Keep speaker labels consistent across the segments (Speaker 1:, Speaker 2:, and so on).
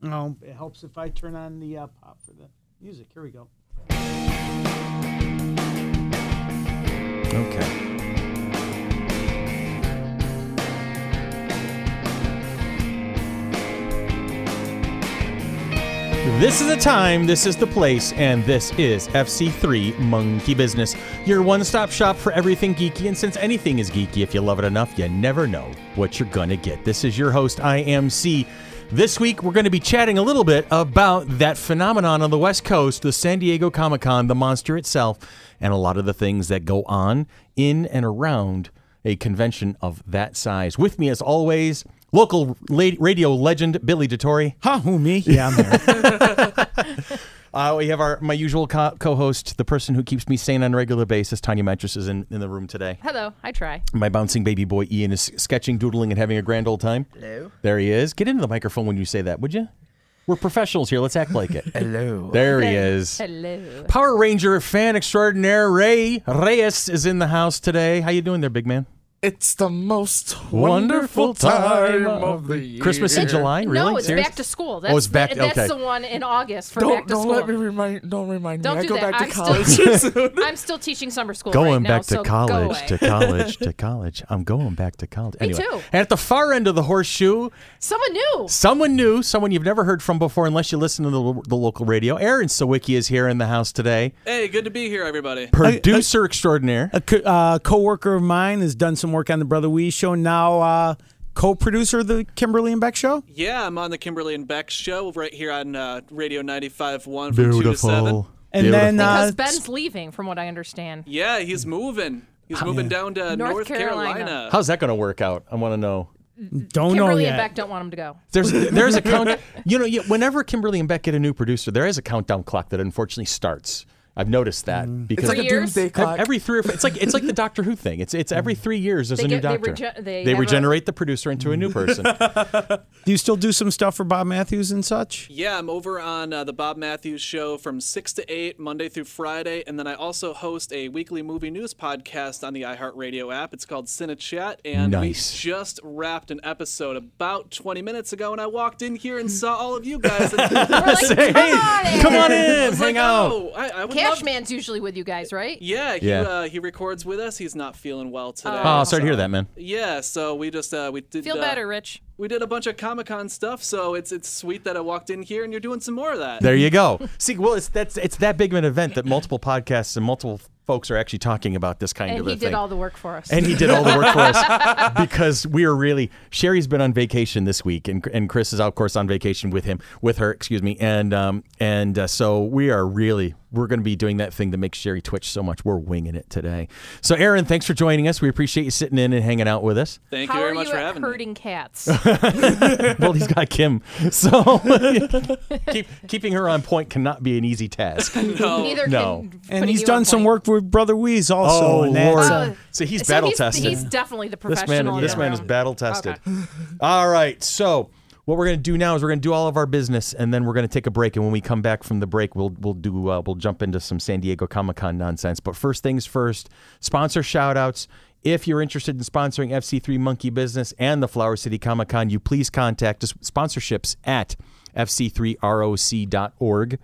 Speaker 1: No, it helps if I turn on the uh, pop for the music. Here we go.
Speaker 2: Okay. This is the time, this is the place, and this is FC3 Monkey Business, your one stop shop for everything geeky. And since anything is geeky, if you love it enough, you never know what you're going to get. This is your host, IMC. This week, we're going to be chatting a little bit about that phenomenon on the West Coast, the San Diego Comic Con, the monster itself, and a lot of the things that go on in and around a convention of that size. With me, as always, local la- radio legend Billy DeTore.
Speaker 1: Ha, who me? Yeah, I'm there.
Speaker 2: Uh, we have our my usual co- co-host, the person who keeps me sane on a regular basis, Tanya Mattress, is in, in the room today.
Speaker 3: Hello, I try.
Speaker 2: My bouncing baby boy Ian is sketching, doodling, and having a grand old time. Hello. There he is. Get into the microphone when you say that, would you? We're professionals here. Let's act like it. Hello. There he is.
Speaker 3: Hello.
Speaker 2: Power Ranger fan extraordinaire Ray Reyes is in the house today. How you doing there, big man?
Speaker 4: It's the most
Speaker 2: Wonderful
Speaker 4: wonderful
Speaker 2: time
Speaker 4: time of the year.
Speaker 2: Christmas in July, really?
Speaker 3: No, it's
Speaker 2: Serious?
Speaker 3: back to school. That's,
Speaker 2: it's back-
Speaker 3: That's
Speaker 2: okay.
Speaker 3: the one in August for
Speaker 4: Don't
Speaker 3: back to
Speaker 4: don't
Speaker 3: school.
Speaker 4: let me remind don't remind
Speaker 3: Don't
Speaker 4: me.
Speaker 3: do
Speaker 4: I go
Speaker 3: that.
Speaker 4: back to
Speaker 3: I'm
Speaker 4: college.
Speaker 3: still- I'm still teaching summer school.
Speaker 2: going
Speaker 3: right now,
Speaker 2: back to
Speaker 3: so go
Speaker 2: college
Speaker 3: away.
Speaker 2: to college to college i'm going back to college anyway
Speaker 3: too.
Speaker 2: and at the far end of the horseshoe
Speaker 3: Someone new.
Speaker 2: someone new someone you've never heard from before unless you listen to the, the local radio aaron sawicki is here in the house today
Speaker 5: Hey, good to be here, everybody.
Speaker 2: producer extraordinaire
Speaker 1: A co- uh, coworker of mine has done some work on the Brother Wee show. Now, uh, co-producer of the Kimberly and Beck show.
Speaker 5: Yeah, I'm on the Kimberly and Beck show right here on uh, Radio 95.1 from 2 to 7.
Speaker 1: And then, uh,
Speaker 3: Because
Speaker 1: it's-
Speaker 3: Ben's leaving, from what I understand.
Speaker 5: Yeah, he's moving. He's moving down to
Speaker 3: North
Speaker 5: North,
Speaker 3: Carolina.
Speaker 2: how's that going to work out i want to know
Speaker 1: Don't know
Speaker 3: Kimberly
Speaker 1: yet.
Speaker 3: and Beck don't want him to go.
Speaker 2: There's there's a count. You know, you- whenever Kimberly and Beck get a new producer, there is a countdown clock that unfortunately starts. I've noticed that because
Speaker 4: Mm. It's like
Speaker 3: Three
Speaker 4: a
Speaker 3: years?
Speaker 4: doomsday clock.
Speaker 2: Every three or four, it's like it's like the Doctor Who thing. It's it's every three years there's
Speaker 3: Mm. They
Speaker 2: a new
Speaker 3: get- they
Speaker 2: doctor.
Speaker 3: rege- they have a-
Speaker 2: regenerate the producer into a new person.
Speaker 1: Do you still do some stuff for Bob Matthews and such?
Speaker 5: Yeah, I'm over on uh, the Bob Matthews show from 6 to 8, Monday through Friday. And then I also host a weekly movie news podcast on the iHeartRadio app. It's called Cinechat. And
Speaker 2: Nice.
Speaker 5: we just wrapped an episode about 20 minutes ago. And I walked in here and saw all of you guys. And I
Speaker 3: We're like,
Speaker 2: Say,
Speaker 3: come
Speaker 2: hey,
Speaker 3: on in.
Speaker 2: come on in,
Speaker 5: was
Speaker 2: hang
Speaker 5: like,
Speaker 2: out.
Speaker 5: oh, I, I would love
Speaker 3: Cashman's usually with you guys, right?
Speaker 5: Yeah, he,
Speaker 2: Yeah.
Speaker 5: Uh, he records with us. He's not feeling well today.
Speaker 2: Oh, sorry to hear that, man.
Speaker 5: Yeah, so we just uh, we did
Speaker 3: Feel
Speaker 5: uh,
Speaker 3: better, Rich.
Speaker 5: We did a bunch of Comic Con stuff, so it's it's sweet that I walked in here and you're doing some more of that.
Speaker 2: There you go. See, well, it's that's it's that big of an event that multiple podcasts and multiple folks are actually talking about this kind
Speaker 3: And
Speaker 2: of
Speaker 3: he
Speaker 2: a
Speaker 3: did
Speaker 2: thing.
Speaker 3: all the work for us.
Speaker 2: and he did all the work for us because we are really Sherry's been on vacation this week and and Chris is of course on vacation with him with her excuse me and um and uh, so we are really we're going to be doing that thing that makes Sherry twitch so much we're winging it today so Aaron thanks for joining us we appreciate you sitting in and hanging out with us
Speaker 5: Thank
Speaker 3: How
Speaker 5: you very
Speaker 3: are
Speaker 5: much
Speaker 3: you
Speaker 5: for
Speaker 3: at
Speaker 5: having me.
Speaker 3: herding cats?
Speaker 2: well he's got Kim so keep, keeping her on point cannot be an easy task
Speaker 5: No,
Speaker 3: Neither
Speaker 2: Oh. No.
Speaker 3: can.
Speaker 1: And
Speaker 3: putting
Speaker 1: he's
Speaker 3: you
Speaker 1: done
Speaker 3: on
Speaker 1: some
Speaker 3: point.
Speaker 1: work with Brother Wee's also.
Speaker 2: oh
Speaker 1: and that's,
Speaker 2: lord
Speaker 1: uh,
Speaker 3: Oh.
Speaker 2: so he's
Speaker 3: So
Speaker 2: battle
Speaker 3: he's-
Speaker 2: tested
Speaker 3: He's definitely the
Speaker 2: This
Speaker 3: professional.
Speaker 2: man,
Speaker 3: in
Speaker 2: this
Speaker 3: the
Speaker 2: man is
Speaker 3: room.
Speaker 2: battle tested. All right, so what we're gonna do now is we're gonna do all of our business, and then we're gonna take a break. And when we come back from the break, we'll we'll do uh, we'll jump into some San Diego Comic Con nonsense. But first things first, sponsor shout outs. If you're interested in sponsoring FC3 Monkey Business and the Flower City Comic Con, you please contact us sponsorships at fc3roc.org.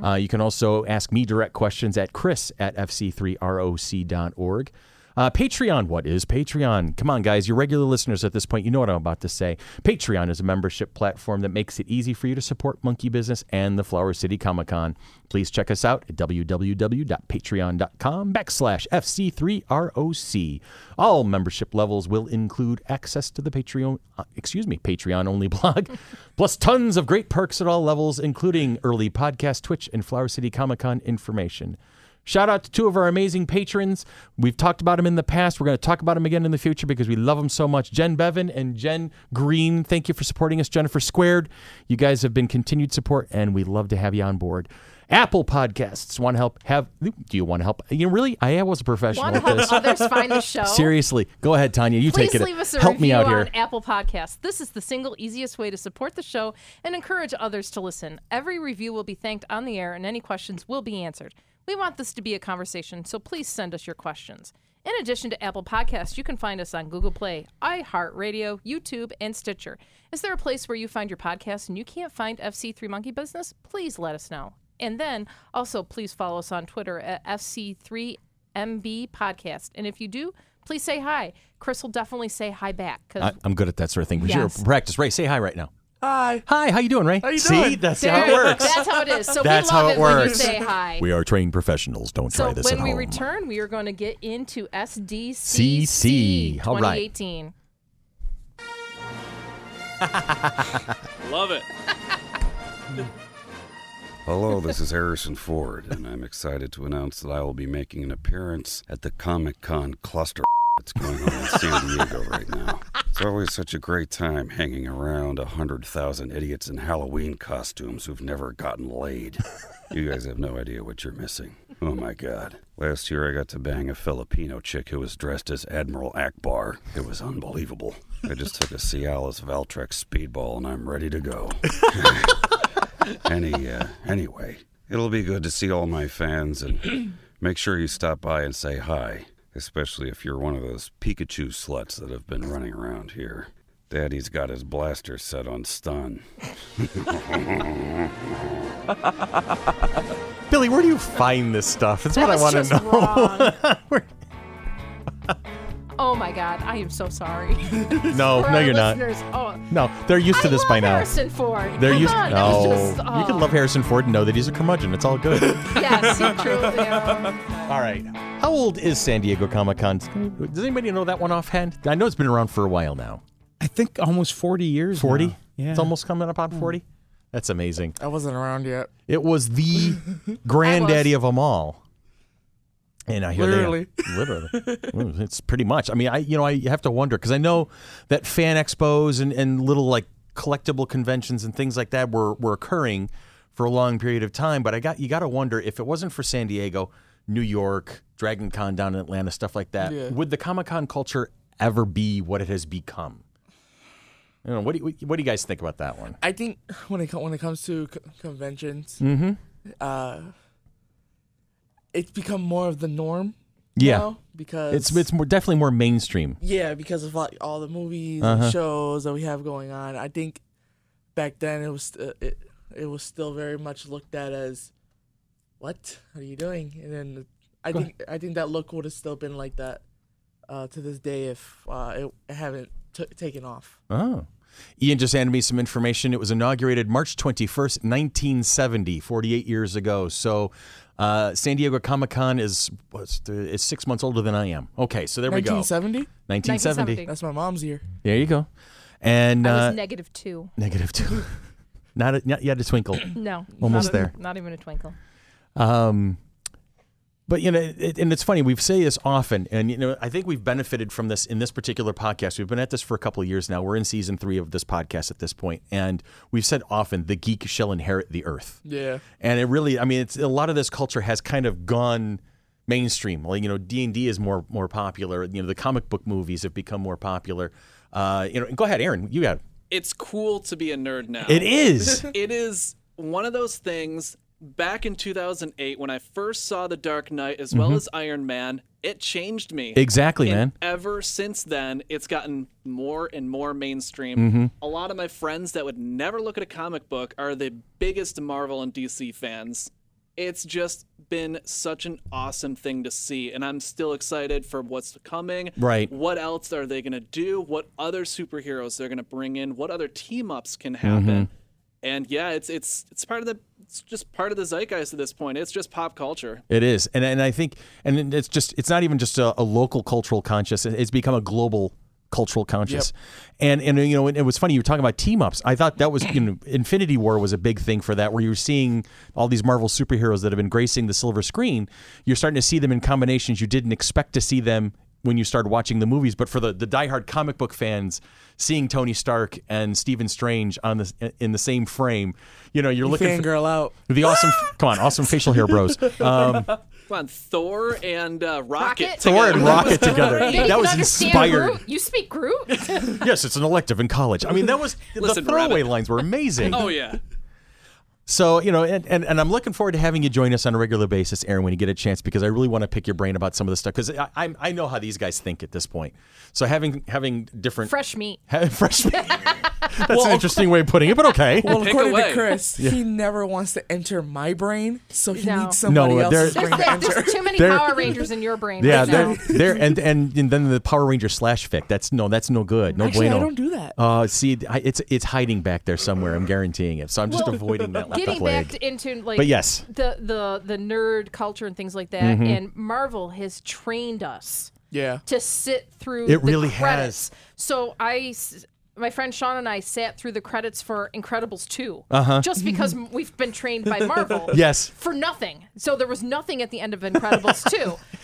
Speaker 2: Uh, you can also ask me direct questions at chris at fc3roc.org. Uh, Patreon, what is Patreon? Come on, guys, you're regular listeners at this point. You know what I'm about to say. Patreon is a membership platform that makes it easy for you to support Monkey Business and the Flower City Comic Con. Please check us out at www.patreon.com backslash FC3ROC. All membership levels will include access to the Patreon, uh, excuse me, Patreon only blog, plus tons of great perks at all levels, including early podcast, Twitch, and Flower City Comic Con information. Shout out to two of our amazing patrons. We've talked about them in the past. We're going to talk about them again in the future because we love them so much. Jen Bevan and Jen Green, thank you for supporting us. Jennifer Squared, you guys have been continued support, and we love to have you on board. Apple Podcasts want to help have. Do you want to help? You know, really, I was a professional
Speaker 3: Want to
Speaker 2: at this.
Speaker 3: help others find the show?
Speaker 2: Seriously, go ahead, Tanya. You
Speaker 3: Please
Speaker 2: take it.
Speaker 3: leave us a
Speaker 2: help
Speaker 3: review
Speaker 2: me out
Speaker 3: on
Speaker 2: here.
Speaker 3: Apple Podcasts. This is the single easiest way to support the show and encourage others to listen. Every review will be thanked on the air, and any questions will be answered. We want this to be a conversation, so please send us your questions. In addition to Apple Podcasts, you can find us on Google Play, iHeartRadio, YouTube, and Stitcher. Is there a place where you find your podcast and you can't find FC3 Monkey Business? Please let us know. And then also, please follow us on Twitter at FC3MB Podcast. And if you do, please say hi. Chris will definitely say hi back because
Speaker 2: I, I'm good at that sort of thing. We
Speaker 3: Yes.
Speaker 2: should practice. Ray, say hi right now.
Speaker 4: Hi.
Speaker 2: Hi, how you doing, Ray? How
Speaker 4: you
Speaker 2: See,
Speaker 4: doing?
Speaker 2: that's how
Speaker 3: There-
Speaker 2: it works.
Speaker 3: That's how it is. So
Speaker 2: That's
Speaker 3: we love
Speaker 2: how
Speaker 3: it,
Speaker 2: it
Speaker 3: when you
Speaker 2: works.
Speaker 3: say hi.
Speaker 2: We are trained professionals. Don't
Speaker 3: so
Speaker 2: try this
Speaker 3: when
Speaker 2: at
Speaker 3: we
Speaker 2: home.
Speaker 3: return, we are going to get into SDCC
Speaker 2: CC. All right.
Speaker 3: 2018.
Speaker 5: Love it.
Speaker 6: Hello, this is Harrison Ford, and I'm excited to announce that I will be making an appearance at the Comic Con cluster that's going on in San Diego right now. It's always such a great time hanging around a hundred thousand idiots in Halloween costumes who've never gotten laid. You guys have no idea what you're missing. Oh my god. Last year I got to bang a Filipino chick who was dressed as Admiral Akbar. It was unbelievable. I just took a Cialis Valtrex speedball and I'm ready to go. Any uh, anyway, it'll be good to see all my fans and make sure you stop by and say hi, especially if you're one of those Pikachu sluts that have been running around here. Daddy's got his blaster set on stun.
Speaker 2: Billy, where do you find this stuff? That's what I want to know.
Speaker 3: Oh my God, I am so sorry.
Speaker 2: No,
Speaker 3: For
Speaker 2: no,
Speaker 3: our
Speaker 2: you're not.
Speaker 3: listeners, Oh,
Speaker 2: No, they're used
Speaker 3: I
Speaker 2: to this
Speaker 3: love
Speaker 2: by now.
Speaker 3: Harrison Ford.
Speaker 2: They're
Speaker 3: Come
Speaker 2: used.
Speaker 3: on, that
Speaker 2: no,
Speaker 3: was just,
Speaker 2: you
Speaker 3: oh.
Speaker 2: can love Harrison Ford and know that he's a curmudgeon. It's all good.
Speaker 3: Yes, he truly. is.
Speaker 2: all right. How old is San Diego Comic Con? Does anybody know that one offhand? I know it's been around for a while now.
Speaker 1: I think almost 40 years. now.
Speaker 2: Forty.
Speaker 1: Yeah.
Speaker 2: It's almost coming up on
Speaker 3: Hmm.
Speaker 2: forty. That's amazing.
Speaker 4: I wasn't around yet.
Speaker 2: It was the granddaddy of them all. And I hear they-
Speaker 4: Literally.
Speaker 2: literally, Mm, it's pretty much. I mean, I you know I have to wonder because I know that fan expos and and little like collectible conventions and things like that were were occurring for a long period of time. But I got you got to wonder if it wasn't for San Diego, New York, Dragon Con down in Atlanta, stuff like that,
Speaker 4: Yeah.
Speaker 2: would the Comic Con culture ever be what it has become? I don't know. What do you, what do you guys think about that one?
Speaker 4: I think when it co- when it comes to co- conventions,
Speaker 2: Mm.
Speaker 4: uh, it's become more of the norm.
Speaker 2: Yeah.
Speaker 4: now because
Speaker 2: It's it's more definitely more mainstream.
Speaker 4: yeah because of like all the movies
Speaker 2: Uh-huh.
Speaker 4: and shows that we have going on. I think back then it was uh, it it was still very much looked at as what are you doing? And then I think I think that look would have still been like that uh, to this day if uh, it, it haven't t- taken off.
Speaker 2: Oh. Ian just handed me some information. It was inaugurated March 21st, 1970, 48 years ago. So uh, San Diego Comic Con is, what's the- is six months older than I am. Okay, so there we go.
Speaker 4: 1970.
Speaker 2: 1970.
Speaker 4: That's my mom's year.
Speaker 2: There you go. And
Speaker 3: I
Speaker 2: uh,
Speaker 3: was negative two.
Speaker 2: negative two. not, a, not yet a twinkle.
Speaker 3: No,
Speaker 2: Almost
Speaker 3: not a-
Speaker 2: there.
Speaker 3: Not even a twinkle.
Speaker 2: Um, but you know, it, and it's funny. We say this often, and you know, I think we've benefited from this in this particular podcast. We've been at this for a couple of years now. We're in season three of this podcast at this point, and we've said often, "The geek shall inherit the earth."
Speaker 4: Yeah.
Speaker 2: and it really i mean it's a lot of this culture has kind of gone mainstream like you know d&d is more more popular you know the comic book movies have become more popular uh you know go ahead aaron you got it
Speaker 5: It's cool to be a nerd now.
Speaker 2: it is
Speaker 5: it is one of those things back in 2008 when i first saw the dark knight as
Speaker 2: Mm-hmm.
Speaker 5: well as iron man it changed me
Speaker 2: exactly
Speaker 5: And
Speaker 2: man
Speaker 5: ever since then it's gotten more and more mainstream
Speaker 2: Mm-hmm.
Speaker 5: a lot of my friends that would never look at a comic book are the biggest marvel and dc fans it's just been such an awesome thing to see and i'm still excited for what's coming
Speaker 2: Right.
Speaker 5: what else are they going to do what other superheroes they're going to bring in what other team ups can happen
Speaker 2: Mm-hmm.
Speaker 5: and yeah it's it's it's part of the it's just part of the zeitgeist at this point it's just pop culture
Speaker 2: it is and and i think and it's just it's not even just a, a local cultural conscious it's become a global cultural conscious and and you know it, it was funny you were talking about team ups i thought that was you know infinity war was a big thing for that where you were seeing all these marvel superheroes that have been gracing the silver screen you're starting to see them in combinations you didn't expect to see them when you started watching the movies but for the the diehard comic book fans seeing tony stark and stephen strange on this in the same frame you know you're looking for
Speaker 4: Fangirl out.
Speaker 2: the awesome come on awesome facial hair bros um
Speaker 5: come on thor and uh, rocket,
Speaker 3: Rocket?
Speaker 2: Thor and
Speaker 5: together.
Speaker 2: Rocket together.
Speaker 3: You didn't
Speaker 2: That was
Speaker 3: understand
Speaker 2: inspired.
Speaker 3: Groot? You speak Groot?
Speaker 2: Yes, it's an elective in college. I mean, that was the
Speaker 5: Listen, Oh,
Speaker 2: throwaway
Speaker 5: Rabbit.
Speaker 2: lines were amazing.
Speaker 5: oh yeah
Speaker 2: So, you know, and, and, and I'm looking forward to having you join us on a regular basis, Aaron, when you get a chance, because I really want to pick your brain about some of this stuff, because I, I'm- I know how these guys think at this point. So having having different
Speaker 3: Fresh meat.
Speaker 2: ha- fresh meat- that's an interesting way of putting it, but okay.
Speaker 4: Well,
Speaker 5: Pick
Speaker 4: according
Speaker 5: away.
Speaker 4: to Chris, he never wants to enter my brain, so he
Speaker 3: No.
Speaker 4: needs somebody
Speaker 2: No,
Speaker 4: else's
Speaker 2: there-
Speaker 4: brain
Speaker 3: There's,
Speaker 4: to
Speaker 3: there's,
Speaker 4: enter.
Speaker 3: too many
Speaker 2: They're-
Speaker 3: Power Rangers in your brain.
Speaker 2: yeah,
Speaker 3: right
Speaker 2: they're,
Speaker 3: now.
Speaker 2: they're and, and and then the Power Ranger slash fic. That's no, that's no good. No
Speaker 4: Actually,
Speaker 2: bueno.
Speaker 4: I don't do that.
Speaker 2: Uh, see, I, it's it's hiding back there somewhere. I'm guaranteeing it. So I'm just
Speaker 3: Well,
Speaker 2: avoiding that like the
Speaker 3: getting back
Speaker 2: plague.
Speaker 3: to, into like
Speaker 2: But yes. Mm-hmm.
Speaker 3: the the the nerd culture and things like that and marvel has trained us
Speaker 4: yeah.
Speaker 3: to sit through
Speaker 2: It
Speaker 3: the
Speaker 2: really
Speaker 3: credits. so i s- my friend Sean and I sat through the credits for Incredibles 2 uh-huh. just because m- we've been trained by Marvel.
Speaker 2: Yes.
Speaker 3: For nothing. So there was nothing at the end of Incredibles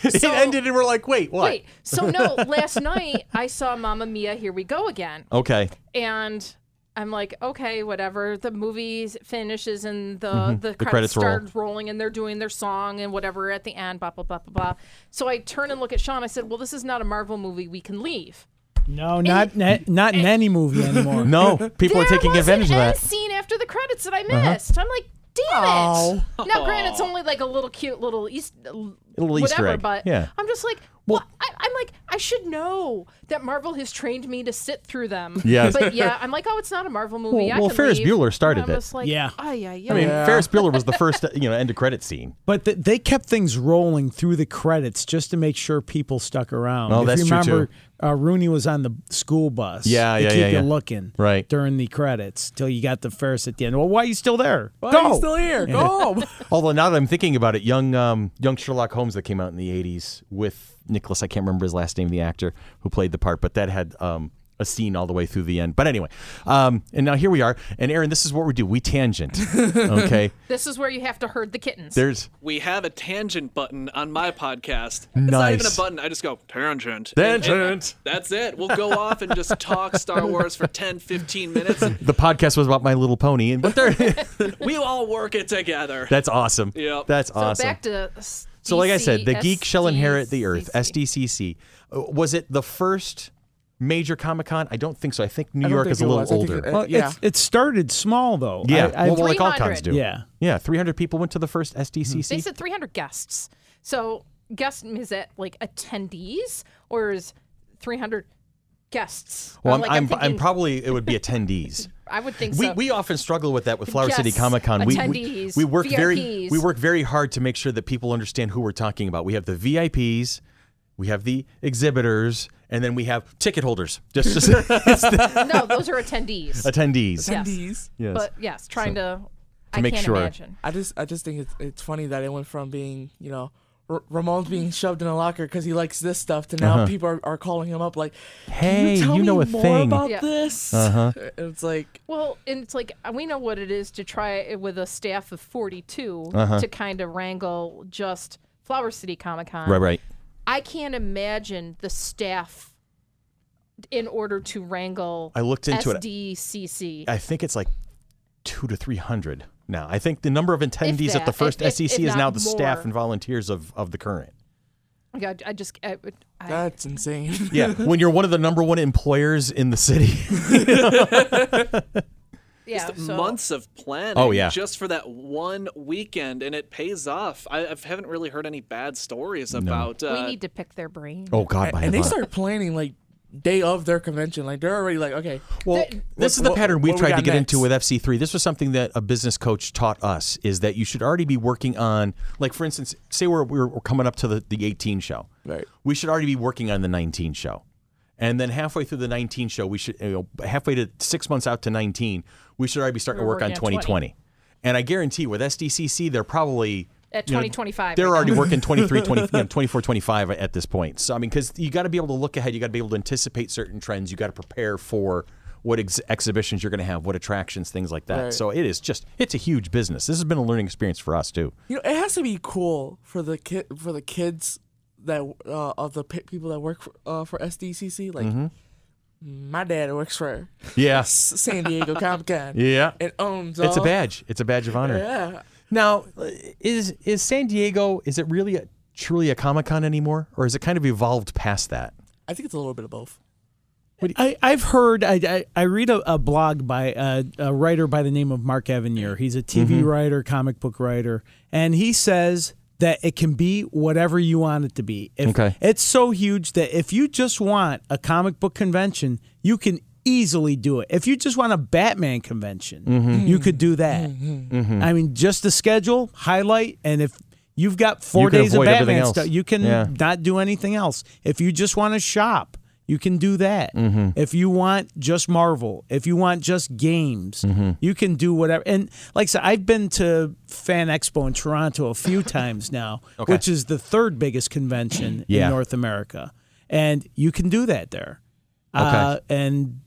Speaker 3: 2.
Speaker 2: it
Speaker 3: So-
Speaker 2: ended, and we're like, wait, what?
Speaker 3: Wait. So, no, last night I saw Mamma Mia, Here We Go Again
Speaker 2: Okay.
Speaker 3: and I'm like, okay, whatever. The movie finishes and the Mm-hmm. the,
Speaker 2: credits
Speaker 3: credits,
Speaker 2: roll.
Speaker 3: start rolling and they're doing their song and whatever at the end, blah blah blah blah blah. So I turn and look at Sean. I said, well, this is not a Marvel movie. We can leave.
Speaker 1: No, not ne- not
Speaker 3: Eh.
Speaker 1: in any movie anymore.
Speaker 2: No, people are
Speaker 3: there
Speaker 2: taking
Speaker 3: was
Speaker 2: advantage
Speaker 3: an
Speaker 2: of
Speaker 3: end
Speaker 2: that. Uh-huh.
Speaker 3: scene after the credits that I missed. I'm like, damn
Speaker 4: Oh.
Speaker 3: it. Now, granted, it's only like a little cute little East, little whatever,
Speaker 2: Easter egg,
Speaker 3: but
Speaker 2: yeah.
Speaker 3: I'm just like. Well, I, I'm like, I should know that Marvel has trained me to sit through them.
Speaker 2: Yes.
Speaker 3: But yeah, I'm like, oh, it's not a Marvel movie.
Speaker 2: Well-
Speaker 3: I
Speaker 2: well,
Speaker 3: can
Speaker 2: Ferris
Speaker 3: leave.
Speaker 2: Bueller started
Speaker 3: I'm
Speaker 2: it.
Speaker 3: Just like,
Speaker 1: Yeah.
Speaker 3: Ay, ay,
Speaker 2: I mean,
Speaker 3: ay.
Speaker 4: Yeah.
Speaker 2: Ferris Bueller was the first, you know, end of credit scene.
Speaker 1: But th- they kept things rolling through the credits just to make sure people stuck around.
Speaker 2: Oh,
Speaker 1: if
Speaker 2: that's
Speaker 1: you
Speaker 2: true,
Speaker 1: remember,
Speaker 2: too.
Speaker 1: Uh, Rooney was on the school bus.
Speaker 2: Yeah,
Speaker 1: to
Speaker 2: yeah,
Speaker 1: keep
Speaker 2: yeah, yeah.
Speaker 1: you looking
Speaker 2: Right.
Speaker 1: during the credits till you got the Ferris at the end. Well, why are you still there?
Speaker 4: Why
Speaker 1: Go.
Speaker 4: are you still here? Go home.
Speaker 2: Although now that I'm thinking about it, young um, young Sherlock Holmes that came out in the '80s with Nicholas, I can't remember his last name, the actor who played the part, but that had um, a scene all the way through the end. But anyway, um, and now here we are. And Aaron, this is what we do: we tangent. Okay,
Speaker 3: This is where you have to herd the kittens.
Speaker 2: there's
Speaker 5: We have a tangent button on my podcast. It's not even a
Speaker 2: Nice.
Speaker 5: button. I just go tangent. And-
Speaker 2: tangent.
Speaker 5: That's it. We'll go off and just talk Star Wars for 10, 15 minutes. And
Speaker 2: The podcast was about My Little Pony, and but there,
Speaker 5: we all work it together.
Speaker 2: that's awesome.
Speaker 5: Yep.
Speaker 2: that's
Speaker 3: so
Speaker 2: awesome.
Speaker 3: back to
Speaker 2: So, like I said, the geek shall inherit the earth. SDCC. Uh, Was it the first major Comic Con? I don't think so. I think New
Speaker 4: I don't
Speaker 2: York
Speaker 4: think
Speaker 2: is a
Speaker 4: it
Speaker 2: little
Speaker 4: was. I think
Speaker 2: older.
Speaker 4: it- uh,
Speaker 1: Well,
Speaker 4: yeah.
Speaker 1: it's, it started small though.
Speaker 2: yeah,
Speaker 1: I, I,
Speaker 2: well, well, like all cons
Speaker 3: 300.
Speaker 2: do.
Speaker 1: yeah.
Speaker 2: yeah. Three hundred people went to the first SDCC.
Speaker 3: They said 300 guests. So guest is that like attendees or is 300 guests?
Speaker 2: well, I'm,
Speaker 3: like,
Speaker 2: I'm, I'm
Speaker 3: thinking-
Speaker 2: probably it would be attendees.
Speaker 3: I would think
Speaker 2: We,
Speaker 3: so.
Speaker 2: we often struggle with that with Flower City
Speaker 3: Guests,
Speaker 2: Comic Con. We, we
Speaker 3: attendees,
Speaker 2: we work very
Speaker 3: VIPs.
Speaker 2: we work very hard to make sure that people understand who we're talking about. We have the VIPs, we have the exhibitors, and then we have ticket holders. Just, just it's the
Speaker 3: no, those are attendees.
Speaker 2: attendees.
Speaker 3: Yes.
Speaker 4: Attendees.
Speaker 2: Yes.
Speaker 3: But yes, trying to. I
Speaker 2: make
Speaker 3: can't
Speaker 2: sure.
Speaker 3: imagine.
Speaker 4: I just I just think it's it's funny that it went from being you know R- Ramon's being shoved in a locker because he likes this stuff to now people are, are calling him up like,
Speaker 2: Uh-huh. Hey,
Speaker 4: Can you, tell
Speaker 2: you
Speaker 4: me
Speaker 2: know a
Speaker 4: more
Speaker 2: thing." Uh-huh.
Speaker 4: about
Speaker 3: Yeah.
Speaker 4: this. It's like
Speaker 3: Well, and it's like we know what it is to try it with a staff of 42
Speaker 2: Uh-huh.
Speaker 3: to kind of wrangle just Flower City Comic Con.
Speaker 2: Right, right.
Speaker 3: I can't imagine the staff in order to wrangle
Speaker 2: I looked into it.
Speaker 3: SDCC.
Speaker 2: I think it's like two to three hundred now. I think the number of attendees at
Speaker 3: that,
Speaker 2: the first
Speaker 3: if- if-
Speaker 2: SEC
Speaker 3: if
Speaker 2: is now
Speaker 3: not
Speaker 2: the staff
Speaker 3: more.
Speaker 2: and volunteers of, of the current.
Speaker 3: God, I just I, would- I-
Speaker 4: that's insane.
Speaker 2: Yeah, when you're one of the number one employers in the city.
Speaker 3: yeah.
Speaker 5: Just
Speaker 3: so-
Speaker 5: months of planning
Speaker 2: Oh, yeah.
Speaker 5: just for that one weekend and it pays off i, I haven't really heard any bad stories about uh,
Speaker 3: We need to pick their brain.
Speaker 2: oh God, by
Speaker 4: and they
Speaker 2: lot.
Speaker 4: start planning like day of their convention. Like they're already like, okay,
Speaker 2: Well,
Speaker 3: Th-
Speaker 2: this is the
Speaker 4: what-
Speaker 2: pattern we
Speaker 4: what we
Speaker 2: tried to
Speaker 4: got
Speaker 2: get
Speaker 4: next?
Speaker 2: into with FC3. This was something that a business coach taught us is that you should already be working on, like for instance, say we're we're, we're coming up to the, the 18 show.
Speaker 4: Right.
Speaker 2: We should already be working on the 19 show, and then halfway through the 19 show, we should you know, halfway to six months out to 19, we should already be starting to
Speaker 3: We're
Speaker 2: work on
Speaker 3: working on
Speaker 2: 2020. And I guarantee with SDCC, they're probably
Speaker 3: At
Speaker 2: you know,
Speaker 3: 2025
Speaker 2: they're
Speaker 3: right
Speaker 2: already working 23, 20, you know, 24, 25 at this point. So, I mean, because you got to be able to look ahead, you got to be able to anticipate certain trends, you got to prepare for what ex- exhibitions you're going to have, what attractions, things like that. So, it is just, it's a huge business. This has been a learning experience for us, too.
Speaker 4: you know, it has to be cool for the kid for the kids that uh, of the pe- people that work for, uh, for SDCC. Like
Speaker 2: Mm-hmm.
Speaker 4: my dad works for
Speaker 2: Yes.
Speaker 4: S- San Diego Comic Con.
Speaker 2: Yeah.
Speaker 4: it owns.
Speaker 2: It's a
Speaker 4: all-
Speaker 2: badge. It's a badge of honor.
Speaker 4: Yeah,
Speaker 2: Now, is is San Diego, is it really a, truly a Comic Con anymore? Or has it kind of evolved past that?
Speaker 4: I think it's a little bit of both.
Speaker 1: I, I've heard, I, I, I read a, a blog by a, a writer by the name of Mark Evanier. He's a TV
Speaker 2: Mm-hmm.
Speaker 1: writer, comic book writer, and he says that it can be whatever you want it to be. If,
Speaker 2: Okay.
Speaker 1: It's so huge that if you just want a comic book convention, you can easily do it. If you just want a Batman convention,
Speaker 2: Mm-hmm.
Speaker 1: you could do that. I mean, just the schedule, highlight, and if you've got four
Speaker 2: You can
Speaker 1: days of
Speaker 2: avoid everything
Speaker 1: Batman
Speaker 2: else.
Speaker 1: stuff, you can
Speaker 2: Yeah.
Speaker 1: not do anything else. If you just want to shop, you can do that.
Speaker 2: Mm-hmm.
Speaker 1: If you want just Marvel, if you want just games,
Speaker 2: Mm-hmm.
Speaker 1: you can do whatever. And like I said, I've been to Fan Expo in Toronto a few times now, which is the third biggest convention
Speaker 2: Yeah.
Speaker 1: in North America. And you can do that there.
Speaker 2: Okay.
Speaker 1: Uh, and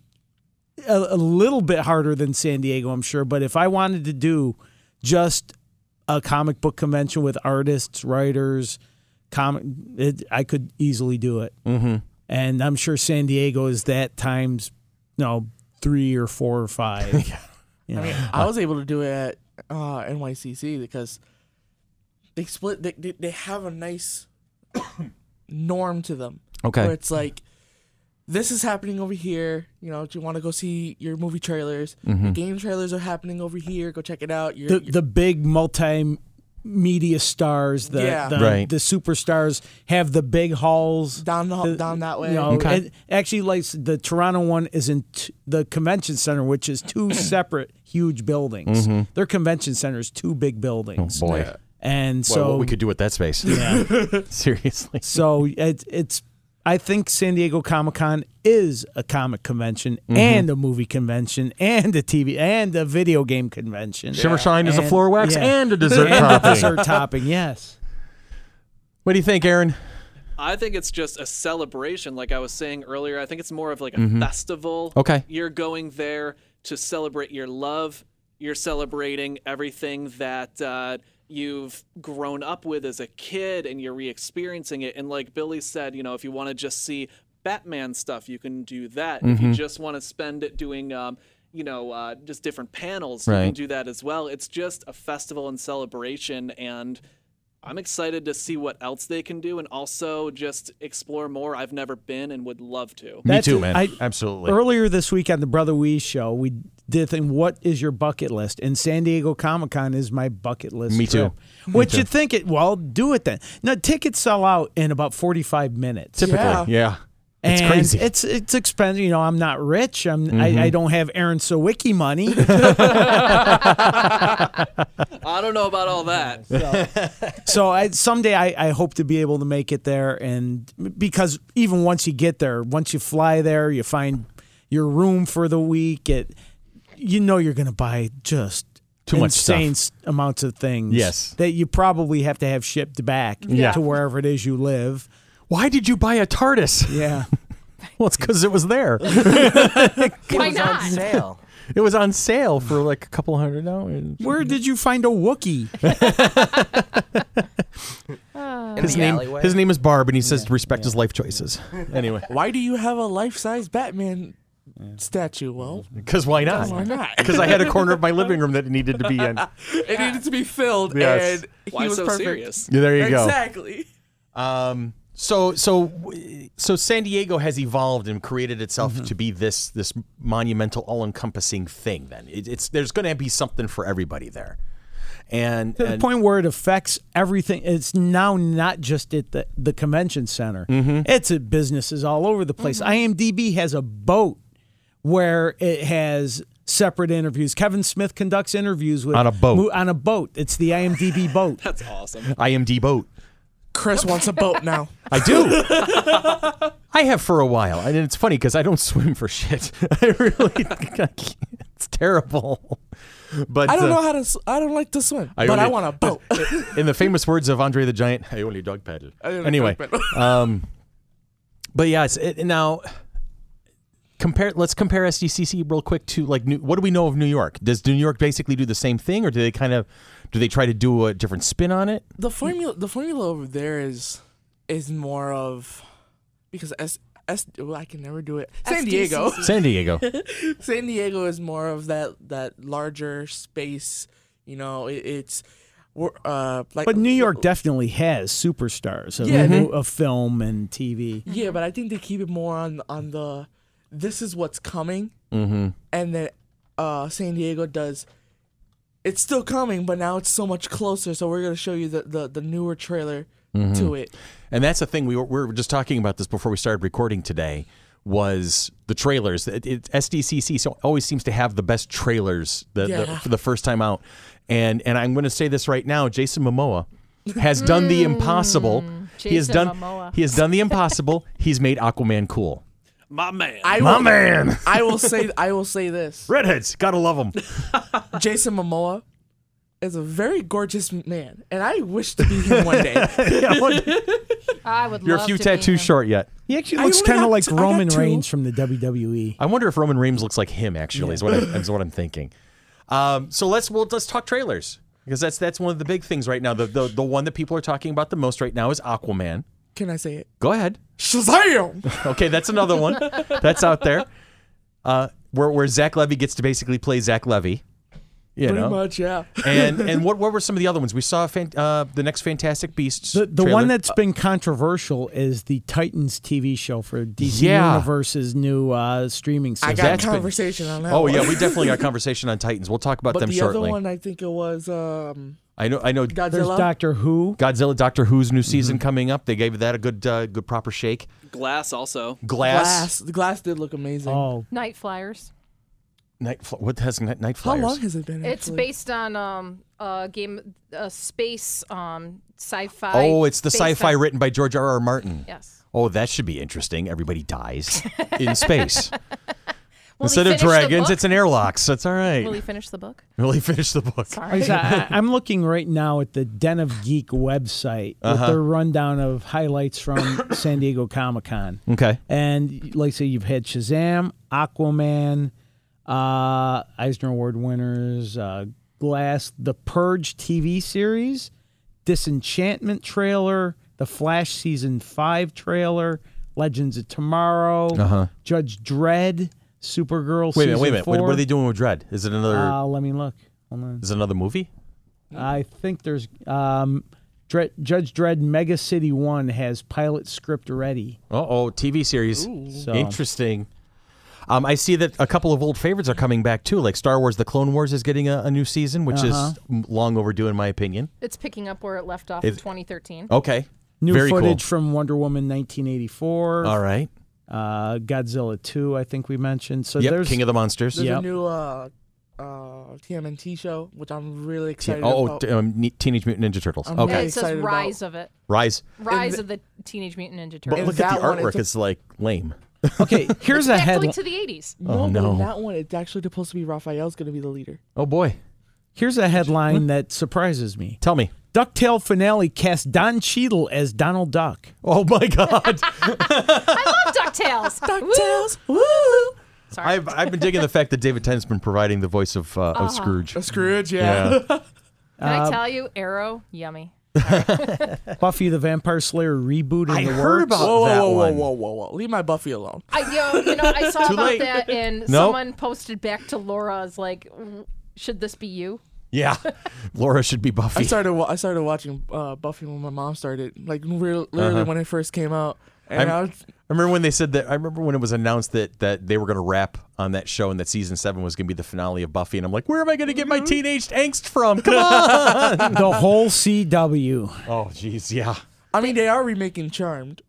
Speaker 1: a, a little bit harder than San Diego, I'm sure. But if I wanted to do just a comic book convention with artists, writers, comic, it, I could easily do it. Mm-hmm. And I'm sure San Diego is that times, you know, three or four or five. You know.
Speaker 4: I was able to do it at uh, NYCC because they split. They they, they have a nice norm to them.
Speaker 2: Okay.
Speaker 4: Where it's like, this is happening over here. You know, do you want to go see your movie trailers?
Speaker 2: Mm-hmm.
Speaker 4: Your game trailers are happening over here. Go check it out. Your,
Speaker 1: the
Speaker 4: your-
Speaker 1: the big multi media stars, the
Speaker 4: Yeah.
Speaker 1: the,
Speaker 2: Right.
Speaker 1: the superstars have the big halls
Speaker 4: down the-
Speaker 1: the-
Speaker 4: down that way.
Speaker 1: You know,
Speaker 2: Okay.
Speaker 1: and actually, like the Toronto one is in t- the convention center, which is two separate huge buildings. Their convention center is two big buildings.
Speaker 2: Mm-hmm. Oh, boy.
Speaker 1: And
Speaker 2: Boy,
Speaker 1: so
Speaker 2: what we could do with that space. Seriously.
Speaker 1: so it, it's. I think San Diego Comic Con is a comic convention
Speaker 2: Mm-hmm.
Speaker 1: and a movie convention and a TV and a video game convention.
Speaker 2: Shimmer shine is a
Speaker 1: And-
Speaker 2: floor wax
Speaker 1: yeah.
Speaker 2: and a dessert
Speaker 1: and a
Speaker 2: topping.
Speaker 1: dessert topping. Yes.
Speaker 2: What do you think, Aaron?
Speaker 5: I think it's just a celebration, like I was saying earlier. I think it's more of like a festival.
Speaker 2: Mm-hmm. Okay.
Speaker 5: You're going there to celebrate your love. You're celebrating everything that uh, you've grown up with as a kid and you're re experiencing it. And like Billy said, you know, if you want to just see Batman stuff, you can do that. If
Speaker 2: Mm-hmm.
Speaker 5: you just want to spend it doing, um, you know, uh, just different panels, you
Speaker 2: Right.
Speaker 5: can do that as well. It's just a festival and celebration. And I'm excited to see what else they can do and also just explore more. I've never been and would love to.
Speaker 1: That's-
Speaker 2: Me too, man.
Speaker 1: I-
Speaker 2: Absolutely.
Speaker 1: Earlier this week on the Brother Wee show, we did a thing. What is your bucket list? And San Diego Comic Con is my bucket list.
Speaker 2: Me
Speaker 1: trip.
Speaker 2: too. Me
Speaker 1: Which
Speaker 2: too.
Speaker 1: you think it? Well, do it then. Now tickets sell out in about forty-five minutes.
Speaker 2: Typically,
Speaker 4: Yeah.
Speaker 2: yeah. It's
Speaker 1: And
Speaker 2: crazy. Mm-hmm.
Speaker 1: It's it's expensive. You know, I'm not rich. I'm I, I don't have Aaron Sawicki money.
Speaker 5: I don't know about all that.
Speaker 1: so I someday I, I hope to be able to make it there and because even once you get there once you fly there you find your room for the week it you know you're gonna buy just
Speaker 2: Too much
Speaker 1: insane stuff. amounts of things
Speaker 2: Yes.
Speaker 1: that you probably have to have shipped back
Speaker 2: Yeah.
Speaker 1: to wherever it is you live
Speaker 2: Why did you buy a TARDIS?
Speaker 1: yeah
Speaker 2: Well, it's because it was there.
Speaker 3: Why
Speaker 7: It was on
Speaker 3: not?
Speaker 7: sale.
Speaker 2: It was on sale for like a couple hundred dollars.
Speaker 1: where did you find a Wookiee?
Speaker 7: In
Speaker 2: His
Speaker 7: the
Speaker 2: name,
Speaker 7: alleyway.
Speaker 2: his name is Barb, and he says to respect his life choices. Anyway,
Speaker 4: why do you have a life-size Batman statue? Well,
Speaker 2: because why not?
Speaker 4: why not?
Speaker 2: Because I had a corner of my living room that it needed to be in.
Speaker 4: it needed to be filled,
Speaker 2: Yes.
Speaker 4: and he
Speaker 5: Why
Speaker 4: was
Speaker 5: so
Speaker 4: perfect.
Speaker 5: serious?
Speaker 2: Yeah, there you go.
Speaker 4: Exactly.
Speaker 2: Um, so so w- so San Diego has evolved and created itself to be this this monumental, all encompassing thing. Then it, it's there's going to be something for everybody there, and,
Speaker 1: to the
Speaker 2: and-
Speaker 1: point where it affects everything. It's now not just at the, the convention center.
Speaker 2: Mm-hmm.
Speaker 1: It's at businesses all over the
Speaker 4: Mm-hmm.
Speaker 1: place. IMDb has a boat where it has separate interviews. Kevin Smith conducts interviews with
Speaker 2: On a boat.
Speaker 1: mo- on a boat. It's the IMDb boat.
Speaker 5: That's awesome.
Speaker 2: IMD boat.
Speaker 4: Chris wants a boat now.
Speaker 2: I do. I have for a while, and it's funny because I don't swim for shit. I really, I can't. it's terrible. But
Speaker 4: I don't
Speaker 2: uh,
Speaker 4: know how to. s- I don't like to swim,
Speaker 2: I
Speaker 4: but I
Speaker 2: only-
Speaker 4: want a boat.
Speaker 2: in the famous words of Andre the Giant, I only dog paddle.
Speaker 4: only
Speaker 2: Anyway,
Speaker 4: dog
Speaker 2: um, but yeah, it's, it, now compare. Let's compare SDCC real quick to like new, what do we know of New York? Does New York basically do the same thing, or do they kind of do they try to do a different spin on it?
Speaker 4: the formula the formula over there is is more of because S S well, I can never do it. San Diego.
Speaker 2: San Diego,
Speaker 4: San Diego is more of that that larger space, you know, it, it's we're uh like
Speaker 1: But New York definitely has superstars of,
Speaker 4: Yeah, they-
Speaker 1: of film and TV.
Speaker 2: Mm-hmm.
Speaker 4: Yeah, but I think they keep it more on on the this is what's coming,
Speaker 2: Mm-hmm.
Speaker 4: and then uh, San Diego does. It's still coming, but now it's so much closer. So we're gonna show you the the, the newer trailer
Speaker 2: Mm-hmm.
Speaker 4: to it.
Speaker 2: And that's the thing we were, we were just talking about this before we started recording today was the trailers. It, it, SDCC so always seems to have the best trailers the,
Speaker 4: Yeah.
Speaker 2: the, the first time out. And and I'm going to say this right now, Jason Momoa has done the impossible. he has
Speaker 3: Hmm. Jason
Speaker 2: done
Speaker 3: Momoa.
Speaker 2: he has done the impossible. He's made Aquaman cool.
Speaker 5: My man.
Speaker 4: I
Speaker 2: My
Speaker 4: will,
Speaker 2: man,
Speaker 4: I will say I will say this:
Speaker 2: redheads, gotta love them.
Speaker 4: Jason Momoa is a very gorgeous man, and I wish to be him one day.
Speaker 3: I would
Speaker 2: You're a
Speaker 3: love
Speaker 2: few
Speaker 3: to be him.
Speaker 2: tattoos short yet.
Speaker 1: He actually
Speaker 4: I
Speaker 1: looks
Speaker 4: only
Speaker 1: kind of
Speaker 4: got
Speaker 1: like
Speaker 4: two- I got
Speaker 1: Roman
Speaker 4: two.
Speaker 1: Reigns from the E. WWE.
Speaker 2: I wonder if Roman Reigns looks like him. Actually, is what I, is what I'm thinking. Um, so let's well let's talk trailers because that's that's one of the big things right now. The, the the one that people are talking about the most right now is Aquaman.
Speaker 4: Can I say it?
Speaker 2: Go ahead.
Speaker 4: Shazam!
Speaker 2: Okay, that's another one that's out there. Uh, where where Zach Levy gets to basically play Zach Levy. You
Speaker 4: Pretty
Speaker 2: know.
Speaker 4: much, yeah.
Speaker 2: And and what what were some of the other ones? We saw fan, uh, the next Fantastic Beasts.
Speaker 1: The, the
Speaker 2: trailer.
Speaker 1: one that's been controversial is the Titans TV show for DC
Speaker 2: Yeah.
Speaker 1: Universe's new uh, streaming
Speaker 4: I
Speaker 1: service.
Speaker 4: got
Speaker 2: That's been-
Speaker 4: conversation on that.
Speaker 2: Oh
Speaker 4: one.
Speaker 2: yeah, we definitely got a conversation on Titans. We'll talk about
Speaker 4: But
Speaker 2: them
Speaker 4: the
Speaker 2: shortly.
Speaker 4: other one, I think it was um,
Speaker 2: I know I know
Speaker 1: There's
Speaker 4: Godzilla.
Speaker 1: Doctor Who.
Speaker 2: Godzilla Doctor Who's new season
Speaker 3: Mm-hmm.
Speaker 2: coming up. They gave that a good uh, good proper shake.
Speaker 5: Glass also.
Speaker 2: Glass.
Speaker 4: Glass. The glass did look amazing.
Speaker 1: Oh,
Speaker 3: Night flyers.
Speaker 2: Night fl- what has night, night
Speaker 4: How
Speaker 2: flyers?
Speaker 4: long has it been?
Speaker 3: It's
Speaker 4: actually?
Speaker 3: based on um a game a space um sci-fi.
Speaker 2: oh, it's the
Speaker 3: based
Speaker 2: sci-fi
Speaker 3: on-
Speaker 2: written by George R. R. Martin.
Speaker 3: Yes.
Speaker 2: Oh, that should be interesting. Everybody dies in space.
Speaker 3: Will he
Speaker 2: Instead of
Speaker 3: finish the
Speaker 2: dragons,
Speaker 3: book?
Speaker 2: it's an airlock. So it's all right.
Speaker 3: Will he finish the book?
Speaker 2: Really finish the
Speaker 1: Like
Speaker 2: book.
Speaker 1: I said, I- I'm looking right now at the Den of Geek website with their rundown of highlights from San Diego Comic Con.
Speaker 2: Okay.
Speaker 1: And like I say, you've had Shazam, Aquaman, uh, Eisner Award winners, uh, Glass, The Purge TV series, Disenchantment trailer, The Flash season five trailer, Legends of Tomorrow, Judge Dredd, Supergirl.
Speaker 2: Uh-huh. Wait a
Speaker 1: season
Speaker 2: minute. Wait a minute.
Speaker 1: Four.
Speaker 2: What, what are they doing with Dread? Is it another?
Speaker 1: Uh, let me look. Hold on.
Speaker 2: is it another movie?
Speaker 1: I think there's um, Dre- Judge Dredd Mega City One has pilot script ready.
Speaker 2: Uh oh, TV series.
Speaker 1: So-
Speaker 2: Interesting. Um, I see that a couple of old favorites are coming back too, like Star Wars: The Clone Wars is getting a, a new season, which
Speaker 4: Uh-huh.
Speaker 2: is m- long overdue in my opinion.
Speaker 3: It's picking up where it left off in
Speaker 2: It-
Speaker 3: 2013.
Speaker 2: Okay,
Speaker 1: New
Speaker 2: very
Speaker 1: footage
Speaker 2: cool.
Speaker 1: from Wonder Woman 1984,
Speaker 2: All right.
Speaker 1: uh, Godzilla 2, I think we mentioned. So
Speaker 2: yep,
Speaker 1: there's
Speaker 2: King of the Monsters.
Speaker 4: There's
Speaker 1: Yeah.
Speaker 4: a new uh, uh, TMNT show, which I'm really
Speaker 2: Te-
Speaker 4: excited
Speaker 2: oh,
Speaker 4: about. Oh,
Speaker 2: t- um, Ne- Teenage Mutant Ninja Turtles.
Speaker 4: I'm
Speaker 2: Oh, okay,
Speaker 3: And
Speaker 4: really
Speaker 3: it says
Speaker 4: excited about-
Speaker 3: Rise of it.
Speaker 2: Rise.
Speaker 3: Rise
Speaker 4: the-
Speaker 3: of the Teenage Mutant Ninja
Speaker 2: But
Speaker 3: Turtles.
Speaker 2: look at
Speaker 4: that
Speaker 2: the
Speaker 4: one,
Speaker 2: artwork;
Speaker 4: it's a-
Speaker 2: it's like lame.
Speaker 1: Okay, here's a
Speaker 3: Back to, like,
Speaker 1: headline.
Speaker 3: to the 80s.
Speaker 4: no,
Speaker 2: oh,
Speaker 4: but
Speaker 2: no.
Speaker 4: in that one, it's actually supposed to be Raphael's going to be the leader.
Speaker 2: Oh boy,
Speaker 1: Here's a headline that surprises me.
Speaker 2: tell me.
Speaker 1: Ducktail finale cast Don Cheadle as Donald Duck.
Speaker 2: Oh my God,
Speaker 3: DuckTales.
Speaker 4: DuckTales! Woo!
Speaker 3: Sorry.
Speaker 2: I've, I've been digging the fact that David Tennant's been providing the voice of uh,
Speaker 4: Ah.
Speaker 2: of Scrooge.
Speaker 4: A Scrooge, yeah.
Speaker 2: Yeah.
Speaker 3: Can I
Speaker 2: Um,
Speaker 3: tell you, Arrow, yummy.
Speaker 1: Buffy the Vampire Slayer reboot in
Speaker 2: I
Speaker 1: the
Speaker 2: heard
Speaker 1: works.
Speaker 2: about-
Speaker 4: Whoa,
Speaker 2: That
Speaker 4: whoa, whoa,
Speaker 2: one.
Speaker 4: whoa, whoa, whoa. Leave my Buffy alone.
Speaker 3: I, yo, you know, I saw
Speaker 2: Too
Speaker 3: about
Speaker 2: late.
Speaker 3: that, and someone posted back to Laura, is like, "Mm, should this be you?
Speaker 2: yeah, Laura should be Buffy.
Speaker 4: I started. wa- I started watching uh, Buffy when my mom started, like real, literally when it first came out. And
Speaker 2: Uh-huh. I'm-
Speaker 4: I was,
Speaker 2: I remember when they said that. I remember when it was announced that that they were going to wrap on that show and that season seven was going to be the finale of Buffy. And I'm like, where am I going to get my teenage angst from? Come on.
Speaker 1: the whole CW.
Speaker 2: oh, jeez, yeah.
Speaker 4: I mean, they are remaking Charmed.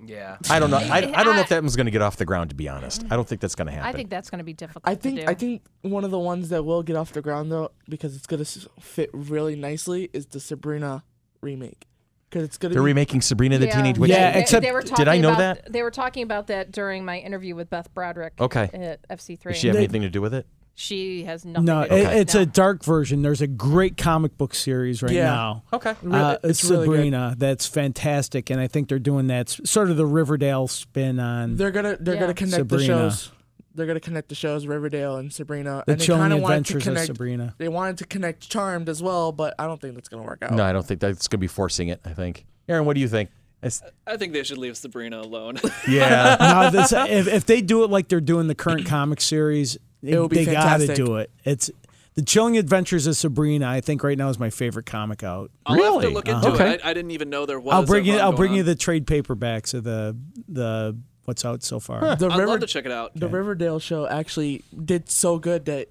Speaker 5: Yeah.
Speaker 2: I don't know. I, I don't know if that one's going to get off the ground. To be honest, I don't think that's going to happen.
Speaker 3: I think that's going to be difficult
Speaker 4: I
Speaker 3: to
Speaker 4: think.
Speaker 3: do.
Speaker 4: I think one of the ones that will get off the ground though, because it's gonna s- fit really nicely, is the Sabrina remake. Because it's gonna
Speaker 2: they're
Speaker 4: be
Speaker 2: remaking Sabrina the
Speaker 3: Yeah.
Speaker 2: Teenage Witch.
Speaker 1: Yeah,
Speaker 3: They-
Speaker 1: except-
Speaker 3: they were
Speaker 2: Did
Speaker 3: talking
Speaker 2: I know
Speaker 3: about, They were talking about that during my interview with Beth Broderick
Speaker 2: Okay.
Speaker 3: at FC3.
Speaker 2: Does she have anything to do with it?
Speaker 3: She has nothing
Speaker 1: No,
Speaker 3: to do with
Speaker 1: it, it's
Speaker 3: now.
Speaker 1: a dark version. There's a great comic book series right
Speaker 4: Yeah.
Speaker 1: now.
Speaker 2: Okay.
Speaker 1: uh,
Speaker 4: it's really good.
Speaker 1: Sabrina. that's fantastic, and I think they're doing that s- sort of the Riverdale spin on
Speaker 4: They're gonna. They're
Speaker 3: Yeah.
Speaker 4: gonna connect
Speaker 1: Sabrina.
Speaker 4: the shows. They're gonna connect the shows Riverdale and Sabrina.
Speaker 1: the
Speaker 4: and they
Speaker 1: chilling
Speaker 4: kinda wanted
Speaker 1: adventures
Speaker 4: to connect,
Speaker 1: of Sabrina.
Speaker 4: They wanted to connect Charmed as well, but I don't think that's gonna work out.
Speaker 2: No, I don't think that's going to be forcing it. I think. Oh. Aaron, what do you think? It's-
Speaker 5: I think they should leave Sabrina alone.
Speaker 2: yeah.
Speaker 1: Now, this, if, if they do it like they're doing the current comic series, they,
Speaker 4: would be
Speaker 1: they gotta
Speaker 4: fantastic.
Speaker 1: do it. It's the Chilling Adventures of Sabrina. I think right now is my favorite comic out.
Speaker 5: I'll have to
Speaker 2: Really?
Speaker 5: look
Speaker 2: Uh,
Speaker 5: into
Speaker 2: okay.
Speaker 5: it. I, I didn't even know Oh, there was.
Speaker 1: I'll bring
Speaker 5: a
Speaker 1: you.
Speaker 5: run
Speaker 1: I'll
Speaker 5: going
Speaker 1: bring you
Speaker 5: on.
Speaker 1: the trade paperbacks of the the what's out so far.
Speaker 4: The
Speaker 5: I'd
Speaker 4: River
Speaker 5: love to check it out.
Speaker 4: the Riverdale show actually did so good that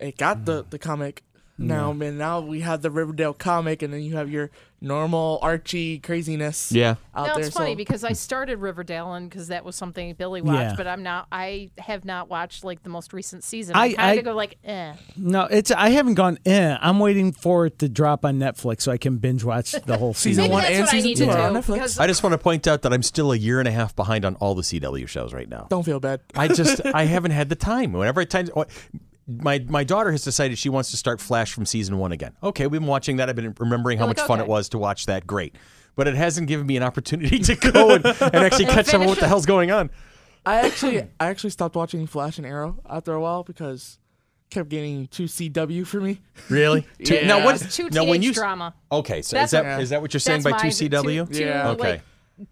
Speaker 4: it got
Speaker 1: Mm.
Speaker 4: the, the comic. Now, man, now we have the Riverdale comic, and then you have your normal Archie craziness.
Speaker 2: Yeah.
Speaker 4: out
Speaker 3: No,
Speaker 4: there.
Speaker 3: it's funny
Speaker 4: so
Speaker 3: because I started Riverdale and because that was something Billy watched,
Speaker 1: Yeah.
Speaker 3: but I'm not. I have not watched like the most recent season.
Speaker 1: I-
Speaker 3: I, kind
Speaker 1: I-
Speaker 3: of go like, eh.
Speaker 1: No, it's I haven't gone. Eh, I'm waiting for it to drop on Netflix so I can binge watch the whole season.
Speaker 4: Season
Speaker 3: Maybe
Speaker 4: one
Speaker 3: that's
Speaker 4: and
Speaker 3: what I
Speaker 4: season
Speaker 3: need
Speaker 4: two
Speaker 3: to
Speaker 4: are on
Speaker 3: do.
Speaker 4: Netflix.
Speaker 3: because
Speaker 2: I just want to point out that I'm still a year and a half behind on all the CW shows right now.
Speaker 4: don't feel bad.
Speaker 2: I just I haven't had the time. Whenever I time my my daughter has decided she wants to start Flash from season one again. Okay, we've been watching that. I've been remembering how
Speaker 3: You're
Speaker 2: much
Speaker 3: like,
Speaker 2: fun
Speaker 3: okay.
Speaker 2: it was to watch that. Great, but it hasn't given me an opportunity to go and, and actually catch up on
Speaker 3: finish
Speaker 2: what the
Speaker 3: it.
Speaker 2: hell's going on.
Speaker 4: I actually I actually stopped watching Flash and Arrow after a while because it kept getting too CW for me.
Speaker 2: Really?
Speaker 5: Yeah.
Speaker 2: Now what?
Speaker 3: It's too
Speaker 2: now when
Speaker 3: teenage
Speaker 2: you
Speaker 3: drama.
Speaker 2: okay, so is
Speaker 3: That's
Speaker 2: that
Speaker 3: what-
Speaker 2: is that what you're saying
Speaker 3: That's
Speaker 2: by
Speaker 3: my-
Speaker 2: two CW?
Speaker 3: to- to,
Speaker 4: Yeah.
Speaker 2: Okay.
Speaker 3: Like,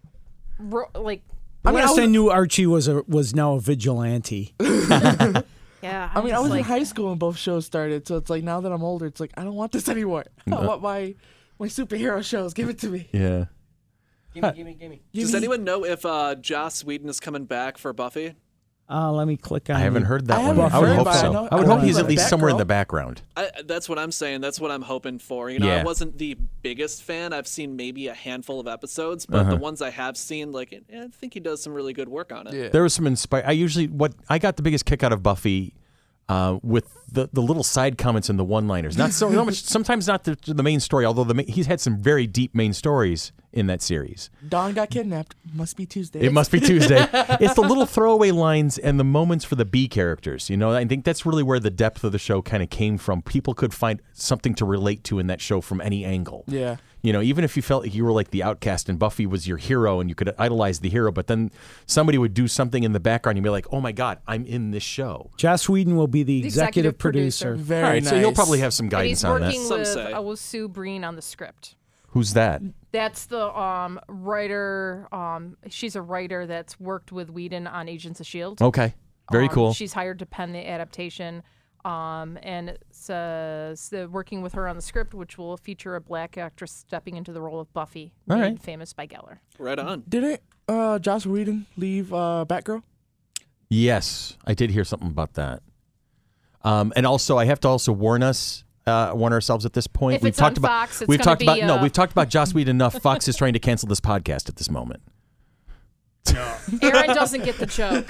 Speaker 3: ro- like
Speaker 4: I mean, I
Speaker 1: Last
Speaker 4: was,
Speaker 1: I knew, Archie was a was now a vigilante.
Speaker 3: yeah.
Speaker 4: I mean, I
Speaker 3: just
Speaker 4: was in
Speaker 3: like,
Speaker 4: high school when both shows started, so it's like now that I'm older, it's like I don't want this anymore. I want my my superhero shows. Give it to me.
Speaker 2: yeah.
Speaker 5: Does anyone know if uh, Joss Whedon is coming back for Buffy?
Speaker 1: Uh, let me click on.
Speaker 2: I haven't heard that
Speaker 4: I
Speaker 2: one.
Speaker 4: haven't
Speaker 2: I would
Speaker 1: heard,
Speaker 2: hope
Speaker 1: but I
Speaker 2: so.
Speaker 4: know-
Speaker 2: I would
Speaker 4: I
Speaker 2: hope
Speaker 4: know
Speaker 2: he's
Speaker 4: he's
Speaker 2: at
Speaker 4: a
Speaker 2: least somewhere in
Speaker 4: Batgirl.
Speaker 2: the background.
Speaker 5: I, that's what I'm saying. That's what I'm hoping for. You know,
Speaker 2: Yeah.
Speaker 5: I wasn't the biggest fan. I've seen maybe a handful of episodes, but
Speaker 2: Uh-huh.
Speaker 5: the ones I have seen, like, eh, I think he does some really good work on it.
Speaker 4: Yeah.
Speaker 2: There was some inspire. I usually what I got the biggest kick out of Buffy uh, with the the little side comments and the one liners. Not so not much. Sometimes not the, the main story. Although the ma- he's had some very deep main stories in that series.
Speaker 4: Don got kidnapped. Must be Tuesday.
Speaker 2: It must be Tuesday. it's the little throwaway lines and the moments for the B characters. You know, I think that's really where the depth of the show kind of came from. People could find something to relate to in that show from any angle.
Speaker 4: Yeah.
Speaker 2: You know, even if you felt like you were like the outcast and Buffy was your hero and you could idolize the hero, but then somebody would do something in the background, you'd be like, oh my God, I'm in this show.
Speaker 1: Joss Whedon will be the executive,
Speaker 3: executive
Speaker 1: producer.
Speaker 3: producer.
Speaker 4: Very
Speaker 2: All right,
Speaker 4: nice.
Speaker 2: so you'll probably have some
Speaker 3: and
Speaker 2: guidance
Speaker 3: he's
Speaker 2: on
Speaker 3: working
Speaker 2: that.
Speaker 5: Some
Speaker 3: with
Speaker 5: say.
Speaker 3: uh, Sue Breen on the script.
Speaker 2: Who's that?
Speaker 3: That's the um, writer. Um, she's a writer that's worked with Whedon on Agents of Shield.
Speaker 2: Okay. Oh, Very
Speaker 3: E Um,
Speaker 2: cool.
Speaker 3: She's hired to pen the adaptation, um, and it says that working with her on the script, which will feature a black actress stepping into the role of Buffy,
Speaker 2: All
Speaker 3: made
Speaker 2: right.
Speaker 3: famous by Geller.
Speaker 5: Right on.
Speaker 4: Didn't uh, Josh Whedon leave uh, Batgirl?
Speaker 2: Yes, I did hear something about that. Um, and also, I have to also warn us, uh, warn ourselves at this point.
Speaker 3: If it's on
Speaker 2: about
Speaker 3: Fox, it's
Speaker 2: we've
Speaker 3: gonna
Speaker 2: talked about
Speaker 3: be,
Speaker 2: no,
Speaker 3: uh,
Speaker 2: we've talked about Joss Whedon enough. Fox is trying to cancel this podcast at this moment.
Speaker 3: Aaron doesn't get the joke.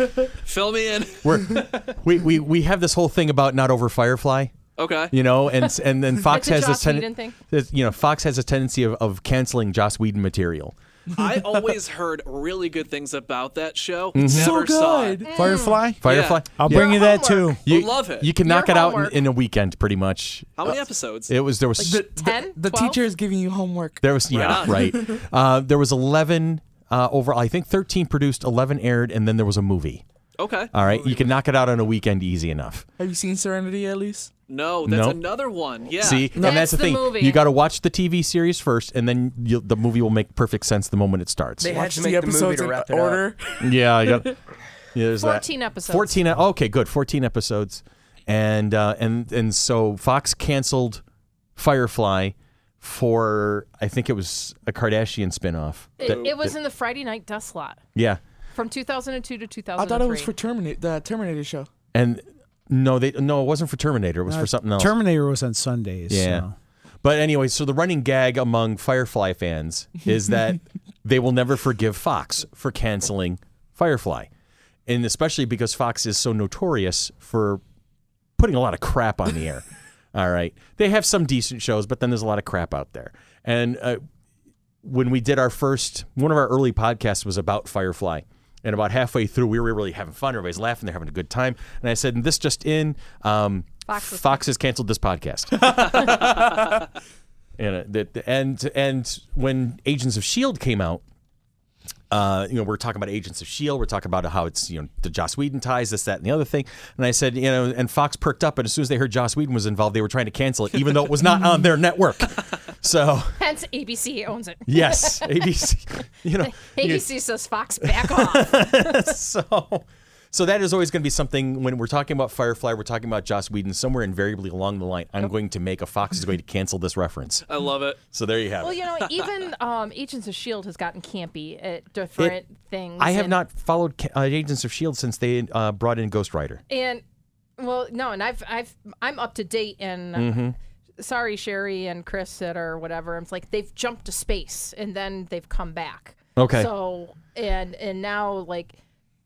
Speaker 5: Fill me in.
Speaker 2: We're, we we we have this whole thing about not over Firefly,
Speaker 5: Okay.
Speaker 2: you know, and and then Fox
Speaker 3: the
Speaker 2: has this
Speaker 3: Joss Whedon
Speaker 2: tendency,
Speaker 3: thing?
Speaker 2: you know, Fox has a tendency of, of canceling Joss Whedon material.
Speaker 5: I always heard really good things about that show.
Speaker 2: Mm-hmm.
Speaker 5: Never saw it.
Speaker 1: Mm, Firefly.
Speaker 2: Firefly,
Speaker 1: I'll
Speaker 2: Yeah.
Speaker 1: bring you that too.
Speaker 3: homework.
Speaker 2: You,
Speaker 5: Love it.
Speaker 2: You can
Speaker 3: Your
Speaker 2: knock it out in,
Speaker 3: homework.
Speaker 2: in a weekend, pretty much.
Speaker 5: How many episodes?
Speaker 2: Uh, It was there was
Speaker 3: Ten.
Speaker 4: The
Speaker 3: 12?
Speaker 4: teacher is giving you homework.
Speaker 2: There was yeah,
Speaker 5: on.
Speaker 2: right. Uh, there was eleven uh, overall. I think thirteen produced, eleven aired, and then there was a movie.
Speaker 5: okay.
Speaker 2: All right, you can knock it out on a weekend easy enough.
Speaker 4: Have you seen Serenity at least?
Speaker 5: No, that's
Speaker 2: Nope.
Speaker 5: another one. Yeah.
Speaker 2: See, and that's
Speaker 3: That's
Speaker 2: the,
Speaker 3: the
Speaker 2: thing.
Speaker 3: movie.
Speaker 2: You got to watch the TV series first, and then you'll, the movie will make perfect sense the moment it starts.
Speaker 7: They had
Speaker 4: Watch
Speaker 7: to
Speaker 4: the
Speaker 7: make the, movie
Speaker 4: episodes
Speaker 7: to
Speaker 4: in
Speaker 7: wrap it up.
Speaker 4: order.
Speaker 2: yeah, I got. Yeah, there's that.
Speaker 3: 14 episodes.
Speaker 2: Fourteen. e- Okay, good. Fourteen episodes, and uh, and and so Fox canceled Firefly for I think it was a Kardashian spinoff.
Speaker 3: It, it was in the Friday night dust slot
Speaker 2: Yeah.
Speaker 3: from 2002 to 2003.
Speaker 4: I thought it was for Terminator, the Terminator show.
Speaker 2: And no, they no, it wasn't for Terminator. It was for something else.
Speaker 1: Uh, Terminator was on Sundays.
Speaker 2: yeah.
Speaker 1: so.
Speaker 2: But anyway, so the running gag among Firefly fans is that they will never forgive Fox for canceling Firefly. And especially because Fox is so notorious for putting a lot of crap on the air. All right. They have some decent shows, but then there's a lot of crap out there. And uh, when we did our first, one of our early podcasts was about Firefly. And about halfway through, we were really having fun. Everybody's laughing. They're having a good time. And I said, this just in, um,
Speaker 3: Fox is-
Speaker 2: Fox has canceled this podcast. and, uh, that- and, and when Agents of S.H.I.E.L.D. E came out, uh, you know, we're talking about Agents of Shield. E We're talking about how it's you know the Joss Whedon ties, this, that, and the other thing. And I said, you know, and Fox perked up, and as soon as they heard Joss Whedon was involved, they were trying to cancel it, even though it was not on their network. So
Speaker 3: Hence, ABC owns it.
Speaker 2: yes, ABC, you know, you-
Speaker 3: ABC says Fox back off.
Speaker 2: so So that is always going to be something when we're talking about Firefly, we're talking about Joss Whedon. Somewhere invariably along the line, I'm going to make a Fox is going to cancel this reference.
Speaker 5: I love it.
Speaker 2: So there you have
Speaker 3: Well,
Speaker 2: it.
Speaker 3: you know, even um, Agents of Shield has gotten campy at different things.
Speaker 2: I have
Speaker 3: and-
Speaker 2: not followed Ca- uh, Agents of Shield since they uh, brought in Ghost Rider.
Speaker 3: And well, no, and I've I've I'm up to date and. uh,
Speaker 2: Mm-hmm.
Speaker 3: Sorry, Sherry and Chris that or whatever. It's like they've jumped to space and then they've come back.
Speaker 2: Okay.
Speaker 3: So and and now like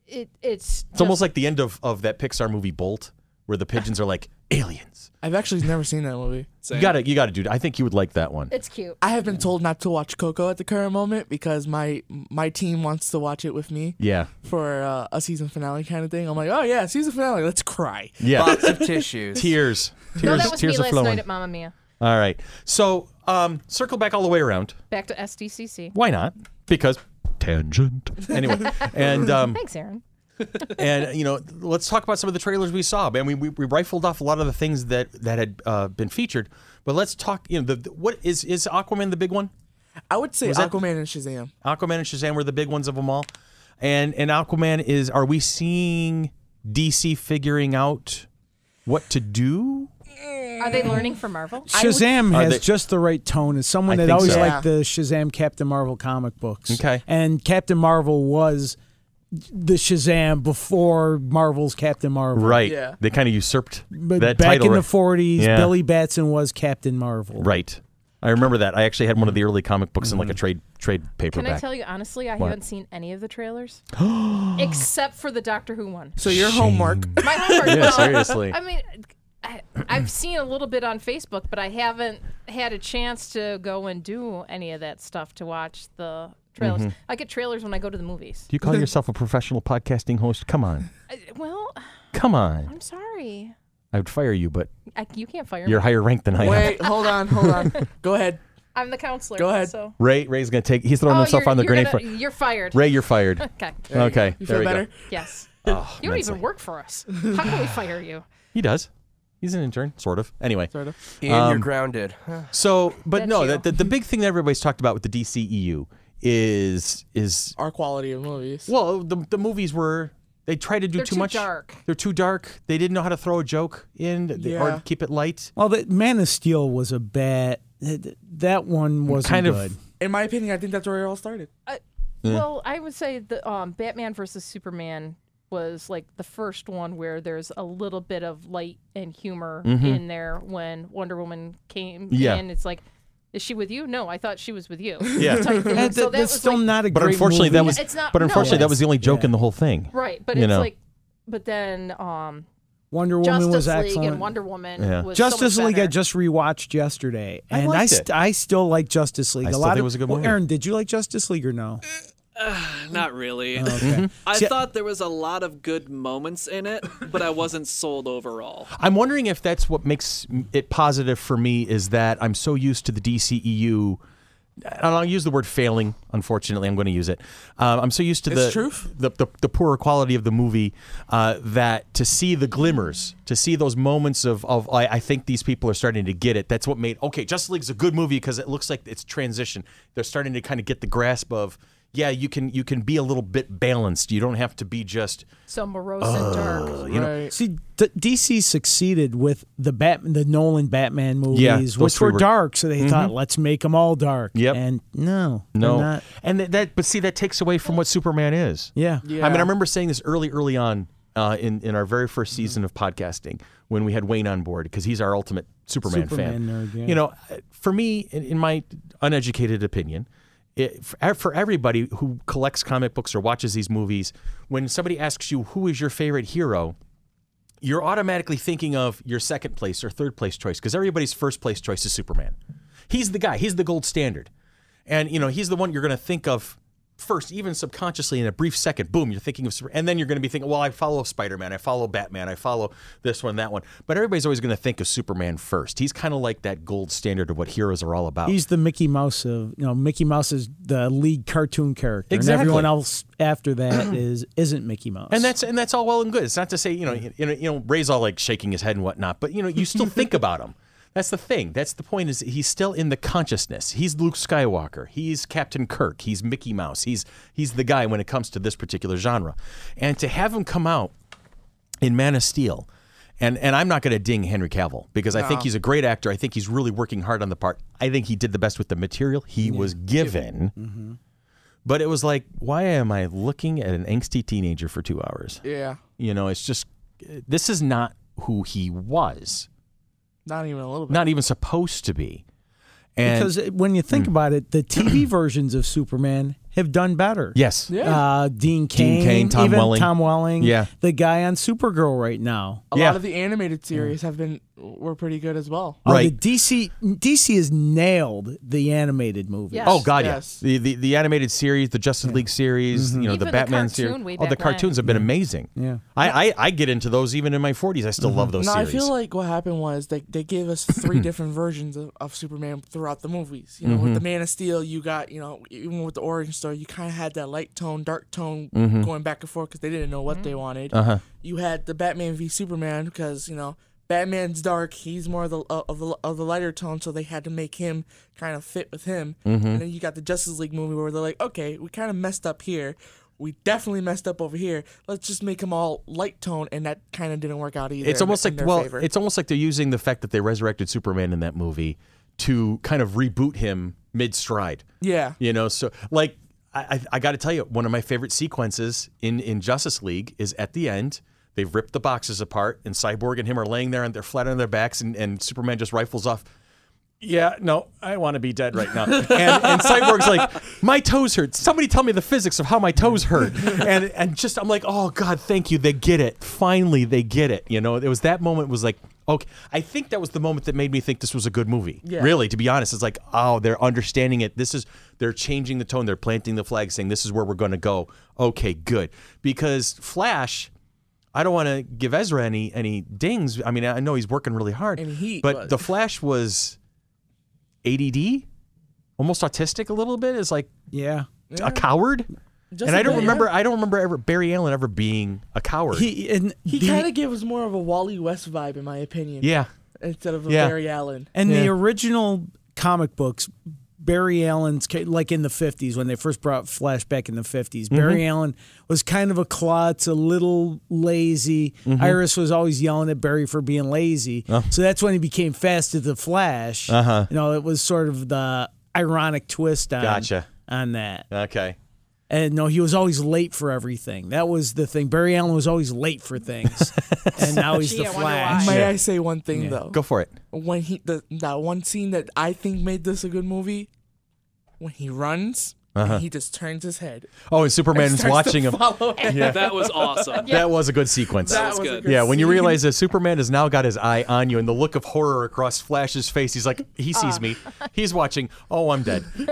Speaker 3: it it's
Speaker 2: It's almost like the end of, of that Pixar movie Bolt, where the pigeons are like aliens.
Speaker 4: I've actually never seen that movie.
Speaker 5: Same.
Speaker 2: You gotta, you gotta do. I think you would like that one.
Speaker 3: it's cute.
Speaker 4: I have been told not to watch Coco at the current moment because my my team wants to watch it with me
Speaker 2: Yeah,
Speaker 4: for uh, a season finale kind of thing. I'm like, oh yeah, season finale, let's cry.
Speaker 2: yeah.
Speaker 7: Lots of tissues.
Speaker 2: tears, tears,
Speaker 3: no, that was
Speaker 2: tears
Speaker 3: me
Speaker 2: are
Speaker 3: last
Speaker 2: flowing.
Speaker 3: night at Mamma Mia.
Speaker 2: all right. So, um, circle back all the way around.
Speaker 3: Back to SDCC.
Speaker 2: Why not? Because tangent. Anyway, and um,
Speaker 3: Thanks, Aaron.
Speaker 2: and you know, let's talk about some of the trailers we saw. Man, we, we, we rifled off a lot of the things that that had uh, been featured, but let's talk. You know, the, the- what is is Aquaman the big one?
Speaker 4: I would say
Speaker 2: Was that-
Speaker 4: Aquaman and Shazam.
Speaker 2: Aquaman and Shazam were the big ones of them all, and and Aquaman is. Are we seeing DC figuring out what to do?
Speaker 3: Are they learning from Marvel?
Speaker 1: Shazam
Speaker 2: Are
Speaker 1: has
Speaker 2: they-
Speaker 1: just the right tone. It's someone that
Speaker 2: I think
Speaker 1: always
Speaker 2: so.
Speaker 1: liked the Shazam Captain Marvel comic books.
Speaker 2: Okay.
Speaker 1: And Captain Marvel was the Shazam before Marvel's Captain Marvel.
Speaker 2: Right.
Speaker 4: Yeah.
Speaker 2: They kind of usurped
Speaker 1: But
Speaker 2: that
Speaker 1: back
Speaker 2: title.
Speaker 1: in the
Speaker 2: right?
Speaker 1: 40s,
Speaker 2: Yeah.
Speaker 1: Billy Batson was Captain Marvel.
Speaker 2: Right. I remember that. I actually had one of the early comic books in like a trade trade
Speaker 3: Can
Speaker 2: paperback.
Speaker 3: I tell you honestly, I haven't seen any of the trailers except for the Doctor Who one.
Speaker 2: Oh,
Speaker 4: So your homework.
Speaker 3: My homework.
Speaker 2: Yeah,
Speaker 3: well,
Speaker 2: seriously.
Speaker 3: I mean, I, I've seen a little bit on Facebook, but I haven't had a chance to go and do any of that stuff to watch the trailers.
Speaker 2: Mm-hmm.
Speaker 3: I get trailers when I go to the movies.
Speaker 2: Do you call yourself a professional podcasting host? Come on.
Speaker 3: I, well,
Speaker 2: Come on.
Speaker 3: I'm sorry.
Speaker 2: I would fire you, but
Speaker 3: I, you can't fire
Speaker 2: you're
Speaker 3: me.
Speaker 2: higher ranked than I am.
Speaker 4: Wait, hold on, hold on. Go ahead.
Speaker 3: I'm the counselor.
Speaker 4: Go ahead.
Speaker 3: So.
Speaker 2: Ray Ray's going to take he's throwing
Speaker 3: Oh,
Speaker 2: himself
Speaker 3: you're-
Speaker 2: on the
Speaker 3: you're
Speaker 2: grenade
Speaker 3: gonna-
Speaker 2: for
Speaker 3: You're fired.
Speaker 2: Ray, you're fired.
Speaker 3: Okay.
Speaker 2: okay.
Speaker 4: You
Speaker 2: there
Speaker 4: feel
Speaker 2: we
Speaker 4: better?
Speaker 2: go.
Speaker 3: Yes.
Speaker 2: Oh,
Speaker 3: You don't even
Speaker 2: immensely.
Speaker 3: work for us. How can we fire you?
Speaker 2: He does. He's an intern, sort of. Anyway.
Speaker 4: Sort of.
Speaker 7: And you're grounded.
Speaker 2: Um, So, but
Speaker 3: That's
Speaker 2: no,
Speaker 3: you.
Speaker 2: that the, the big thing that everybody's talked about with the DCEU is is
Speaker 4: Our quality of movies.
Speaker 2: Well, the, the movies were they tried to do
Speaker 3: They're too
Speaker 2: much.
Speaker 3: dark.
Speaker 2: They're too dark. They didn't know how to throw a joke in they-
Speaker 4: Yeah.
Speaker 2: or keep it light.
Speaker 1: Well, that Man of Steel was a bad. that- That one wasn't
Speaker 2: Kind of-
Speaker 1: good.
Speaker 4: In my opinion, I think that's where it all started.
Speaker 3: Well, I would say the um, Batman versus Superman was like the first one where there's a little bit of light and humor in there when Wonder Woman came
Speaker 2: Yeah.
Speaker 3: in. It's like, is she with you? No, I thought she was with you.
Speaker 2: Yeah.
Speaker 3: Type thing.
Speaker 1: And
Speaker 3: so
Speaker 1: that-
Speaker 3: that
Speaker 1: that's
Speaker 3: was
Speaker 1: still
Speaker 3: like,
Speaker 1: not a
Speaker 2: But
Speaker 1: great
Speaker 2: unfortunately, that
Speaker 1: movie.
Speaker 2: was.
Speaker 3: It's not-
Speaker 2: but
Speaker 3: no,
Speaker 2: unfortunately, that
Speaker 1: it's-
Speaker 2: was the only joke
Speaker 1: yeah.
Speaker 2: in the whole thing.
Speaker 3: right, but
Speaker 2: you
Speaker 3: it's
Speaker 2: know.
Speaker 3: like, but then um,
Speaker 1: Wonder Woman
Speaker 3: Justice
Speaker 1: was
Speaker 3: League
Speaker 1: excellent.
Speaker 3: and Wonder Woman
Speaker 2: Yeah.
Speaker 3: was so
Speaker 1: Justice
Speaker 3: much
Speaker 1: League I
Speaker 3: better.
Speaker 1: just rewatched yesterday,
Speaker 2: I
Speaker 1: and
Speaker 2: liked
Speaker 1: I
Speaker 2: it.
Speaker 1: st- I still like Justice League.
Speaker 2: I
Speaker 1: a
Speaker 2: still
Speaker 1: lot
Speaker 2: think
Speaker 1: of
Speaker 2: it was a good
Speaker 1: well,
Speaker 2: movie.
Speaker 1: Aaron, did you like Justice League or no?
Speaker 5: Not really.
Speaker 1: Okay.
Speaker 2: Mm-hmm.
Speaker 5: I
Speaker 1: See,
Speaker 5: thought there was a lot of good moments in it, but I wasn't sold overall.
Speaker 2: I'm wondering if that's what makes it positive for me is that I'm so used to the DCEU. And I'll use the word failing. Unfortunately, I'm going to use it. Um, I'm so used to the,
Speaker 4: It's truth.
Speaker 2: the the the poorer quality of the movie uh, that to see the glimmers, to see those moments of of I, I think these people are starting to get it. That's what made okay. Justice League's a good movie because it looks like it's transition. They're starting to kind of get the grasp of yeah, you can you can be a little bit balanced. You don't have to be just
Speaker 3: so morose and dark.
Speaker 2: you know
Speaker 4: right.
Speaker 1: see, D- DC succeeded with the Bat- the Nolan Batman movies,
Speaker 2: Yeah, those
Speaker 1: which
Speaker 2: three
Speaker 1: were,
Speaker 2: were- Mm-hmm.
Speaker 1: dark. So they thought, let's make them all dark.
Speaker 2: Yep.
Speaker 1: And no, they're
Speaker 2: No,
Speaker 1: not.
Speaker 2: and that, that, but see, that takes away from what Superman is.
Speaker 1: Yeah.
Speaker 2: I mean, I remember saying this early, early on uh, in in our very first season of podcasting when we had Wayne on board because he's our ultimate Superman, fan.
Speaker 1: Superman nerd, yeah.
Speaker 2: You know, uh, for me, in, in my uneducated opinion. It, for, for everybody who collects comic books or watches these movies, when somebody asks you who is your favorite hero, you're automatically thinking of your second place or third place choice because everybody's first place choice is Superman. He's the guy, he's the gold standard. And, you know, he's the one you're going to think of first, even subconsciously in a brief second. Boom, you're thinking of Super- And then you're going to be thinking, well, I follow Spider Man, I follow Batman, I follow this one, that one. But everybody's always going to think of Superman first. He's kind of like that gold standard of what heroes are all about.
Speaker 1: He's the Mickey Mouse of you know Mickey Mouse is the league cartoon character,
Speaker 2: Exactly.
Speaker 1: and everyone else after that is isn't Mickey Mouse.
Speaker 2: and that's and that's all well and good. It's not to say you know you know, you know Ray's all like shaking his head and whatnot, but you know you still think about him. That's the thing. That's the point. Is he's still in the consciousness? He's Luke Skywalker. He's Captain Kirk. He's Mickey Mouse. He's he's the guy when it comes to this particular genre. And to have him come out in Man of Steel, and and I'm not going to ding Henry Cavill because I think he's a great actor. I think he's really working hard on the part. I think he did the best with the material he was given. But it was like, why am I looking at an angsty teenager for two hours?
Speaker 4: Yeah.
Speaker 2: You know, it's just this is not who he was.
Speaker 4: Not even a little bit.
Speaker 2: Not even supposed to be. And
Speaker 1: because uh, when you
Speaker 2: Mm.
Speaker 1: think about it, the TV versions of Superman have done better.
Speaker 2: yes,
Speaker 1: Uh, Dean Kane,
Speaker 2: Cain, Tom
Speaker 1: even
Speaker 2: Welling.
Speaker 1: Tom Welling,
Speaker 2: Yeah.
Speaker 1: the guy on Supergirl right now.
Speaker 4: a
Speaker 2: yeah.
Speaker 4: lot of the animated series have been were pretty good as well.
Speaker 1: Oh,
Speaker 2: Right.
Speaker 1: the DC DC has nailed the animated movie.
Speaker 3: Yes.
Speaker 2: Oh God, yes.
Speaker 4: Yes.
Speaker 2: The, the the animated series, the Justice League series, you know,
Speaker 3: Even
Speaker 2: the
Speaker 3: the
Speaker 2: Batman
Speaker 3: cartoon
Speaker 2: series.
Speaker 3: way
Speaker 2: oh, the
Speaker 3: back when.
Speaker 2: cartoons have been amazing.
Speaker 1: Yeah.
Speaker 2: I, I I get into those even in my 40s. I still love those
Speaker 4: Mm-hmm. No, I
Speaker 2: series.
Speaker 4: feel like what happened was they they gave us three different versions of, of Superman throughout the movies. You know,
Speaker 2: Mm-hmm.
Speaker 4: with the Man of Steel, you got you know even with the origin story, you kind of had that light tone, dark tone
Speaker 2: Mm-hmm.
Speaker 4: going back and forth because they didn't know what they wanted. Uh-huh. You had the Batman v Superman because you know Batman's dark, he's more of the uh, of the, of the lighter tone, so they had to make him kind of fit with him.
Speaker 2: Mm-hmm.
Speaker 4: And then you got the Justice League movie where they're like, okay, we kind of messed up here. We definitely messed up over here. Let's just make them all light tone, and that kind of didn't work out either.
Speaker 2: it's
Speaker 4: in-
Speaker 2: almost
Speaker 4: in
Speaker 2: like
Speaker 4: their
Speaker 2: well,
Speaker 4: favor.
Speaker 2: it's almost like they're using the fact that they resurrected Superman in that movie to kind of reboot him mid stride.
Speaker 4: Yeah.
Speaker 2: You know, so like I, I, I got to tell you, one of my favorite sequences in in Justice League is at the end. They've ripped the boxes apart, and Cyborg and him are laying there, and they're flat on their backs, and, and Superman just rifles off. Yeah, no, I want to be dead right now. And, and Cyborg's like, my toes hurt. Somebody tell me the physics of how my toes hurt. And and just I'm like, oh God, thank you. They get it. Finally, they get it. You know, it was that moment was like, okay. I think that was the moment that made me think this was a good movie.
Speaker 4: Yeah.
Speaker 2: Really, to be honest, it's like, oh, they're understanding it. This is they're changing the tone. They're planting the flag, saying this is where we're going to go. Okay, good. Because Flash. I don't want to give Ezra any any dings. I mean, I know he's working really hard,
Speaker 4: And he-
Speaker 2: but
Speaker 4: but-
Speaker 2: the Flash was ADD, almost autistic a little bit, is like
Speaker 1: Yeah.
Speaker 2: a coward.
Speaker 4: Just
Speaker 2: and
Speaker 4: a
Speaker 2: I don't
Speaker 4: bit,
Speaker 2: remember.
Speaker 4: yeah.
Speaker 2: I don't remember ever Barry Allen ever being a coward.
Speaker 1: He and
Speaker 4: He
Speaker 1: the-
Speaker 4: kind of gave us more of a Wally West vibe, in my opinion.
Speaker 2: yeah,
Speaker 4: Instead of a
Speaker 2: Yeah.
Speaker 4: Barry Allen.
Speaker 1: And the original comic books, Barry Allen's, ca- like in the 50s, when they first brought Flash back in the 50s,
Speaker 2: Mm-hmm.
Speaker 1: Barry Allen was kind of a klutz, a little lazy.
Speaker 2: Mm-hmm.
Speaker 1: Iris was always yelling at Barry for being lazy.
Speaker 2: Oh.
Speaker 1: So that's when he became Fast as the Flash. Uh-huh. You know, it was sort of the ironic twist on,
Speaker 2: Gotcha.
Speaker 1: on that.
Speaker 2: okay.
Speaker 1: And no, he was always late for everything. That was the thing. Barry Allen was always late for things. and now he's
Speaker 3: Gee,
Speaker 1: the
Speaker 3: I wonder
Speaker 1: Flash.
Speaker 3: why.
Speaker 4: May
Speaker 2: Yeah.
Speaker 4: I say one thing though?
Speaker 2: Go for it.
Speaker 4: When he the that one scene that I think made this a good movie, when he runs, and he just turns his head.
Speaker 2: Oh, and Superman's Uh-huh. watching him.
Speaker 5: That was awesome.
Speaker 2: That was a good sequence.
Speaker 5: That was good.
Speaker 2: yeah, when you realize that Superman has now got his eye on you and the look of horror across Flash's face, he's like, he sees me, he's watching. Oh, I'm dead. you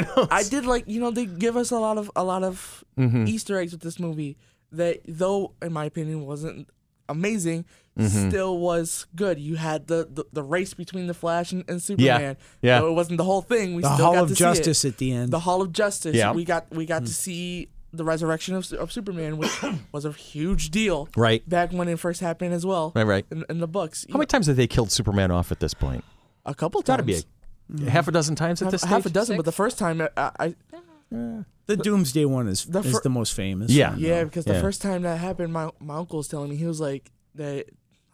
Speaker 2: know?
Speaker 4: I did like you know they give us a lot of a lot of
Speaker 2: Mm-hmm.
Speaker 4: Easter eggs with this movie that though in my opinion wasn't amazing
Speaker 2: Mm-hmm.
Speaker 4: still was good. You had the, the the race between the Flash and, and Superman.
Speaker 2: Yeah.
Speaker 4: Though it wasn't the whole thing. We
Speaker 1: The
Speaker 4: still
Speaker 1: Hall
Speaker 4: got
Speaker 1: of
Speaker 4: to see it.
Speaker 1: Justice at the end. Hmm.
Speaker 4: The Hall of Justice.
Speaker 2: Yeah.
Speaker 4: We got we got to see the resurrection of, of Superman, which was a huge deal.
Speaker 2: Right.
Speaker 4: Back when it first happened as well.
Speaker 2: Right, right.
Speaker 4: In, in the books.
Speaker 2: How many times have they killed Superman off at this point?
Speaker 4: a couple
Speaker 2: Got to
Speaker 4: times.
Speaker 2: be a, Mm-hmm. half a dozen times at
Speaker 4: half,
Speaker 2: this stage.
Speaker 4: half a dozen, but the
Speaker 3: Six?
Speaker 4: first time I, I
Speaker 1: The Doomsday one is
Speaker 4: The
Speaker 1: is
Speaker 4: fir-
Speaker 1: the most famous.
Speaker 2: Yeah.
Speaker 1: one,
Speaker 4: Yeah,
Speaker 1: though.
Speaker 4: because the
Speaker 2: Yeah.
Speaker 4: first time that happened, my my uncle was telling me he was like that.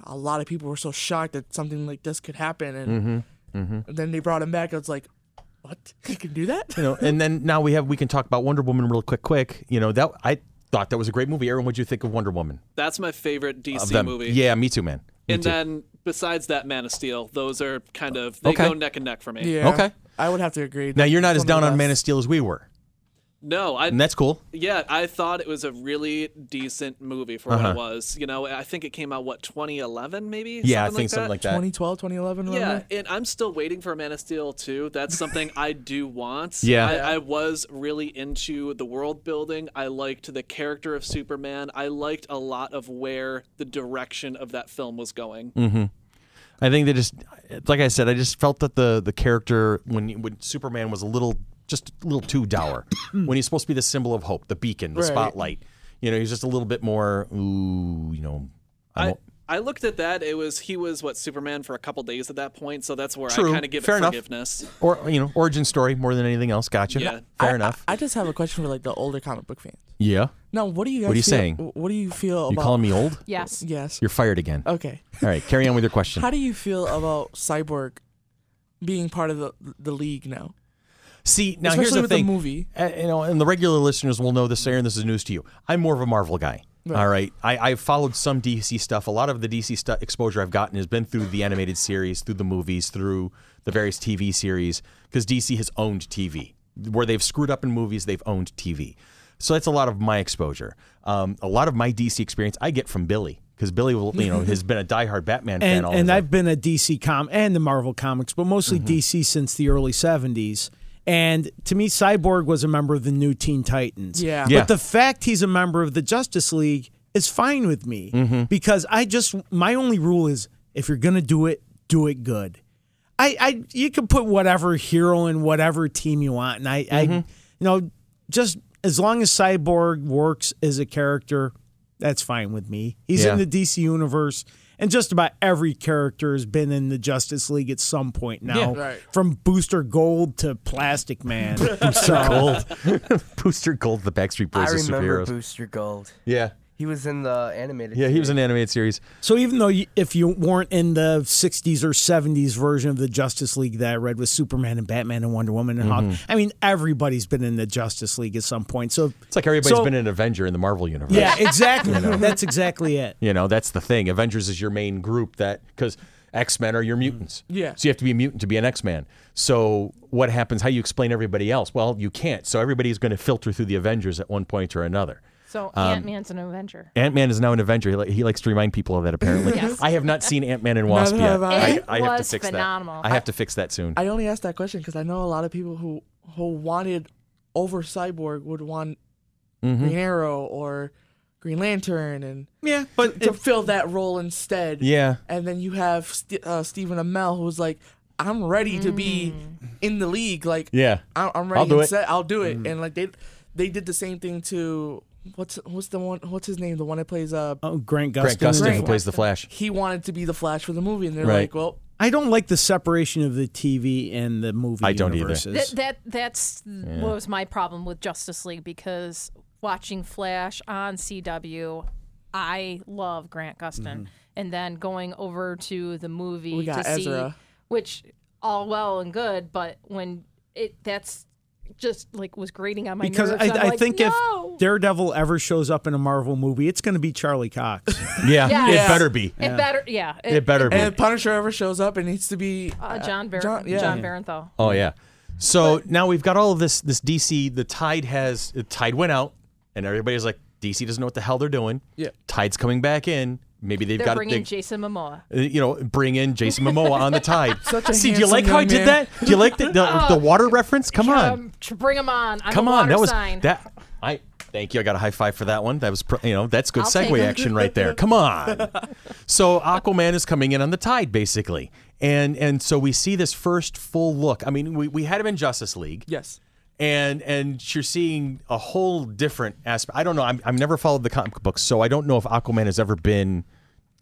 Speaker 4: A lot of people were so shocked that something like this could happen, and,
Speaker 2: Mm-hmm,
Speaker 4: and then they brought him back. I was like, "What? He can do that?"
Speaker 2: you know, and then now we have we can talk about Wonder Woman real quick. Quick, you know that I thought that was a great movie. Aaron, what'd you think of Wonder Woman?
Speaker 5: That's my favorite
Speaker 2: Of
Speaker 5: DC
Speaker 2: them?
Speaker 5: movie.
Speaker 2: Yeah, me too, man. Me
Speaker 5: and
Speaker 2: too.
Speaker 5: then besides that, Man of Steel, those are kind of they
Speaker 2: Okay.
Speaker 5: go neck and neck for me.
Speaker 4: Yeah.
Speaker 2: Okay.
Speaker 4: I would have to agree.
Speaker 2: now you're not
Speaker 4: Some
Speaker 2: as
Speaker 4: of
Speaker 2: down
Speaker 4: the
Speaker 2: on Man of
Speaker 4: best.
Speaker 2: Steel as we were,
Speaker 5: No, I
Speaker 2: and that's cool.
Speaker 5: yeah, I thought it was a really decent movie for
Speaker 2: Uh-huh.
Speaker 5: what it was. You know, I think it came out what 2011 maybe.
Speaker 2: Yeah, I
Speaker 5: something
Speaker 2: think
Speaker 5: like
Speaker 2: something
Speaker 5: that.
Speaker 2: like that.
Speaker 4: 2012, 2011. around
Speaker 5: Yeah,
Speaker 4: there.
Speaker 5: and I'm still waiting for Man of Steel too. That's something I do want.
Speaker 2: Yeah.
Speaker 5: I, I was really into the world building. I liked the character of Superman. I liked a lot of where the direction of that film was going.
Speaker 2: I think they just, like I said, I just felt that the the character when when Superman was a little just a little too dour when he's supposed to be the symbol of hope, the beacon, the
Speaker 4: Right.
Speaker 2: spotlight. You know, he's just a little bit more. Ooh, you know, I'm
Speaker 5: I,
Speaker 2: o-
Speaker 5: I looked at that. It was he was what Superman for a couple days at that point, so that's where
Speaker 2: True.
Speaker 5: I kind of give
Speaker 2: Fair
Speaker 5: it
Speaker 2: enough.
Speaker 5: forgiveness.
Speaker 2: Or you know, origin story more than anything else. Gotcha.
Speaker 5: Yeah.
Speaker 2: Fair
Speaker 4: I-
Speaker 2: enough.
Speaker 4: I, I just have a question for like the older comic book fans.
Speaker 2: yeah.
Speaker 4: Now, what do you guys?
Speaker 2: What are you
Speaker 4: feel,
Speaker 2: saying?
Speaker 4: wh- What do you feel
Speaker 2: You
Speaker 4: about?
Speaker 2: calling me old?
Speaker 3: Yes.
Speaker 4: Yes.
Speaker 2: You're fired again.
Speaker 4: Okay.
Speaker 2: All right, carry on with your question.
Speaker 4: Oh. How do you feel about Cyborg being part of the the league now?
Speaker 2: See, now
Speaker 4: Especially
Speaker 2: here's the
Speaker 4: with the
Speaker 2: thing.
Speaker 4: movie.
Speaker 2: Uh, you know, and the regular listeners will know this, Aaron. This is news to you. I'm more of a Marvel guy. All right, I, I've followed some DC stuff. A lot of the DC stuff exposure I've gotten has been through the animated series, through the movies, through the various TV series, because DC has owned TV. Where they've screwed up in movies, they've owned TV. So that's a lot of my exposure. Um, a lot of my DC experience I get from Billy, because Billy, will, you know, has been a diehard Batman fan
Speaker 1: and
Speaker 2: all Mm-hmm.
Speaker 1: and
Speaker 2: his life.
Speaker 1: I've been a DC com and the Marvel comics, but mostly DC since the early '70s. And to me, Cyborg was a member of the New Teen Titans.
Speaker 4: Yeah.
Speaker 2: Yeah.
Speaker 1: But the fact he's a member of the Justice League is fine with me
Speaker 2: Mm-hmm.
Speaker 1: because I just my only rule is if you're gonna do it, do it good. I, I you can put whatever hero in whatever team you want, and I,
Speaker 2: Mm-hmm.
Speaker 1: I you know just as long as Cyborg works as a character, that's fine with me. He's in
Speaker 2: Yeah.
Speaker 1: the DC universe, and just about every character has been in the Justice League at some point now,
Speaker 2: Yeah.
Speaker 4: Right.
Speaker 1: from Booster Gold to Plastic Man. so
Speaker 2: Gold, Booster Gold, the Backstreet Boys
Speaker 7: I
Speaker 2: of
Speaker 7: remember
Speaker 2: superheroes.
Speaker 7: Booster Gold.
Speaker 2: yeah,
Speaker 7: He was in the animated.
Speaker 2: yeah, he was
Speaker 7: series.
Speaker 2: an animated series.
Speaker 1: So even though you, if you weren't in the 60s or 70s version of the Justice League that I read with Superman and Batman and Wonder Woman and Hawk,
Speaker 2: Mm-hmm.
Speaker 1: I mean everybody's been in the Justice League at some point. So
Speaker 2: It's like everybody's
Speaker 1: So-
Speaker 2: been an Avenger in the Marvel universe.
Speaker 1: yeah, exactly. That's exactly it.
Speaker 2: You know, that's the thing. Avengers is your main group that because X Men are your mutants.
Speaker 4: Yeah.
Speaker 2: So you have to be a mutant to be an X Man. So what happens? How you explain everybody else? Well, you can't. So everybody's going to filter through the Avengers at one point or another.
Speaker 3: So Ant Man's an Avenger.
Speaker 2: Ant Man is now an Avenger. He, li- he likes to remind people of that. Apparently,
Speaker 3: Yes.
Speaker 2: I have not seen Ant Man and Wasp
Speaker 4: Neither
Speaker 2: yet.
Speaker 4: have I.
Speaker 2: I,
Speaker 3: It
Speaker 2: I have to
Speaker 3: was
Speaker 2: fix
Speaker 3: phenomenal.
Speaker 2: that. I have to fix that soon.
Speaker 4: I only asked that question because I know a lot of people who who wanted over Cyborg would want
Speaker 2: Mm-hmm.
Speaker 4: Green Arrow or Green Lantern and
Speaker 1: Yeah,
Speaker 4: but to, fill that role instead.
Speaker 2: yeah.
Speaker 4: And then you have St- uh, Stephen Amell who's like, I'm ready to be in the league. Like,
Speaker 2: Yeah.
Speaker 4: I- I'm
Speaker 2: I'll
Speaker 4: ready.
Speaker 2: do
Speaker 4: and
Speaker 2: it. Mm.
Speaker 4: set- I'll do it. And like they they did the same thing to what's what's the one what's his name the one that plays uh
Speaker 1: Oh, Grant Gustin.
Speaker 2: Grant Gustin who
Speaker 4: Right.
Speaker 2: plays the Flash.
Speaker 4: he wanted to be the Flash for the movie and they're
Speaker 2: Right.
Speaker 4: like well
Speaker 1: I don't like the separation of the TV and the movie
Speaker 2: I don't either.
Speaker 1: universes.
Speaker 3: That, that that's what was my problem with Justice League because watching Flash on CW, I love Grant Gustin, and then going over to the movie
Speaker 4: We
Speaker 3: to
Speaker 4: got
Speaker 3: see,
Speaker 4: Ezra.
Speaker 3: which all well and good, but when it that's just like was grating on my
Speaker 1: Because
Speaker 3: nerves.
Speaker 1: I,
Speaker 3: I'm
Speaker 1: I
Speaker 3: like,
Speaker 1: think
Speaker 3: "No!"
Speaker 1: if Daredevil ever shows up in a Marvel movie, it's going to be Charlie Cox.
Speaker 2: Yeah.
Speaker 3: Yeah.
Speaker 2: It
Speaker 3: Yeah.
Speaker 2: better be.
Speaker 3: it better, yeah,
Speaker 2: It better be.
Speaker 4: and if Punisher ever shows up it needs to be
Speaker 3: Uh, John Bar-
Speaker 4: John-
Speaker 3: John,
Speaker 4: yeah.
Speaker 3: Barenthal.
Speaker 2: Oh yeah. So now we've got all of this. This DC, the tide has the tide went out, and everybody's like, DC doesn't know what the hell they're doing.
Speaker 4: Yeah.
Speaker 2: tide's coming back in. Maybe they've
Speaker 3: They're
Speaker 2: got
Speaker 3: bringing
Speaker 2: they-
Speaker 3: Jason Momoa.
Speaker 2: uh, you know, bring in Jason Momoa on the tide.
Speaker 4: Such a
Speaker 2: See, do you
Speaker 4: handsome
Speaker 2: like how I
Speaker 4: young
Speaker 2: did
Speaker 4: man.
Speaker 2: that? Do you like the the,
Speaker 3: Oh.
Speaker 2: the water reference? Come on,
Speaker 3: Um, to bring him on. I'm
Speaker 2: come
Speaker 3: a
Speaker 2: on.
Speaker 3: water
Speaker 2: That was
Speaker 3: sign.
Speaker 2: that. I thank you. I got a high five for that one. That was pr- you know that's good
Speaker 3: I'll take
Speaker 2: segue
Speaker 3: it.
Speaker 2: action right there. Come on. so Aquaman is coming in on the tide basically, and and so we see this first full look. I mean, we we had him in Justice League
Speaker 4: yes
Speaker 2: and and you're seeing a whole different aspect. I don't know. I'm, I've never followed the comic books, so I don't know if Aquaman has ever been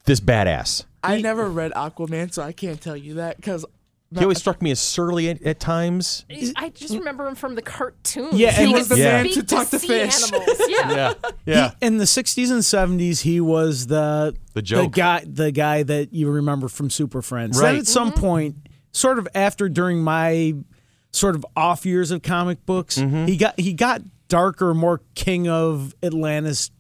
Speaker 2: this badass.
Speaker 4: I never read Aquaman so I can't tell you that because
Speaker 2: He always struck me as surly at, at times.
Speaker 3: I just remember him from the cartoon.
Speaker 1: Yeah, He and-
Speaker 4: Mm. was the
Speaker 2: Yeah.
Speaker 4: man to talk to fish.
Speaker 3: Animals. Yeah.
Speaker 2: Yeah, yeah.
Speaker 1: in the 60s and 70s he was the
Speaker 2: The joke.
Speaker 1: guy the guy that you remember from Super Friends.
Speaker 2: Right.
Speaker 1: Then at some point sort of after during my sort of off years of comic books,
Speaker 2: Mm-hmm.
Speaker 1: he got he got darker, more king of Atlantis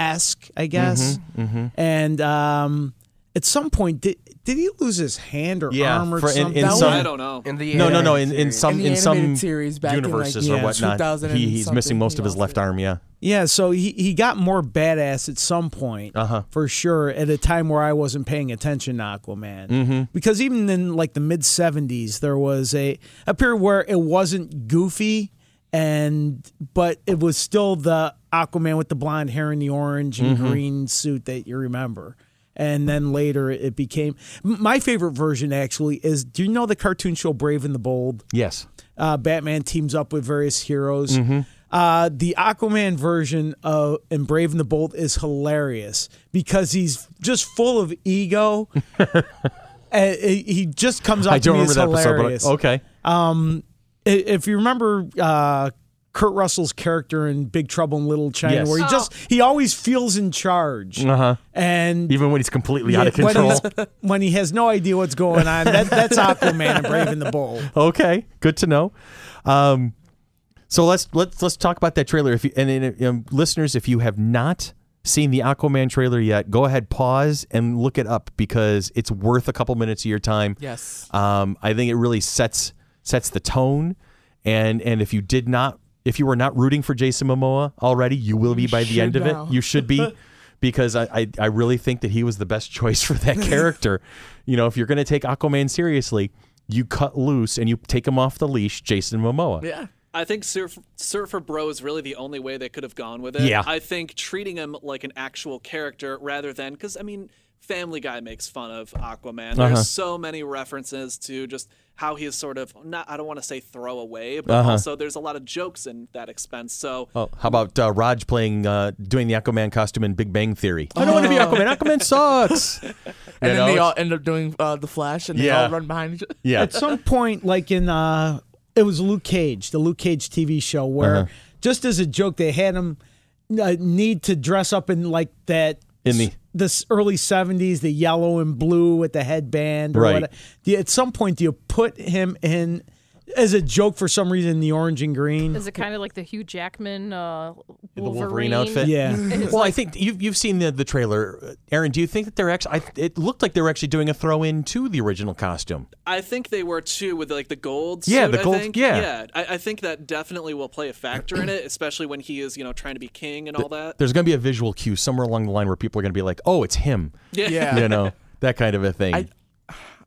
Speaker 1: esque, I guess.
Speaker 2: Mm-hmm.
Speaker 1: And um at some point did did he lose his hand or
Speaker 2: Yeah,
Speaker 1: arm or
Speaker 2: for- in-
Speaker 1: something?
Speaker 2: in
Speaker 1: That was-
Speaker 2: some-
Speaker 5: I don't know.
Speaker 7: In the
Speaker 2: no, no, no. In,
Speaker 7: animated
Speaker 2: in
Speaker 7: series.
Speaker 2: some
Speaker 4: In the
Speaker 2: in some
Speaker 4: animated series back in, like,
Speaker 2: universes
Speaker 4: yeah,
Speaker 2: or whatnot,
Speaker 4: 2000 and
Speaker 2: he, he's missing
Speaker 4: something,
Speaker 2: most
Speaker 4: he
Speaker 2: of his left
Speaker 4: lost it.
Speaker 2: arm. Yeah,
Speaker 1: Yeah, so he, he got more badass at some point, for sure, at a time where I wasn't paying attention to Aquaman. Because even in like the mid 70s, there was a, a period where it wasn't goofy, and but it was still the Aquaman with the blonde hair and the orange and green suit that you remember. And then later it became m- my favorite version actually is do you know the cartoon show Brave and the Bold?
Speaker 2: yes. Mm-hmm.
Speaker 1: uh, Batman teams up with various heroes. Uh, the Aquaman version of in Brave and the Bold is hilarious because he's just full of ego. and he just comes off
Speaker 2: I don't
Speaker 1: to me as
Speaker 2: remember that
Speaker 1: hilarious.
Speaker 2: episode, but okay.
Speaker 1: I- if you remember uh, Kurt Russell's character in Big Trouble in Little China,
Speaker 2: Yes.
Speaker 1: where he just he always feels in charge, uh-huh. and
Speaker 2: Even when he's completely out of
Speaker 1: yeah, when
Speaker 2: control.
Speaker 1: he's- when he has no idea what's going on, that, that's Aquaman and Brave and the Bold.
Speaker 2: okay, good to know. Um, so let's let's let's talk about that trailer. If you, and, and um, listeners, if you have not seen the Aquaman trailer yet, go ahead, pause and look it up because it's worth a couple minutes of your time.
Speaker 4: Yes.
Speaker 2: Um, I think it really sets sets the tone. And and if you did not, if you were not rooting for Jason Momoa already, you will be by the
Speaker 4: should
Speaker 2: end of
Speaker 4: now.
Speaker 2: it. You should be. Because I, I, I really think that he was the best choice for that character. you know, if you're going to take Aquaman seriously, you cut loose and you take him off the leash, Jason Momoa.
Speaker 4: Yeah.
Speaker 5: I think Surf, Surfer Bro is really the only way they could have gone with it.
Speaker 2: Yeah.
Speaker 5: I think treating him like an actual character rather than because I mean, Family Guy makes fun of Aquaman. There's
Speaker 2: Uh-huh.
Speaker 5: so many references to just how he is sort of not. I don't want to say throw away, but
Speaker 2: Uh-huh.
Speaker 5: also there's a lot of jokes in that expense. So
Speaker 2: Oh, how about uh, Raj playing, uh, doing the Aquaman costume in Big Bang Theory? I don't want to be
Speaker 4: Oh.
Speaker 2: Aquaman. Aquaman sucks.
Speaker 4: And
Speaker 2: know,
Speaker 4: then they
Speaker 2: it's-
Speaker 4: all end up doing uh, the Flash, and they
Speaker 2: Yeah.
Speaker 4: all run behind each other.
Speaker 2: yeah.
Speaker 1: At some point, like in uh, it was Luke Cage, the Luke Cage TV show, where
Speaker 2: Uh-huh.
Speaker 1: just as a joke, they had him uh, need to dress up in like that
Speaker 2: In the-
Speaker 1: s- this early '70s, the yellow and blue with the headband. Or
Speaker 2: Right.
Speaker 1: whatever. Do you- at some point, do you put him in as a joke for some reason? The orange and green.
Speaker 3: Is it kind of like the Hugh Jackman uh, Wolverine,
Speaker 2: the Wolverine outfit.
Speaker 1: Yeah.
Speaker 2: Well, I think you've you've seen the the trailer, Uh, Aaron. Do you think that they're actually? I, it looked like they were actually doing a throw in to the original costume.
Speaker 5: I think they were too with like the gold.
Speaker 2: Yeah,
Speaker 5: suit,
Speaker 2: the gold-
Speaker 5: I think.
Speaker 2: yeah.
Speaker 5: I, I think that definitely will play a factor in it, especially when he is you know trying to be king and all that.
Speaker 2: There's going to be a visual cue somewhere along the line where people are going to be like, "Oh, it's him,"
Speaker 4: Yeah.
Speaker 2: you know, that kind of a thing.
Speaker 4: I-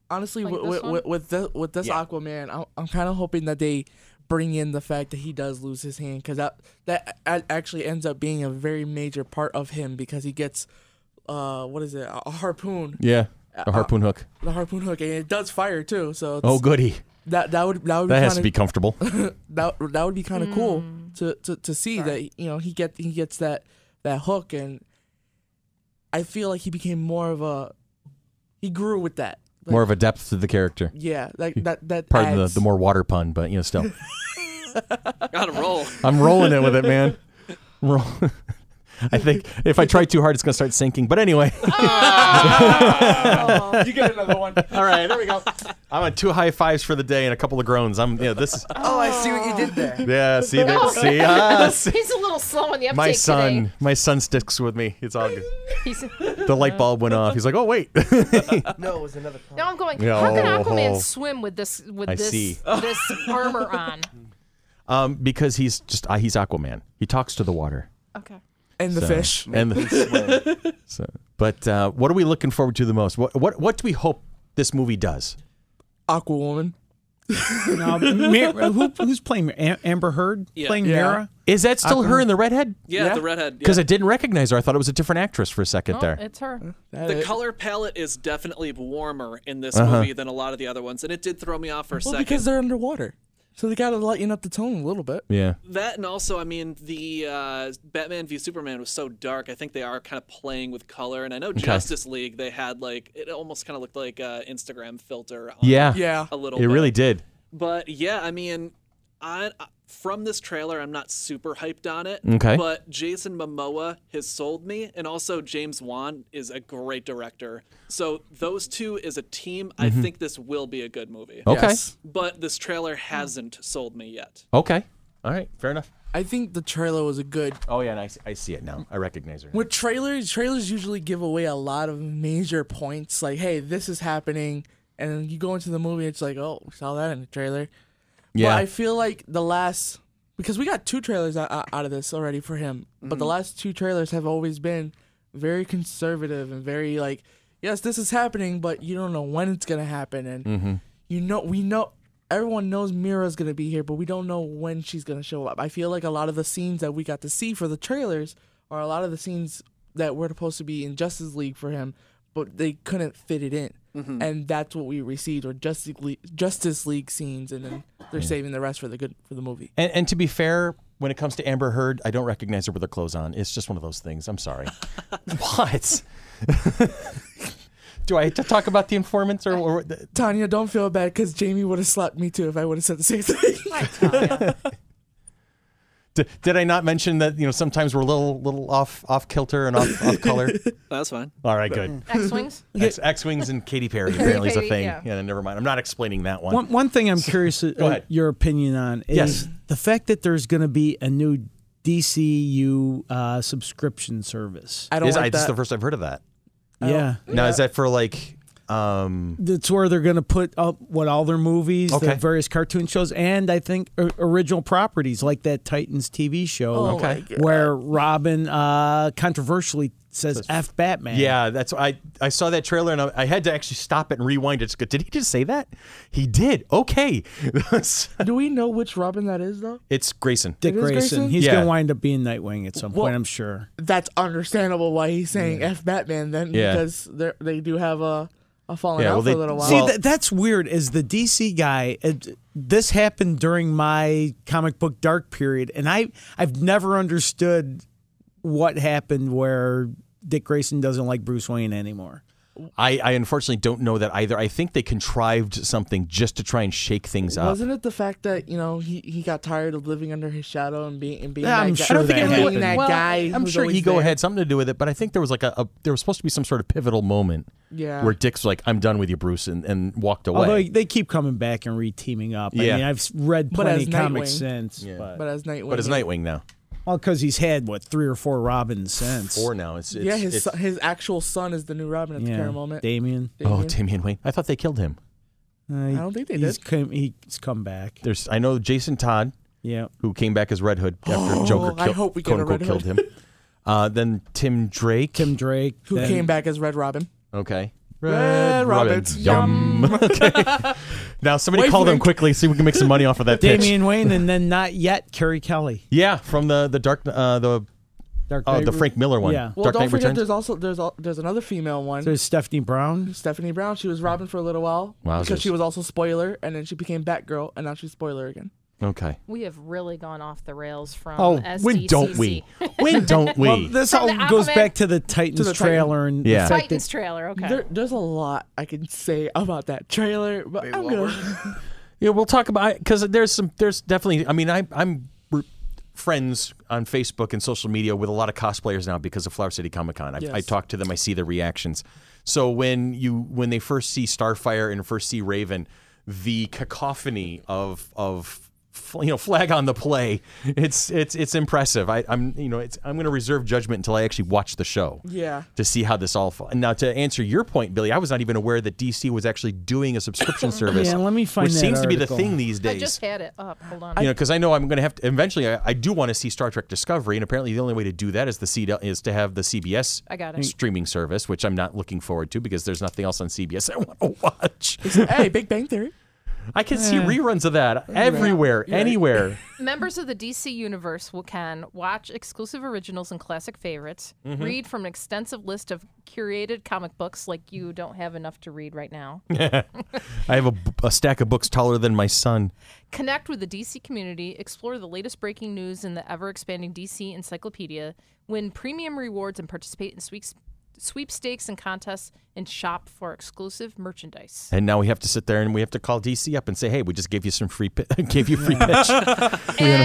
Speaker 4: Honestly,
Speaker 3: Like
Speaker 4: with,
Speaker 3: this
Speaker 4: with,
Speaker 3: one?
Speaker 4: with, with this, with this Aquaman, I'm, I'm kind of hoping that they bring in the fact that he does lose his hand because that that a- actually ends up being a very major part of him because he gets uh what is it a a harpoon
Speaker 2: yeah, a harpoon hook.
Speaker 4: the harpoon hook and it does fire too so it's,
Speaker 2: Oh, goody,
Speaker 4: that that would that would
Speaker 2: that
Speaker 4: be
Speaker 2: has to
Speaker 4: kinda,
Speaker 2: be comfortable.
Speaker 4: that that would be kind of cool
Speaker 5: Mm.
Speaker 4: to, to to see that you know he get he gets that that hook and I feel like he became more of a he grew with that Like,
Speaker 2: More of a depth to the character.
Speaker 4: yeah like that that
Speaker 2: Pardon the,
Speaker 4: adds-
Speaker 2: the more water pun, but you know, still,
Speaker 5: Got to roll.
Speaker 2: I'm rolling it with it, man. I'm roll- I think if I try too hard, it's going to start sinking. But anyway,
Speaker 4: you get another one
Speaker 2: all right, there we go. I'm at two high fives for the day and a couple of groans. I'm yeah, this is
Speaker 7: Oh, I see what you did there.
Speaker 2: yeah. See that? See, ah, see.
Speaker 3: Oh, He's a little slow on the uptake
Speaker 2: my son,
Speaker 3: today.
Speaker 2: my son sticks with me. It's all good.
Speaker 3: He's,
Speaker 2: The light bulb went off. He's like, oh wait.
Speaker 7: No, it was another pun.
Speaker 3: now I'm going.
Speaker 2: Yeah,
Speaker 3: How can
Speaker 2: oh,
Speaker 3: Aquaman
Speaker 2: oh.
Speaker 3: swim with this with
Speaker 2: I
Speaker 3: this
Speaker 2: see.
Speaker 3: this armor on?
Speaker 2: um, because he's just uh, he's Aquaman. He talks to the water
Speaker 3: Okay.
Speaker 4: and the
Speaker 2: So-
Speaker 4: fish
Speaker 2: and the,
Speaker 7: Swim.
Speaker 2: so. But uh, what are we looking forward to the most? What what what do we hope this movie does?
Speaker 4: Aquawoman
Speaker 1: No, Mir- who, who's playing Mir- Am- Amber Heard?
Speaker 5: Yeah.
Speaker 1: Playing
Speaker 4: Yeah.
Speaker 1: Mira.
Speaker 2: Is that still her in the redhead?
Speaker 5: Yeah,
Speaker 4: Yeah.
Speaker 5: the redhead. yeah.
Speaker 2: Because I didn't recognize her. I thought it was a different actress for a second
Speaker 3: Oh,
Speaker 2: there.
Speaker 3: it's her.
Speaker 4: That
Speaker 5: The
Speaker 2: uh,
Speaker 4: is-
Speaker 5: color palette is definitely warmer in this
Speaker 2: Uh-huh.
Speaker 5: movie than a lot of the other ones, and it did throw me off for a
Speaker 4: well
Speaker 5: second.
Speaker 4: because they're underwater so they gotta lighten up the tone a little bit
Speaker 2: yeah.
Speaker 5: that and also, I mean, the uh, Batman v Superman was so dark. I think they are kind of playing with color, and I know Justice League they had like it almost kind of looked like uh, Instagram filter. On
Speaker 2: Yeah.
Speaker 4: yeah
Speaker 5: a little.
Speaker 2: It
Speaker 5: bit.
Speaker 2: really did.
Speaker 5: But yeah, I mean, I I- from this trailer, I'm not super hyped on it.
Speaker 2: Okay.
Speaker 5: But Jason Momoa has sold me, and also James Wan is a great director. So those two as a team, I think this will be a good movie.
Speaker 2: Mm-hmm. Okay.
Speaker 4: Yes.
Speaker 5: But this trailer hasn't sold me yet.
Speaker 2: Okay. All right. Fair enough.
Speaker 4: I think the trailer was a good
Speaker 2: Oh yeah, and I, I see it now. I recognize her.
Speaker 4: With trailers, trailers usually give away a lot of major points, like, "Hey, this is happening," and then you go into the movie, it's like, "Oh, we saw that in the trailer."
Speaker 2: Yeah.
Speaker 4: But I feel like the last, because we got two trailers out, out out of this already for him, but the last two trailers have always been very conservative and very like, "Yes, this is happening," but you don't know when it's gonna happen, and you know, we know. Everyone knows Mira's gonna be here, but we don't know when she's gonna show up. I feel like a lot of the scenes that we got to see for the trailers are a lot of the scenes that were supposed to be in Justice League for him, but they couldn't fit it in,
Speaker 2: Mm-hmm.
Speaker 4: and that's what we received were
Speaker 2: Mm-hmm.
Speaker 4: Justice League, Justice League scenes, and then they're saving the rest for the good for the movie.
Speaker 2: And, and to be fair, When it comes to Amber Heard, I don't recognize her with her clothes on. It's just one of those things. I'm sorry. what? Do I have to talk about the informants or, or the-
Speaker 4: Tanya, don't feel bad because Jamie would have slapped me too if I would have said the same thing.
Speaker 3: Hi, Talia.
Speaker 2: d- did I not mention that you know sometimes we're a little little off off kilter and off, off color?
Speaker 5: That's fine.
Speaker 2: All right, good.
Speaker 3: X-wings.
Speaker 2: X, X wings and Katy Perry apparently is a
Speaker 3: Perry,
Speaker 2: thing.
Speaker 3: yeah.
Speaker 2: Yeah. never mind. I'm not explaining that one.
Speaker 1: One, one thing I'm curious uh,
Speaker 2: ahead.
Speaker 1: your opinion on is
Speaker 2: Yes.
Speaker 1: the fact that there's going to be a new DCU uh, subscription service.
Speaker 4: I don't
Speaker 2: Is- I-
Speaker 4: like
Speaker 2: this is
Speaker 4: that.
Speaker 2: the first I've heard of that.
Speaker 1: yeah,
Speaker 2: Now is that for like um
Speaker 1: that's where they're going to put up what all their movies, the
Speaker 2: Okay.
Speaker 1: various cartoon shows, and I think or, original properties like that Titans TV show
Speaker 4: Oh,
Speaker 2: okay.
Speaker 1: where Robin uh, controversially says "f Batman."
Speaker 2: Yeah, that's I I saw that trailer and I, I had to actually stop it and rewind it. Just go, did he just say that? He did. Okay,
Speaker 4: Do we know which Robin that is though?
Speaker 2: it's Grayson.
Speaker 1: Dick
Speaker 4: It is
Speaker 1: Grayson.
Speaker 4: Grayson?
Speaker 1: He's
Speaker 2: Yeah.
Speaker 1: going to wind up being Nightwing at some point, I'm sure.
Speaker 4: That's understandable why he's saying "f Batman" then
Speaker 2: Yeah.
Speaker 4: because they they do have a a falling
Speaker 2: Yeah,
Speaker 4: out
Speaker 2: well,
Speaker 4: for
Speaker 2: they-
Speaker 4: a little while.
Speaker 2: Well-
Speaker 1: See, that, that's weird. Is the DC guy? It, this happened during my comic book dark period, and I I've never understood what happened where Dick Grayson doesn't like Bruce Wayne anymore.
Speaker 2: I, I unfortunately don't know that either. I think they contrived something just to try and shake things up.
Speaker 4: Wasn't it the fact that you know he, he got tired of living under his shadow and being and being
Speaker 1: Yeah,
Speaker 4: that
Speaker 1: I'm
Speaker 4: guy,
Speaker 1: sure
Speaker 4: and
Speaker 1: that
Speaker 4: being
Speaker 1: happened.
Speaker 4: that
Speaker 2: Well,
Speaker 4: guy?
Speaker 2: I'm
Speaker 4: who's
Speaker 2: sure
Speaker 4: always
Speaker 2: ego
Speaker 4: there?
Speaker 2: had something to do with it, but I think there was like a, a there was supposed to be some sort of pivotal moment
Speaker 4: Yeah.
Speaker 2: where Dick's like, "I'm done with you, Bruce," and, and walked away.
Speaker 1: Although they keep coming back and re-teaming up. I
Speaker 2: Yeah.
Speaker 1: mean, I've read
Speaker 4: But
Speaker 1: plenty
Speaker 4: as
Speaker 1: of comics
Speaker 4: Nightwing.
Speaker 1: since, but,
Speaker 4: But as Nightwing,
Speaker 2: but it's Nightwing now.
Speaker 1: all because he's had what three or four Robins since.
Speaker 2: Or now it's, it's
Speaker 4: yeah, his
Speaker 2: it's-
Speaker 4: son, his actual son is the new Robin at the current moment.
Speaker 1: Damien.
Speaker 2: oh
Speaker 4: Damien.
Speaker 2: Damian Wayne. I thought they killed him.
Speaker 1: I
Speaker 4: don't think they
Speaker 1: he's
Speaker 4: did.
Speaker 1: Come, he's come back.
Speaker 2: There's I know Jason Todd
Speaker 1: Yeah.
Speaker 2: who came back as Red Hood after Joker
Speaker 4: Oh, I
Speaker 2: killed,
Speaker 4: hope we get
Speaker 2: quote
Speaker 4: a
Speaker 2: unquote
Speaker 4: Red
Speaker 2: killed him. Uh, then Tim Drake.
Speaker 1: Tim Drake.
Speaker 4: who
Speaker 1: then-
Speaker 4: came back as Red Robin.
Speaker 2: Okay.
Speaker 4: Red Robin's
Speaker 2: Yum. okay. Now somebody
Speaker 4: Wait
Speaker 2: call
Speaker 4: for
Speaker 2: them
Speaker 4: it.
Speaker 2: quickly. See if we can make some money off of that pitch.
Speaker 1: Damian Wayne, and then not yet Carrie Kelly.
Speaker 2: Yeah, from the the dark uh, the
Speaker 1: Dark
Speaker 2: oh
Speaker 1: Knight
Speaker 2: the
Speaker 1: Re-
Speaker 2: Frank Miller one.
Speaker 1: Yeah.
Speaker 4: Well,
Speaker 2: dark
Speaker 4: don't
Speaker 2: Knight
Speaker 4: forget,
Speaker 2: Returns.
Speaker 4: there's also there's al- there's another female one,
Speaker 1: There's Stephanie Brown.
Speaker 4: Stephanie Brown. She was Robin for a little while
Speaker 2: Wowzers.
Speaker 4: because she was also Spoiler, and then she became Batgirl, and now she's Spoiler again.
Speaker 2: Okay.
Speaker 3: We have really gone off the rails from
Speaker 2: Oh,
Speaker 3: SDCC.
Speaker 4: E
Speaker 2: when don't we? When don't we?
Speaker 1: Well, this
Speaker 3: From
Speaker 1: all
Speaker 3: the
Speaker 1: goes
Speaker 3: Aquaman-
Speaker 1: back to the Titans
Speaker 4: the Titan-
Speaker 1: trailer and
Speaker 2: Yeah.
Speaker 1: the fact
Speaker 3: Titans
Speaker 1: that-
Speaker 3: trailer. Okay.
Speaker 4: There, there's a lot I can say about that trailer, but I'm gonna.
Speaker 2: Yeah, we'll talk about because there's some there's definitely. I mean, I, I'm we're friends on Facebook and social media with a lot of cosplayers now because of Flower City Comic Con. I, I
Speaker 4: Yes.
Speaker 2: talk to them, I see their reactions. So when you when they first see Starfire and first see Raven, the cacophony of of fl- you know flag on the play, it's it's it's impressive. I, I'm you know it's I'm going to reserve judgment until I actually watch the show
Speaker 4: Yeah.
Speaker 2: to see how this all. fa- And now to answer your point, Billy, I was not even aware that DC was actually doing a subscription service.
Speaker 1: Yeah, let me find
Speaker 2: which
Speaker 1: that
Speaker 2: seems to be the
Speaker 1: article.
Speaker 2: thing these
Speaker 3: I
Speaker 2: days.
Speaker 3: just had it up. Hold on.
Speaker 2: you know, because I know I'm going to have to eventually. I, I do want to see Star Trek Discovery, and apparently the only way to do that is the C, is to have the CBS
Speaker 3: I got it.
Speaker 2: streaming service, which I'm not looking forward to because there's nothing else on CBS I want to watch.
Speaker 4: hey, Big Bang Theory.
Speaker 2: I can see reruns of that everywhere, anywhere.
Speaker 3: Members of the DC universe will can watch exclusive originals and classic favorites, read from an extensive list of curated comic books like you don't have enough to read right now.
Speaker 2: I have a, b- a stack of books taller than my son.
Speaker 3: Connect with the DC community, explore the latest breaking news in the ever expanding DC encyclopedia, win premium rewards and participate in sweeps- sweepstakes and contests, and shop for exclusive merchandise.
Speaker 2: And now we have to sit there and we have to call DC up and say, "Hey, we just gave you some free, pi- gave you free pitch.
Speaker 3: And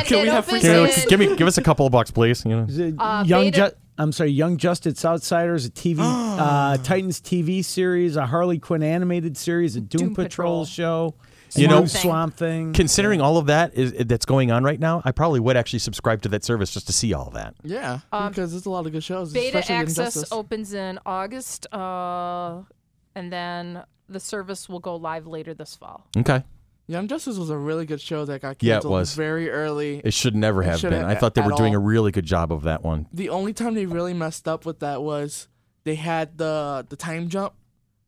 Speaker 3: it opens
Speaker 2: Can you-
Speaker 3: in-
Speaker 2: give me, give us a couple of bucks, please." You know.
Speaker 1: the
Speaker 3: Uh,
Speaker 1: Young
Speaker 3: Beta-
Speaker 1: Ju- I'm sorry, Young Justice Outsiders, a TV uh, Titans TV series, a Harley Quinn animated series, a Doom,
Speaker 3: Doom
Speaker 1: Patrol,
Speaker 3: Patrol.
Speaker 1: show,
Speaker 2: You
Speaker 1: Swamp
Speaker 2: know-
Speaker 1: Thing. Swamp Thing.
Speaker 2: Considering all of that is that's going on right now, I probably would actually subscribe to that service just to see all that.
Speaker 4: Yeah, because there's a lot of good shows.
Speaker 3: Um, Beta
Speaker 4: especially
Speaker 3: access
Speaker 4: Injustice.
Speaker 3: opens in August, uh, and then the service will go live later this fall.
Speaker 2: Okay,
Speaker 4: Young Justice was a really good show that got canceled
Speaker 2: Yeah, it was.
Speaker 4: very early.
Speaker 2: it should never have
Speaker 4: should
Speaker 2: been.
Speaker 4: have
Speaker 2: I thought they
Speaker 4: at
Speaker 2: were doing
Speaker 4: all.
Speaker 2: a really good job of that one.
Speaker 4: the only time they really messed up with that was they had the the time jump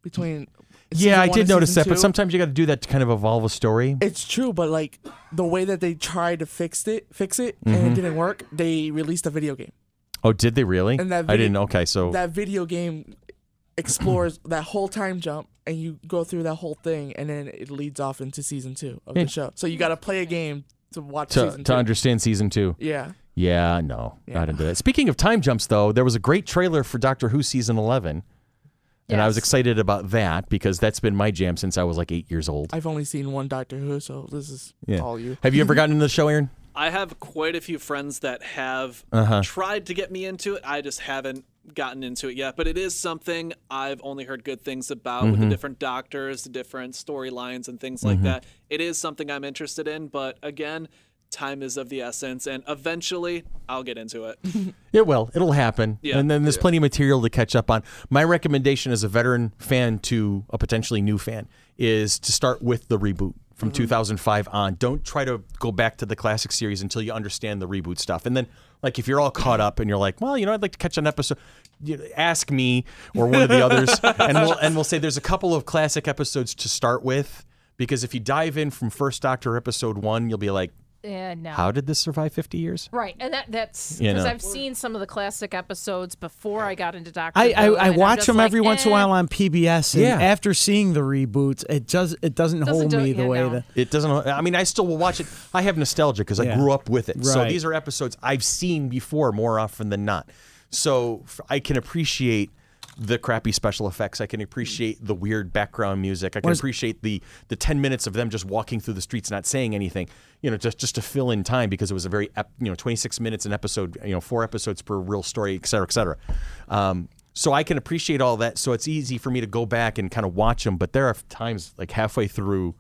Speaker 4: between. season
Speaker 2: yeah, I
Speaker 4: one
Speaker 2: did
Speaker 4: and
Speaker 2: notice
Speaker 4: season
Speaker 2: that, but
Speaker 4: two.
Speaker 2: sometimes you got to do that to kind of evolve a story.
Speaker 4: it's true. But like the way that they tried to fix it, fix it, and it didn't work. They released a video game.
Speaker 2: oh, did they really?
Speaker 4: And that
Speaker 2: I
Speaker 4: video-
Speaker 2: didn't. Okay, so
Speaker 4: That video game explores that whole time jump, and you go through that whole thing, and then it leads off into season two of
Speaker 2: Yeah.
Speaker 4: the show. So you got to play a game to watch
Speaker 2: to,
Speaker 4: season
Speaker 2: to
Speaker 4: two.
Speaker 2: understand season two.
Speaker 4: yeah.
Speaker 2: Yeah, no,
Speaker 4: Yeah.
Speaker 2: not into that. Speaking of time jumps, though, there was a great trailer for Doctor Who season 11, and I was
Speaker 3: Yes.
Speaker 2: excited about that because that's been my jam since I was like eight years old.
Speaker 4: I've only seen one Doctor Who, so this is
Speaker 2: Yeah.
Speaker 4: all you.
Speaker 2: Have you ever gotten into the show, Aaron?
Speaker 5: I have quite a few friends that have
Speaker 2: Uh-huh.
Speaker 5: tried to get me into it. I just haven't gotten into it yet. But it is something I've only heard good things about with
Speaker 2: Mm-hmm.
Speaker 5: the different doctors, the different storylines, and things like that. It is something I'm interested in. But again, time is of the essence, and eventually I'll get into it.
Speaker 2: It will. It'll happen.
Speaker 5: Yeah.
Speaker 2: And then there's plenty of material to catch up on. My recommendation as a veteran fan to a potentially new fan is to start with the reboot
Speaker 5: Mm-hmm.
Speaker 2: from 2005 on. Don't try to go back to the classic series until you understand the reboot stuff. And then, like, if you're all caught up and you're like, well, you know, I'd like to catch an episode, you know, ask me or one of the others. and, we'll, and we'll say there's a couple of classic episodes to start with. Because if you dive in from First Doctor episode one, you'll be like,
Speaker 3: Yeah, no.
Speaker 2: how did this survive 50 years?
Speaker 3: Right, and that that's
Speaker 2: You
Speaker 3: because
Speaker 2: know.
Speaker 3: I've seen some of the classic episodes before I got into Doctor.
Speaker 1: I, I,
Speaker 3: Who,
Speaker 1: I
Speaker 3: and I'm
Speaker 1: watch
Speaker 3: just
Speaker 1: them
Speaker 3: like,
Speaker 1: every once in a
Speaker 3: eh,
Speaker 1: while on PBS, and
Speaker 2: Yeah.
Speaker 1: after seeing the reboots, it does it doesn't, hold
Speaker 3: do it,
Speaker 1: me the
Speaker 3: yeah,
Speaker 1: way
Speaker 3: no.
Speaker 1: that
Speaker 2: It doesn't. I mean, I still will watch it. I have nostalgia because I
Speaker 1: Yeah.
Speaker 2: grew up with it. So
Speaker 1: Right.
Speaker 2: these are episodes I've seen before more often than not. So f- I can appreciate the crappy special effects. I can appreciate the weird background music. I can appreciate the the ten minutes of them just walking through the streets, not saying anything. You know, just just to fill in time because it was a very ep- you know twenty six minutes an episode. You know, four episodes per real story, et cetera, et cetera. Um, so I can appreciate all that. So it's easy for me to go back and kind of watch them. But there are times like halfway through.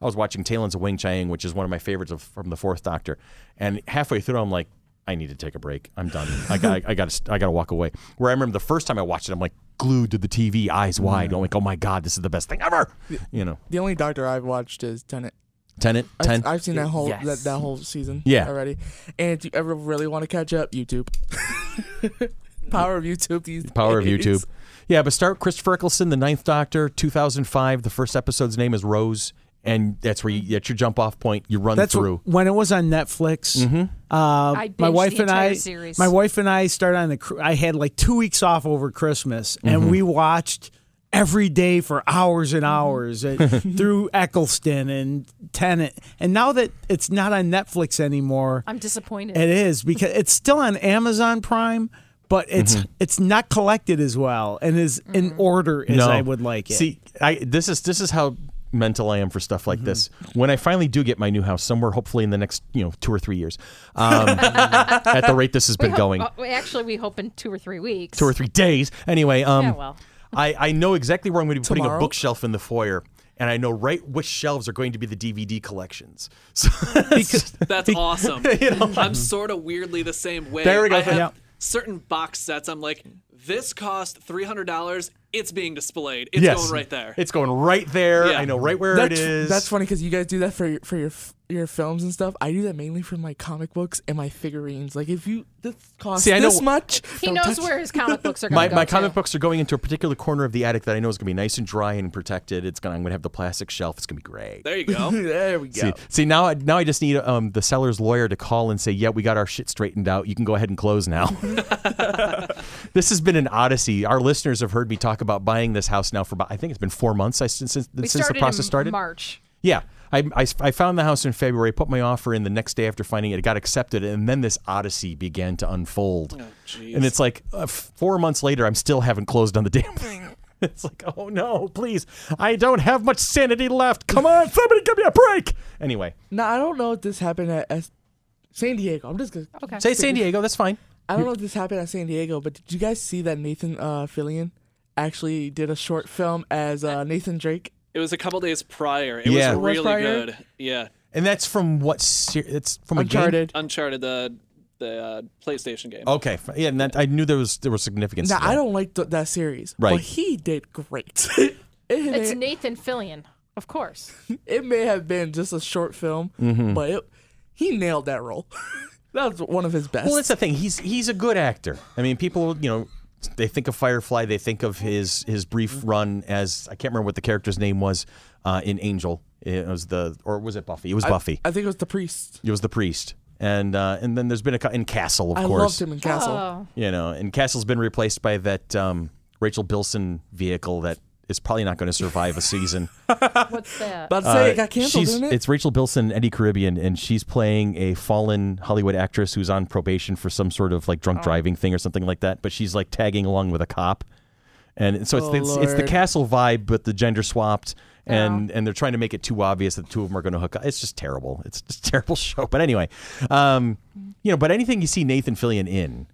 Speaker 2: I was watching Talons of Wing Chang, which is one of my favorites of, from the Fourth Doctor, and halfway through, I'm like, I need to take a break. I'm done. I got, I got, to, I got to walk away. Where I remember the first time I watched it, I'm like glued to the TV, eyes
Speaker 1: Mm.
Speaker 2: wide. I'm like, oh my god, this is the best thing ever. You know,
Speaker 4: The only Doctor I've watched is Tennant.
Speaker 2: Tenet,
Speaker 4: I've-
Speaker 2: ten.
Speaker 4: I've seen that whole
Speaker 2: Yes.
Speaker 4: that, that whole season
Speaker 2: Yeah.
Speaker 4: already. And if you ever really want to catch up, YouTube. Power of YouTube. These
Speaker 2: Power of
Speaker 4: days.
Speaker 2: YouTube. Yeah, but start Christopher Eccleston, The Ninth Doctor, 2005. The first episode's name is Rose, and that's where you, that's your jump off point. You run
Speaker 1: that's
Speaker 2: through.
Speaker 1: wh- when it was on Netflix.
Speaker 3: Mm-hmm.
Speaker 1: Uh,
Speaker 3: I
Speaker 1: my
Speaker 3: binged
Speaker 1: wife
Speaker 3: the
Speaker 1: and
Speaker 3: entire
Speaker 1: I,
Speaker 3: series.
Speaker 1: my wife and I started on the. cr- I had like two weeks off over Christmas,
Speaker 2: Mm-hmm.
Speaker 1: and we watched every day for hours
Speaker 3: Mm-hmm.
Speaker 1: and hours uh, through Eccleston and Tennant. And now that it's not on Netflix anymore,
Speaker 3: I'm disappointed.
Speaker 1: it is because it's still on Amazon Prime, but it's
Speaker 2: Mm-hmm.
Speaker 1: it's not collected as well and is
Speaker 3: Mm-hmm.
Speaker 1: in order as I would like it.
Speaker 2: See, I this is this is how mental I am for stuff like this. When I finally do get my new house somewhere, hopefully in the next you know two or three years, um, at the rate this has
Speaker 3: We
Speaker 2: been
Speaker 3: hope-
Speaker 2: going,
Speaker 3: uh, we- actually, we hope in two or three weeks.
Speaker 2: two or three days. Anyway, um,
Speaker 3: Yeah, well.
Speaker 2: I I know exactly where I'm going to be putting a
Speaker 4: Tomorrow?
Speaker 2: bookshelf in the foyer. And I know right which shelves are going to be the DVD collections. So
Speaker 5: That's awesome. I'm sort of weirdly the same way.
Speaker 2: There we go.
Speaker 5: I have
Speaker 2: Yeah.
Speaker 5: certain box sets. I'm like, this cost three hundred dollars. It's being displayed. It's
Speaker 2: yes,
Speaker 5: going right there.
Speaker 2: It's going right there.
Speaker 5: Yeah.
Speaker 2: I know right where
Speaker 4: That's,
Speaker 2: it is.
Speaker 4: that's funny because you guys do that for your, for your f- your films and stuff. I do that mainly for my comic books and my figurines. Like if you this costs
Speaker 2: See, I know-
Speaker 4: this much,
Speaker 3: He
Speaker 4: don't
Speaker 3: knows
Speaker 4: touch-
Speaker 3: where his comic books are going.
Speaker 2: my,
Speaker 3: go
Speaker 2: my
Speaker 3: to.
Speaker 2: comic books are going into a particular corner of the attic that I know is going to be nice and dry and protected. It's going. to I'm going to have the plastic shelf. It's going to be great.
Speaker 5: there you go.
Speaker 4: There we go.
Speaker 2: See, see now, I, now I just need um, the seller's lawyer to call and say, "Yeah, we got our shit straightened out. You can go ahead and close now." this has been an odyssey. Our listeners have heard me talk about buying this house now for about I think it's been four months I, since since,
Speaker 3: We
Speaker 2: since the
Speaker 3: in
Speaker 2: process started.
Speaker 3: March.
Speaker 2: Yeah, I, I, I found the house in February, put my offer in the next day after finding it, it got accepted, and then this odyssey began to unfold. and it's like uh, f- four months later, I'm still haven't closed on the damn thing. It's like, oh no, please, I don't have much sanity left. Come on, somebody give me a break. Anyway,
Speaker 4: Now I don't know if this happened at, at San Diego. I'm just gonna.
Speaker 3: Okay.
Speaker 2: say San Diego, that's fine.
Speaker 4: I don't know if this happened at San Diego, but did you guys see that Nathan uh, Fillion actually did a short film as uh, Nathan Drake?
Speaker 5: It was a couple days prior. It
Speaker 2: Yeah. It
Speaker 5: was
Speaker 4: was
Speaker 5: really
Speaker 4: prior?
Speaker 5: good. Yeah.
Speaker 2: And that's from what? Ser- it's from a game?
Speaker 4: Uncharted.
Speaker 5: Uncharted, the the uh, PlayStation game.
Speaker 1: Oh.
Speaker 2: Okay, f- yeah, and that, I knew there was there was significance.
Speaker 4: Now
Speaker 2: to that.
Speaker 4: I don't like th- that series,
Speaker 2: Right.
Speaker 4: but he did great. it,
Speaker 3: It's
Speaker 4: may,
Speaker 3: Nathan Fillion, of course.
Speaker 4: it may have been just a short film,
Speaker 2: Mm-hmm.
Speaker 4: but it, he nailed that role. that was one of his best.
Speaker 2: Well, that's the thing. He's he's a good actor. I mean, people, you know, they think of Firefly. They think of his his brief
Speaker 4: Mm-hmm.
Speaker 2: run as I can't remember what the character's name was uh, in Angel. It was the or was it Buffy? It was Buffy.
Speaker 4: I think it was the priest.
Speaker 2: it was the priest. And uh, and then there's been a cou- in Castle, of
Speaker 4: I
Speaker 2: course.
Speaker 4: loved him in Castle.
Speaker 3: Oh,
Speaker 2: You know, and Castle's been replaced by that um, Rachel Bilson vehicle that is probably not going to survive a season.
Speaker 3: What's that?
Speaker 4: About to
Speaker 2: Uh,
Speaker 4: say it got canceled,
Speaker 2: she's-
Speaker 4: didn't it?
Speaker 2: It's Rachel Bilson and Eddie Caribbean, and she's playing a fallen Hollywood actress who's on probation for some sort of like drunk
Speaker 4: Oh.
Speaker 2: driving thing or something like that. But she's like tagging along with a cop, and so it's
Speaker 4: Oh,
Speaker 2: it's, it's the
Speaker 4: Lord.
Speaker 2: castle vibe, but the gender swapped, and and they're trying to make it too obvious that the two of them are going to hook up. It's just terrible. It's just a terrible show. But anyway, um, you know, but anything you see Nathan Fillion in.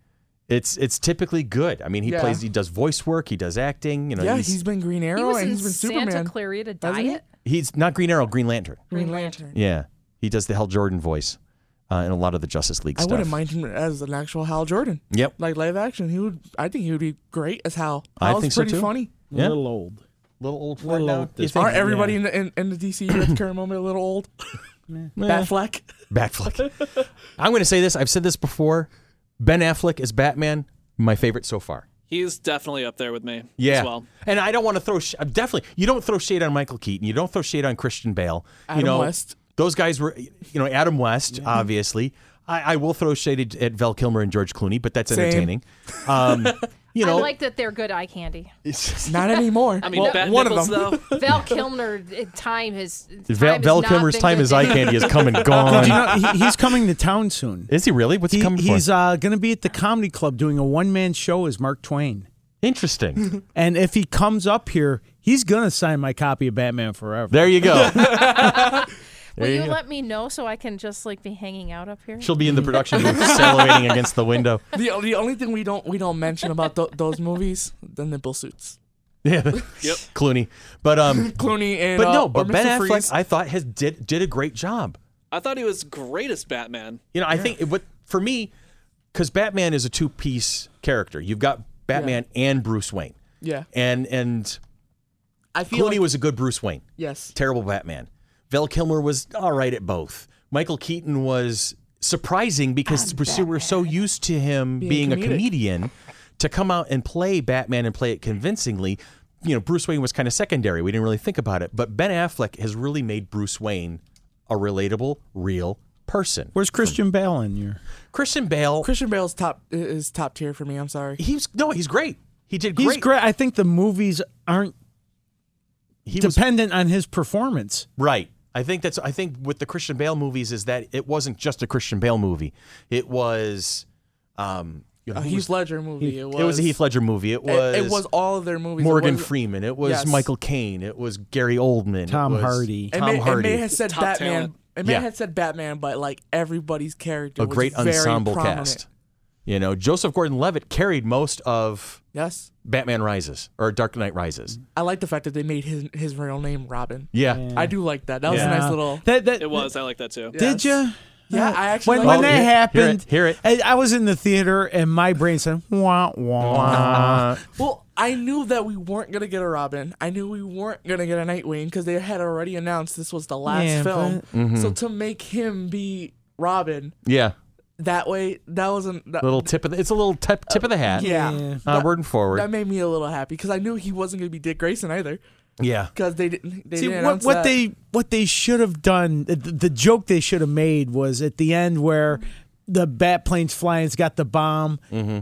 Speaker 2: It's it's typically good. I mean, he
Speaker 4: Yeah.
Speaker 2: plays, he does voice work, he does acting. You know,
Speaker 4: yeah,
Speaker 2: he's,
Speaker 4: he's been Green
Speaker 3: he
Speaker 4: Arrow
Speaker 3: was
Speaker 4: and
Speaker 3: in
Speaker 4: he's been
Speaker 3: Santa
Speaker 4: Superman.
Speaker 3: Clarita
Speaker 4: wasn't he?
Speaker 3: Diet.
Speaker 2: he's not Green Arrow, Green Lantern.
Speaker 4: Green Lantern.
Speaker 2: Yeah, he does the Hal Jordan voice uh, in a lot of the Justice League
Speaker 4: I
Speaker 2: stuff.
Speaker 4: wouldn't mind him as an actual Hal Jordan,
Speaker 2: Yep.
Speaker 4: like live action. He would. I think he would be great as Hal.
Speaker 2: I
Speaker 4: Hal's
Speaker 2: think so,
Speaker 4: pretty
Speaker 2: too.
Speaker 4: funny.
Speaker 1: A
Speaker 2: Yeah.
Speaker 1: little old.
Speaker 2: Little old
Speaker 1: Little now. old. You
Speaker 4: Aren't everybody in, the, in, in the DC at the current moment a little old? Batfleck.
Speaker 2: Batfleck. I'm going to say this. I've said this before. Ben Affleck is Batman. My favorite so far.
Speaker 5: He's definitely up there with me
Speaker 2: Yeah.
Speaker 5: as well.
Speaker 2: And I don't want to throw. Sh- I'm definitely. You don't throw shade on Michael Keaton. You don't throw shade on Christian Bale. you
Speaker 4: Adam
Speaker 2: know,
Speaker 4: West.
Speaker 2: Those guys were. You know, Adam West, obviously. I, I will throw shade at, at Val Kilmer and George Clooney, but that's
Speaker 4: Same.
Speaker 2: entertaining. Um, you know,
Speaker 3: I like that they're good eye candy.
Speaker 4: Not anymore.
Speaker 5: I mean,
Speaker 4: Well,
Speaker 5: Bat
Speaker 4: one of
Speaker 5: Nichols,
Speaker 4: them.
Speaker 5: though.
Speaker 3: Val Kilmer eh, time has time
Speaker 2: Val,
Speaker 3: has
Speaker 2: Val
Speaker 3: not
Speaker 2: Kilmer's
Speaker 3: been
Speaker 2: time
Speaker 3: good
Speaker 2: as
Speaker 3: to
Speaker 2: eye
Speaker 3: me.
Speaker 2: candy is come and
Speaker 1: Did you
Speaker 2: gone.
Speaker 1: know, he, he's coming to town soon.
Speaker 2: Is he really? What's he,
Speaker 1: He-
Speaker 2: coming
Speaker 1: he's
Speaker 2: for?
Speaker 1: uh, going to be at the comedy club doing a one man show as Mark Twain.
Speaker 2: Interesting.
Speaker 1: And if he comes up here, he's going to sign my copy of Batman Forever.
Speaker 2: there you go.
Speaker 3: Will you
Speaker 2: go.
Speaker 3: let me know so I can just like be hanging out up here?
Speaker 2: She'll be in the production booth salivating against the window.
Speaker 4: the, the only thing we don't we don't mention about tho- those movies the nipple suits.
Speaker 2: Yeah.
Speaker 5: Yep.
Speaker 2: Clooney. But um
Speaker 4: Clooney and
Speaker 2: but
Speaker 4: uh,
Speaker 2: no,
Speaker 4: or
Speaker 2: but Ben
Speaker 4: Mr.
Speaker 2: Affleck
Speaker 4: Freeze.
Speaker 2: I thought has did did a great job.
Speaker 5: I thought he was greatest Batman.
Speaker 2: You know, I think it, what for me cuz Batman is a two-piece character. You've got Batman and Bruce Wayne.
Speaker 4: yeah,
Speaker 2: And and
Speaker 4: I feel
Speaker 2: Clooney
Speaker 4: like-
Speaker 2: was a good Bruce Wayne.
Speaker 4: yes.
Speaker 2: Terrible Batman. Val Kilmer was all right at both. Michael Keaton was surprising because we were so used to him being,
Speaker 4: Being
Speaker 2: a
Speaker 4: comedic.
Speaker 2: comedian to come out and play Batman and play it convincingly. You know, Bruce Wayne was kind of secondary. We didn't really think about it. But Ben Affleck has really made Bruce Wayne a relatable, real person.
Speaker 1: Where's Christian Bale in here?
Speaker 2: Christian Bale,
Speaker 4: Christian Bale's top is top tier for me. I'm sorry.
Speaker 2: he's no, he's great. He did great.
Speaker 1: He's great. I think the movies aren't
Speaker 2: He was
Speaker 1: dependent on his performance.
Speaker 2: Right. I think that's. I think with the Christian Bale movies is that it wasn't just a Christian Bale movie. It was. Um, you know,
Speaker 4: A
Speaker 2: who
Speaker 4: Heath
Speaker 2: was-
Speaker 4: Uh, Ledger movie. It was.
Speaker 2: it was a Heath Ledger movie. It was.
Speaker 4: It, it was all of their movies. It
Speaker 2: Morgan
Speaker 4: was-
Speaker 2: Freeman. It was
Speaker 4: Yes.
Speaker 2: Michael Caine. It was Gary Oldman. it
Speaker 1: Tom
Speaker 2: was
Speaker 1: Hardy.
Speaker 4: It
Speaker 2: Tom
Speaker 4: may,
Speaker 2: Hardy.
Speaker 4: It may have said
Speaker 5: Top
Speaker 4: Batman.
Speaker 5: talent.
Speaker 4: It may
Speaker 2: Yeah.
Speaker 4: have said Batman, but like everybody's character.
Speaker 2: a
Speaker 4: was
Speaker 2: great
Speaker 4: very
Speaker 2: ensemble
Speaker 4: prominent.
Speaker 2: cast. You know, Joseph Gordon-Levitt carried most of
Speaker 4: Yes,
Speaker 2: Batman Rises or Dark Knight Rises.
Speaker 4: I like the fact that they made his his real name Robin.
Speaker 2: Yeah.
Speaker 4: I do like that. That was
Speaker 1: Yeah.
Speaker 4: a nice little.
Speaker 1: That, that,
Speaker 5: It was. I like that too.
Speaker 1: Did you?
Speaker 4: Yeah, I actually
Speaker 1: when,
Speaker 4: like
Speaker 1: when
Speaker 2: Oh,
Speaker 1: that
Speaker 2: hear- hear it,
Speaker 1: happened,
Speaker 2: hear it.
Speaker 1: I, I was in the theater and my brain said wah wah. wah.
Speaker 4: Well, I knew that we weren't gonna get a Robin. I knew we weren't gonna get a Nightwing because they had already announced this was the last
Speaker 1: Yeah,
Speaker 4: film. So to make him be Robin
Speaker 2: Yeah.
Speaker 4: that way, that wasn't. That,
Speaker 2: Little tip of the, it's a little tip, tip of the hat.
Speaker 4: yeah,
Speaker 2: Uh, word and forward.
Speaker 4: that made me a little happy because I knew he wasn't gonna be Dick Grayson either
Speaker 2: yeah.
Speaker 4: because they didn't. They
Speaker 1: See
Speaker 4: didn't
Speaker 1: what,
Speaker 4: announce
Speaker 1: what
Speaker 4: that.
Speaker 1: they what they should have done. The, the joke they should have made was at the end where the bat planes flying. It's got the bomb.
Speaker 2: Mm-hmm.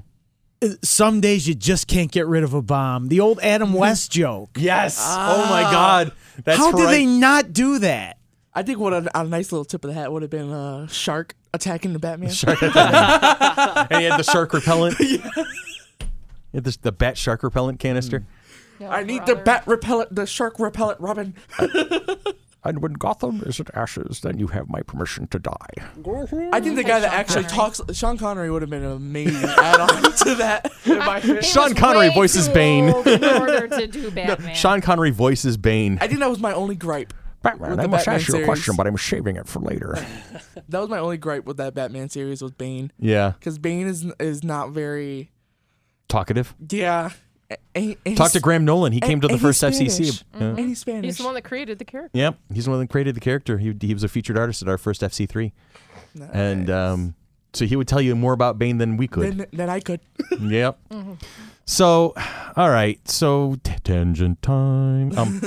Speaker 1: Uh, Some days you just can't get rid of a bomb. The old Adam West joke.
Speaker 2: Yes.
Speaker 4: Ah.
Speaker 2: oh my God. Mm-hmm. That's
Speaker 1: How
Speaker 2: right.
Speaker 1: did they not do that?
Speaker 4: I think what a, a nice little tip of the hat would have been uh, Shark attacking the Batman.
Speaker 2: and he had the shark repellent. He had this, the bat shark repellent canister.
Speaker 3: No,
Speaker 4: I need the
Speaker 3: brother.
Speaker 4: bat repellent, the shark repellent, Robin.
Speaker 2: And when Gotham is at ashes, then you have my permission to die.
Speaker 4: I think the guy that
Speaker 3: Sean
Speaker 4: actually
Speaker 3: Connery.
Speaker 4: talks, Sean Connery would have been an amazing add-on to that. In my opinion.
Speaker 3: It
Speaker 2: Sean
Speaker 3: was
Speaker 2: Connery
Speaker 3: way
Speaker 2: voices
Speaker 3: too
Speaker 2: Bane.
Speaker 3: old In order to do Batman.
Speaker 2: Sean Connery voices Bane.
Speaker 4: I think that was my only gripe.
Speaker 2: Batman,
Speaker 4: With
Speaker 2: I
Speaker 4: the
Speaker 2: must
Speaker 4: Batman
Speaker 2: ask you a
Speaker 4: series.
Speaker 2: question, but I'm shaving it for later.
Speaker 4: That was my only gripe with that Batman series was Bane,
Speaker 2: yeah.
Speaker 4: because Bane is is not very
Speaker 2: Talkative.
Speaker 4: yeah. a- And, and
Speaker 2: Talk to
Speaker 4: he's-
Speaker 2: Graham Nolan. He
Speaker 4: and-
Speaker 2: came to the
Speaker 4: and
Speaker 2: first
Speaker 4: he's
Speaker 2: FCC.
Speaker 4: Spanish. Mm.
Speaker 2: Yeah.
Speaker 4: and he's Spanish.
Speaker 3: Mm-hmm. He's the one that created the character.
Speaker 2: Yep, he's the one that created the character. He, he was a featured artist at our first FC3, and um, so he would tell you more about Bane than we could.
Speaker 4: then, then I could.
Speaker 2: Yep.
Speaker 4: Mm-hmm.
Speaker 2: So, all right. So t- tangent time. Um,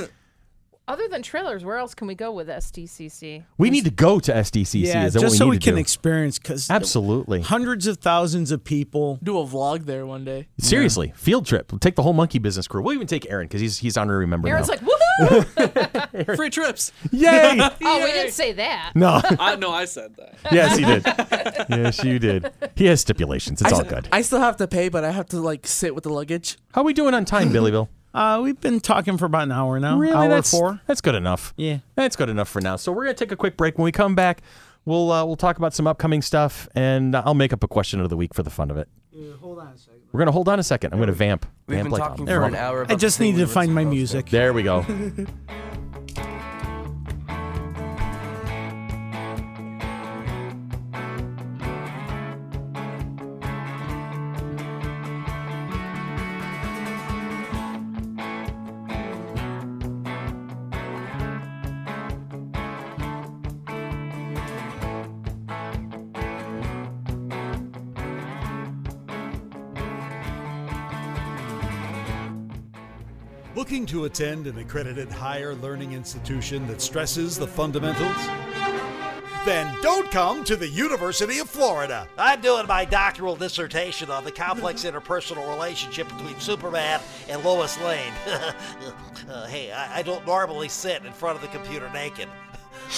Speaker 3: Other than trailers, where else can we go with SDCC?
Speaker 2: We need to go to SDCC.
Speaker 1: yeah,
Speaker 2: is
Speaker 1: just
Speaker 2: that what we
Speaker 1: so
Speaker 2: need
Speaker 1: we
Speaker 2: to
Speaker 1: can
Speaker 2: do?
Speaker 1: experience because
Speaker 2: Absolutely.
Speaker 1: hundreds of thousands of people.
Speaker 4: Do a vlog there one day.
Speaker 2: Seriously, field trip. We'll take the whole monkey business crew. We'll even take Aaron because he's he's honorary member
Speaker 3: Aaron's
Speaker 2: now.
Speaker 3: like, woohoo!
Speaker 5: Free trips.
Speaker 2: Yay!
Speaker 3: oh, we didn't say that.
Speaker 2: no.
Speaker 5: I no, I said that.
Speaker 2: yes, he did. Yes, you did. He has stipulations. It's all good.
Speaker 4: I still have to pay, but I have to like sit with the luggage.
Speaker 2: How are we doing on time, Billy Bill?
Speaker 1: Uh, we've been talking for about an hour now. Hour
Speaker 2: that's,
Speaker 1: four.
Speaker 2: That's good enough.
Speaker 1: Yeah.
Speaker 2: That's good enough for now. So we're gonna take a quick break. When we come back, we'll uh, we'll talk about some upcoming stuff, and I'll make up a question of the week for the fun of it. We're gonna hold on a second. I'm gonna vamp.
Speaker 7: We've
Speaker 2: vamp
Speaker 7: been
Speaker 2: like
Speaker 7: talking
Speaker 2: I'm
Speaker 7: for
Speaker 2: loving
Speaker 7: an
Speaker 2: it.
Speaker 7: hour. About
Speaker 1: I
Speaker 7: the
Speaker 1: just
Speaker 7: thing
Speaker 1: need
Speaker 7: we
Speaker 1: to
Speaker 7: were
Speaker 1: find my
Speaker 7: supposed to-
Speaker 1: music.
Speaker 2: There we go.
Speaker 8: Looking to attend an accredited higher learning institution that stresses the fundamentals? Then don't come to the University of Florida.
Speaker 9: I'm doing my doctoral dissertation on the complex interpersonal relationship between Superman and Lois Lane. Uh, hey, I, I don't normally sit in front of the computer naked.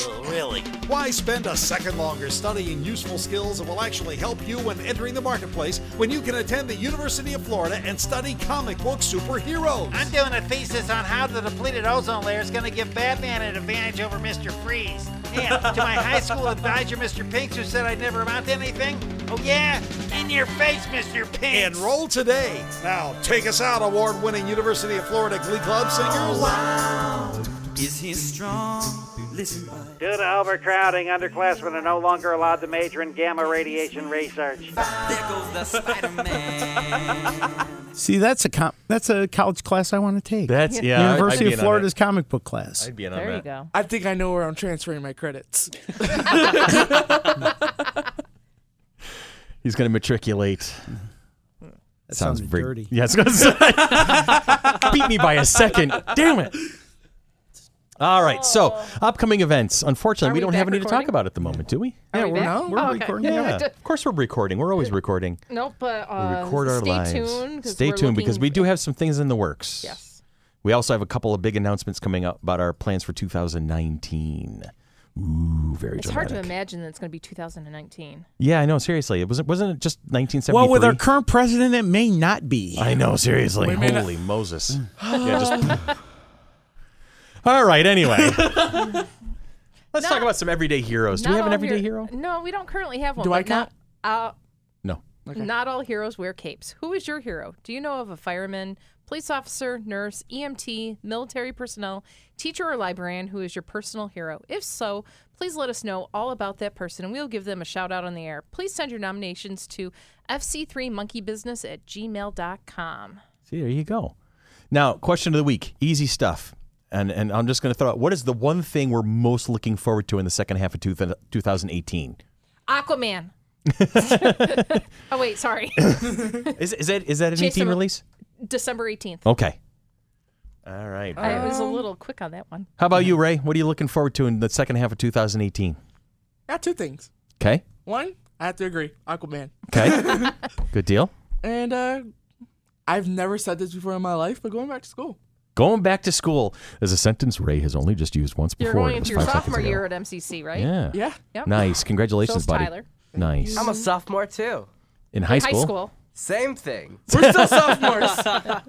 Speaker 9: Uh, really?
Speaker 8: Why spend a second longer studying useful skills that will actually help you when entering the marketplace when you can attend the University of Florida and study comic book superheroes?
Speaker 9: I'm doing a thesis on how the depleted ozone layer is going to give Batman an advantage over Mr. Freeze. And to my high school advisor, Mr. Pinks, who said I'd never amount to anything. Oh, yeah? In your face, Mr. Pinks!
Speaker 8: Enroll today. Now, take us out, award winning University of Florida Glee Club singers.
Speaker 10: Due to overcrowding, underclassmen are no longer allowed to major in gamma radiation research.
Speaker 1: See, that's a com- that's a college class I want to take.
Speaker 2: That's yeah. I- I'd
Speaker 1: University
Speaker 2: be in
Speaker 1: of
Speaker 2: on
Speaker 1: Florida's
Speaker 2: that.
Speaker 1: comic book class.
Speaker 2: I'd be in on
Speaker 3: There
Speaker 2: that.
Speaker 3: you go.
Speaker 4: I think I know where I'm transferring my credits.
Speaker 2: He's gonna matriculate.
Speaker 1: That
Speaker 2: sounds
Speaker 1: sounded
Speaker 2: very
Speaker 1: dirty.
Speaker 2: Yeah, it's gonna say. beat me by a second. Damn it. All right. So upcoming events. Unfortunately,
Speaker 3: Oh. Are
Speaker 2: we
Speaker 3: we
Speaker 2: don't have
Speaker 3: back
Speaker 2: any to talk
Speaker 3: recording?
Speaker 2: about at the moment, do we?
Speaker 3: Are
Speaker 1: Yeah,
Speaker 3: we
Speaker 1: we're,
Speaker 3: back?
Speaker 1: we're
Speaker 3: Oh, okay.
Speaker 1: recording.
Speaker 3: Yeah.
Speaker 2: Yeah. Of course, we're recording. We're always recording.
Speaker 3: Nope, but
Speaker 2: We
Speaker 3: uh,
Speaker 2: record our
Speaker 3: stay
Speaker 2: lives.
Speaker 3: tuned. 'cause
Speaker 2: stay
Speaker 3: we're
Speaker 2: tuned because we do
Speaker 3: looking-
Speaker 2: have some things in the works.
Speaker 3: Yes.
Speaker 2: We also have a couple of big announcements coming up about our plans for 2019. Ooh, very
Speaker 3: It's hard
Speaker 2: dramatic.
Speaker 3: to imagine that it's going to be 2019.
Speaker 2: Yeah, I know. Seriously, it wasn't. Wasn't it just 1973?
Speaker 1: Well, with our current president, it may not be.
Speaker 2: I know, seriously.
Speaker 4: may not-
Speaker 2: Holy Moses.
Speaker 3: Mm.
Speaker 2: yeah, just... All right, anyway. Let's talk about some everyday heroes. Do we
Speaker 3: Not
Speaker 2: have an
Speaker 3: all
Speaker 2: everyday
Speaker 3: hero-
Speaker 2: hero?
Speaker 3: No, we don't currently have one.
Speaker 4: Do I
Speaker 3: but not- uh,
Speaker 2: No.
Speaker 3: Not all heroes wear capes. Who is your hero? Do you know of a fireman, police officer, nurse, EMT, military personnel, teacher, or librarian who is your personal hero? If so, please let us know all about that person and we'll give them a shout out on the air. Please send your nominations to fc3monkeybusiness at gmail.com.
Speaker 2: See, there you go. Now, question of the week. Easy stuff. And and I'm just going to throw out what is the one thing we're most looking forward to in the second half of two, 2018?
Speaker 3: Aquaman. oh, wait, sorry.
Speaker 2: Is, is that is that an
Speaker 3: Jason
Speaker 2: 18
Speaker 3: Mo-
Speaker 2: release?
Speaker 3: December 18th.
Speaker 2: Okay. All right. very
Speaker 3: I
Speaker 2: good.
Speaker 3: was a little quick on that one.
Speaker 2: How about you, Ray? What are you looking forward to in the second half of 2018?
Speaker 4: Got two things.
Speaker 2: Okay.
Speaker 4: One, I have to agree, Aquaman.
Speaker 2: Okay. good deal.
Speaker 4: And uh I've never said this before in my life, but going back to school.
Speaker 2: Going back to school is a sentence Ray has only just used once
Speaker 3: You're
Speaker 2: before.
Speaker 3: going
Speaker 2: It was
Speaker 3: into your
Speaker 2: five seconds
Speaker 3: sophomore
Speaker 2: ago.
Speaker 3: year at MCC, right?
Speaker 2: Yeah.
Speaker 4: Yeah.
Speaker 3: Yep.
Speaker 2: Nice. Congratulations,
Speaker 3: So's
Speaker 2: buddy.
Speaker 3: Tyler.
Speaker 2: Nice.
Speaker 7: I'm a sophomore too.
Speaker 2: In high
Speaker 3: High
Speaker 2: school.
Speaker 3: school.
Speaker 7: Same thing. We're still sophomores.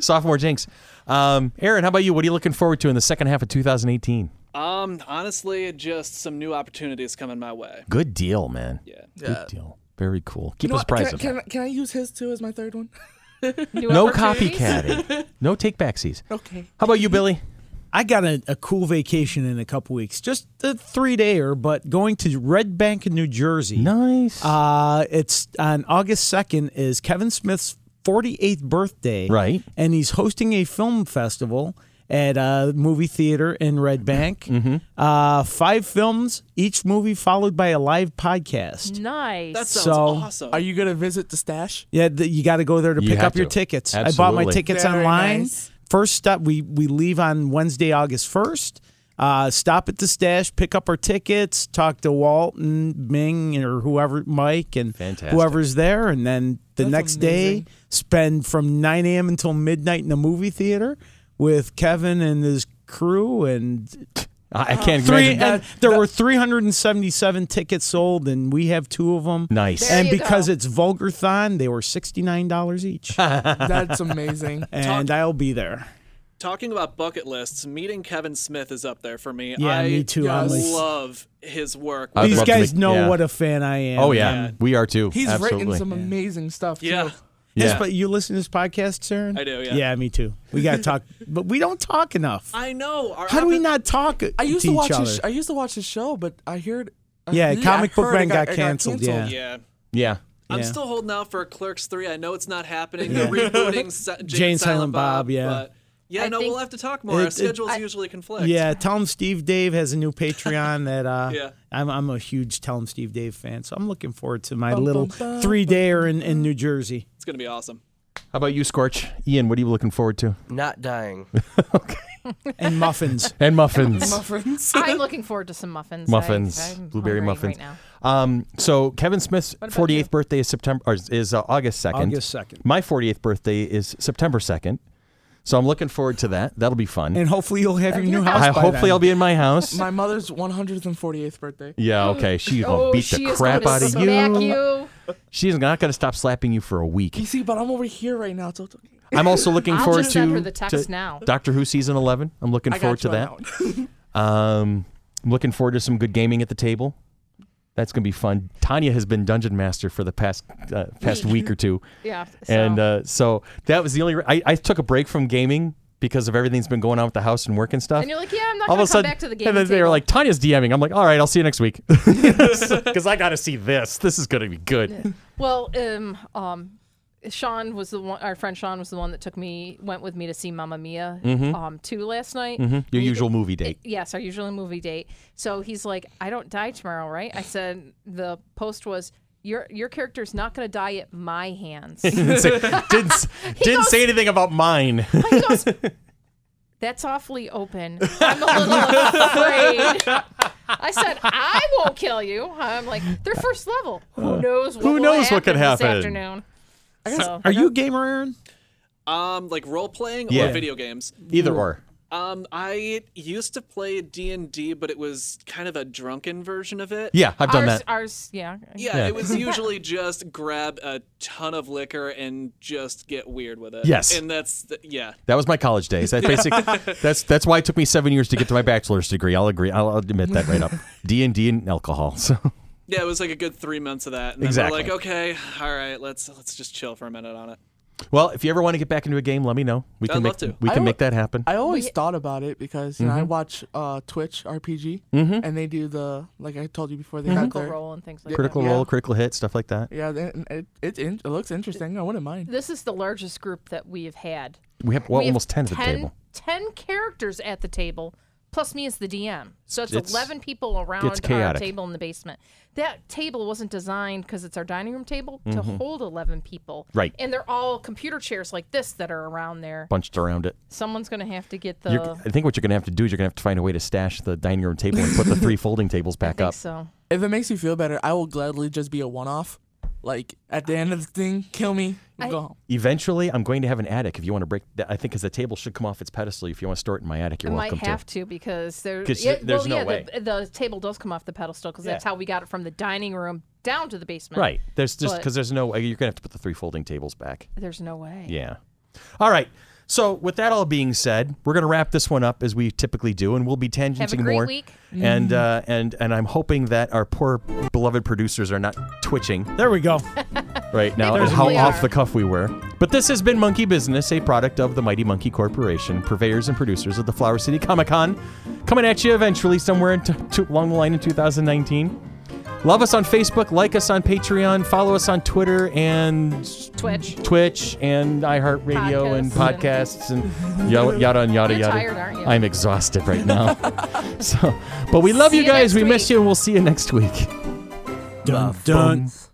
Speaker 2: Sophomore jinx. Um, Aaron, how about you? What are you looking forward to in the second half of 2018?
Speaker 5: Um, honestly, just some new opportunities coming my way.
Speaker 2: Good deal, man.
Speaker 5: Yeah.
Speaker 2: Good deal. Very cool. Keep
Speaker 4: You know
Speaker 2: us
Speaker 4: what, can, I,
Speaker 2: apprised of
Speaker 4: can,
Speaker 2: that.
Speaker 4: I, can I use his too as my third one?
Speaker 3: New
Speaker 2: No
Speaker 3: opportunities.
Speaker 2: copycatting. no take backsies.
Speaker 4: Okay.
Speaker 2: How about you, Billy?
Speaker 1: I got a, a cool vacation in a couple weeks, just a three dayer, but going to Red Bank in New Jersey.
Speaker 2: Nice.
Speaker 1: Uh, it's on August 2nd is Kevin Smith's 48th birthday.
Speaker 2: Right.
Speaker 1: And he's hosting a film festival at a movie theater in Red Bank.
Speaker 2: Mm-hmm.
Speaker 1: Uh, five films, each movie followed by a live podcast.
Speaker 3: Nice.
Speaker 5: That sounds
Speaker 1: So-
Speaker 5: awesome.
Speaker 4: Are you gonna visit the stash?
Speaker 1: Yeah, th- you got to go there to
Speaker 2: You
Speaker 1: pick
Speaker 2: have
Speaker 1: up your
Speaker 2: to.
Speaker 1: tickets. I bought my
Speaker 2: Absolutely.
Speaker 1: tickets
Speaker 4: Very
Speaker 1: online.
Speaker 4: nice.
Speaker 1: first stop we we leave on Wednesday, August first. Uh, stop at the stash, pick up our tickets, talk to Walton, Ming, or whoever, Mike, and
Speaker 2: Fantastic.
Speaker 1: whoever's there. And then the
Speaker 4: That's
Speaker 1: next
Speaker 4: amazing.
Speaker 1: day, spend from 9 a.m. until midnight in the movie theater with Kevin and his crew. And,
Speaker 2: I, I can't
Speaker 1: three,
Speaker 2: imagine.
Speaker 1: and there were 377 tickets sold, and we have two of them.
Speaker 2: Nice.
Speaker 3: There
Speaker 1: and
Speaker 3: you
Speaker 1: because
Speaker 3: go.
Speaker 1: it's Vulgarthon, they were $69 each.
Speaker 4: That's amazing.
Speaker 1: and I'll be there.
Speaker 5: Talking about bucket lists, meeting Kevin Smith is up there for me.
Speaker 1: Yeah,
Speaker 5: I
Speaker 1: me too. I'm like-
Speaker 5: love his work.
Speaker 2: I'd
Speaker 1: These
Speaker 2: love to
Speaker 1: guys
Speaker 2: make-
Speaker 1: know
Speaker 2: yeah.
Speaker 1: what a fan I am.
Speaker 2: oh yeah,
Speaker 5: Yeah.
Speaker 2: we are too.
Speaker 4: He's
Speaker 2: Absolutely.
Speaker 4: written some amazing stuff.
Speaker 5: yeah,
Speaker 4: Too.
Speaker 1: Yes,
Speaker 2: Yeah.
Speaker 1: but you listen to this podcast, Sarah?
Speaker 5: I do, yeah.
Speaker 1: Yeah, me too. We got to talk, but we don't talk enough.
Speaker 5: I know. Our
Speaker 1: How do we
Speaker 5: epi-
Speaker 1: not talk
Speaker 4: I used
Speaker 1: to,
Speaker 4: to
Speaker 1: each
Speaker 4: watch.
Speaker 1: other?
Speaker 4: His, I used to watch his show, but I heard. I-
Speaker 1: Yeah, Comic
Speaker 4: I
Speaker 1: Book
Speaker 4: heard it
Speaker 1: Man got
Speaker 4: it
Speaker 1: canceled, yeah.
Speaker 5: Yeah.
Speaker 2: yeah.
Speaker 5: I'm
Speaker 1: Yeah.
Speaker 5: still holding out for Clerks 3. I know it's not happening.
Speaker 1: Yeah.
Speaker 5: They're rebooting Sa- Jane,
Speaker 1: Jane
Speaker 5: Silent,
Speaker 1: Silent
Speaker 5: Bob.
Speaker 1: Bob, yeah.
Speaker 5: But yeah,
Speaker 3: I
Speaker 5: no,
Speaker 3: think-
Speaker 5: we'll have to talk more.
Speaker 1: It-
Speaker 5: Our
Speaker 1: it-
Speaker 5: schedules
Speaker 1: I-
Speaker 5: usually conflict.
Speaker 1: Yeah, tell him Steve Dave has a new Patreon that uh,
Speaker 5: Yeah.
Speaker 1: I'm, I'm a huge Tell him Steve Dave fan, so I'm looking forward to my
Speaker 4: Bum,
Speaker 1: little
Speaker 4: bum, bum,
Speaker 1: three dayer in, in New Jersey.
Speaker 5: It's going to be awesome.
Speaker 2: How about you, Scorch? Ian, what are you looking forward to?
Speaker 7: Not dying.
Speaker 1: And muffins.
Speaker 2: And muffins.
Speaker 4: Muffins.
Speaker 3: I'm looking forward to some muffins. I-
Speaker 2: muffins,
Speaker 3: I'm
Speaker 2: blueberry
Speaker 3: hungry
Speaker 2: muffins.
Speaker 3: Right now.
Speaker 2: Um, so Kevin Smith's
Speaker 3: about you?
Speaker 2: 48th birthday is September or is- is uh, August 2nd.
Speaker 1: August 2nd.
Speaker 2: My 48th birthday is September 2nd. So I'm looking forward to that. That'll be fun.
Speaker 1: And hopefully you'll have your new house.
Speaker 2: I
Speaker 1: by
Speaker 2: hopefully
Speaker 1: then.
Speaker 2: I'll be in my house.
Speaker 4: My mother's 148th birthday.
Speaker 2: yeah, okay. She's gonna
Speaker 3: oh,
Speaker 2: beat
Speaker 3: she
Speaker 2: the
Speaker 3: is
Speaker 2: crap
Speaker 3: gonna
Speaker 2: out of
Speaker 3: smack
Speaker 2: you.
Speaker 3: you.
Speaker 2: She's not gonna stop slapping you for a
Speaker 4: You
Speaker 2: week.
Speaker 4: see, but I'm over here right now. So it's okay.
Speaker 2: I'm also looking
Speaker 3: I'll
Speaker 2: forward
Speaker 3: just send
Speaker 2: to,
Speaker 3: her the text
Speaker 2: to
Speaker 3: now.
Speaker 2: Doctor Who season 11. I'm looking
Speaker 4: I got
Speaker 2: forward to
Speaker 4: you
Speaker 2: that.
Speaker 4: on
Speaker 2: Um, I'm looking forward to some good gaming at the table. That's gonna be fun. Tanya has been dungeon master for the past uh, past week or two.
Speaker 3: Yeah.
Speaker 2: And
Speaker 3: so-
Speaker 2: uh, so that was the only. Re- I, I took a break from gaming because of everything's been going on with the house and work and stuff.
Speaker 3: and you're like, yeah, I'm not
Speaker 2: all of
Speaker 3: going
Speaker 2: a
Speaker 3: to come
Speaker 2: sudden,
Speaker 3: back to the game.
Speaker 2: and then they were like, "Tanya's DMing." I'm like, "All right, I'll see you next week," because I got to see this. This is going to be good.
Speaker 3: Well, um, um, Sean was the one. Our friend Sean was the one that took me, went with me to see Mamma Mia
Speaker 2: Mm-hmm.
Speaker 3: um, two last night.
Speaker 2: Your usual movie date.
Speaker 3: Yes, our usual movie date. So he's like, "I don't die tomorrow, right?" I said. The post was, "Your your character's not going to die at my hands."
Speaker 2: didn't say, didn't, s- didn't say anything about mine.
Speaker 3: he goes, "That's awfully open. I'm a little afraid." I said, "I won't kill you." I'm like, "They're first level. Who knows? What
Speaker 2: who
Speaker 3: will
Speaker 2: knows what could
Speaker 3: this
Speaker 2: happen?"
Speaker 3: afternoon?" So-
Speaker 1: Are you a gamer, Aaron?
Speaker 5: Um, like role playing
Speaker 2: Yeah.
Speaker 5: or video games.
Speaker 2: Either or.
Speaker 5: Um, I used to play D and D, but it was kind of a drunken version of it.
Speaker 2: Yeah, I've done
Speaker 3: ours,
Speaker 2: that.
Speaker 3: Ours, yeah.
Speaker 5: Yeah,
Speaker 2: Yeah.
Speaker 5: it was usually just grab a ton of liquor and just get weird with it.
Speaker 2: Yes.
Speaker 5: And that's, the, yeah.
Speaker 2: That was my college days. That basic. that's that's why it took me seven years to get to my bachelor's degree. I'll agree. I'll admit that right up. D and D and alcohol. So
Speaker 5: Yeah, it was like a good three months of that. And then
Speaker 2: Exactly.
Speaker 5: we're like, okay, all right, let's let's just chill for a minute on it.
Speaker 2: well, if you ever want to get back into a game, let me know. We
Speaker 5: I'd
Speaker 2: can make
Speaker 5: love to.
Speaker 2: we
Speaker 4: I
Speaker 2: can make
Speaker 4: would-
Speaker 2: that happen.
Speaker 4: I always thought about it because you
Speaker 1: Mm-hmm.
Speaker 4: know I watch uh, Twitch RPG and they do the like I told you before they got
Speaker 3: Critical
Speaker 4: their
Speaker 3: role and things like
Speaker 2: critical
Speaker 4: Yeah.
Speaker 2: role, critical hit, stuff like that.
Speaker 4: yeah they, and it it, in, it looks interesting I wouldn't mind
Speaker 3: that. This is the largest group that we've had.
Speaker 2: We have well,
Speaker 3: We have
Speaker 2: almost 10 at the table.
Speaker 3: 10 characters at the table, plus me as the DM. So it's,
Speaker 2: It's-
Speaker 3: 11 people
Speaker 2: gets
Speaker 3: around our
Speaker 2: chaotic.
Speaker 3: table in the basement. That table wasn't designed because it's our dining room table to hold 11 people.
Speaker 2: Mm-hmm. Right.
Speaker 3: And they're all computer chairs like this that are around there.
Speaker 2: Bunched around it.
Speaker 3: Someone's going to have to get the.
Speaker 2: You're- I think what you're going to have to do is you're going to have to find a way to stash the dining room table and put the three folding tables
Speaker 3: I
Speaker 2: back
Speaker 3: think
Speaker 2: up.
Speaker 3: so.
Speaker 4: if it makes you feel better I will gladly just be a one off like at the end of the thing kill me
Speaker 3: I-
Speaker 4: go home
Speaker 2: Eventually, I'm going to have an attic if you want to break that. I think because the table should come off its pedestal. If you want to store it in my attic, you're
Speaker 3: I might
Speaker 2: welcome
Speaker 3: have
Speaker 2: to.
Speaker 3: to, because there,
Speaker 2: 'Cause
Speaker 3: yeah,
Speaker 2: there- there's
Speaker 3: well,
Speaker 2: no
Speaker 3: yeah,
Speaker 2: way.
Speaker 3: The, the table does come off the pedestal because that's how we got it from the dining room down to the basement.
Speaker 2: Right. There's just
Speaker 3: But-
Speaker 2: because there's no uh, you're going to have to put the three folding tables back.
Speaker 3: There's no way.
Speaker 2: Yeah. All right. So with that all being said, we're going to wrap this one up as we typically do, and we'll be tangenting
Speaker 3: Have a great
Speaker 2: more.
Speaker 3: week.
Speaker 2: And uh, and and I'm hoping that our poor beloved producers are not twitching
Speaker 1: There we go.
Speaker 2: right now
Speaker 3: They
Speaker 2: and how
Speaker 3: probably
Speaker 2: off
Speaker 3: are.
Speaker 2: the cuff we were. But this has been Monkey Business, a product of the Mighty Monkey Corporation, purveyors and producers of the Flower City Comic Con, coming at you eventually somewhere in t- t- along the line in 2019. Love us on Facebook, like us on Patreon, follow us on Twitter and
Speaker 3: Twitch.
Speaker 2: Twitch and iHeartRadio and podcasts
Speaker 3: Podcasts
Speaker 2: and yada yada and yada
Speaker 3: You're
Speaker 2: yada.
Speaker 3: tired, aren't you?
Speaker 2: I'm exhausted right now. so, but we love
Speaker 3: See
Speaker 2: you
Speaker 3: you
Speaker 2: guys.
Speaker 3: next
Speaker 2: We miss
Speaker 3: week.
Speaker 2: you, and we'll see you next week.
Speaker 1: Dun, dun.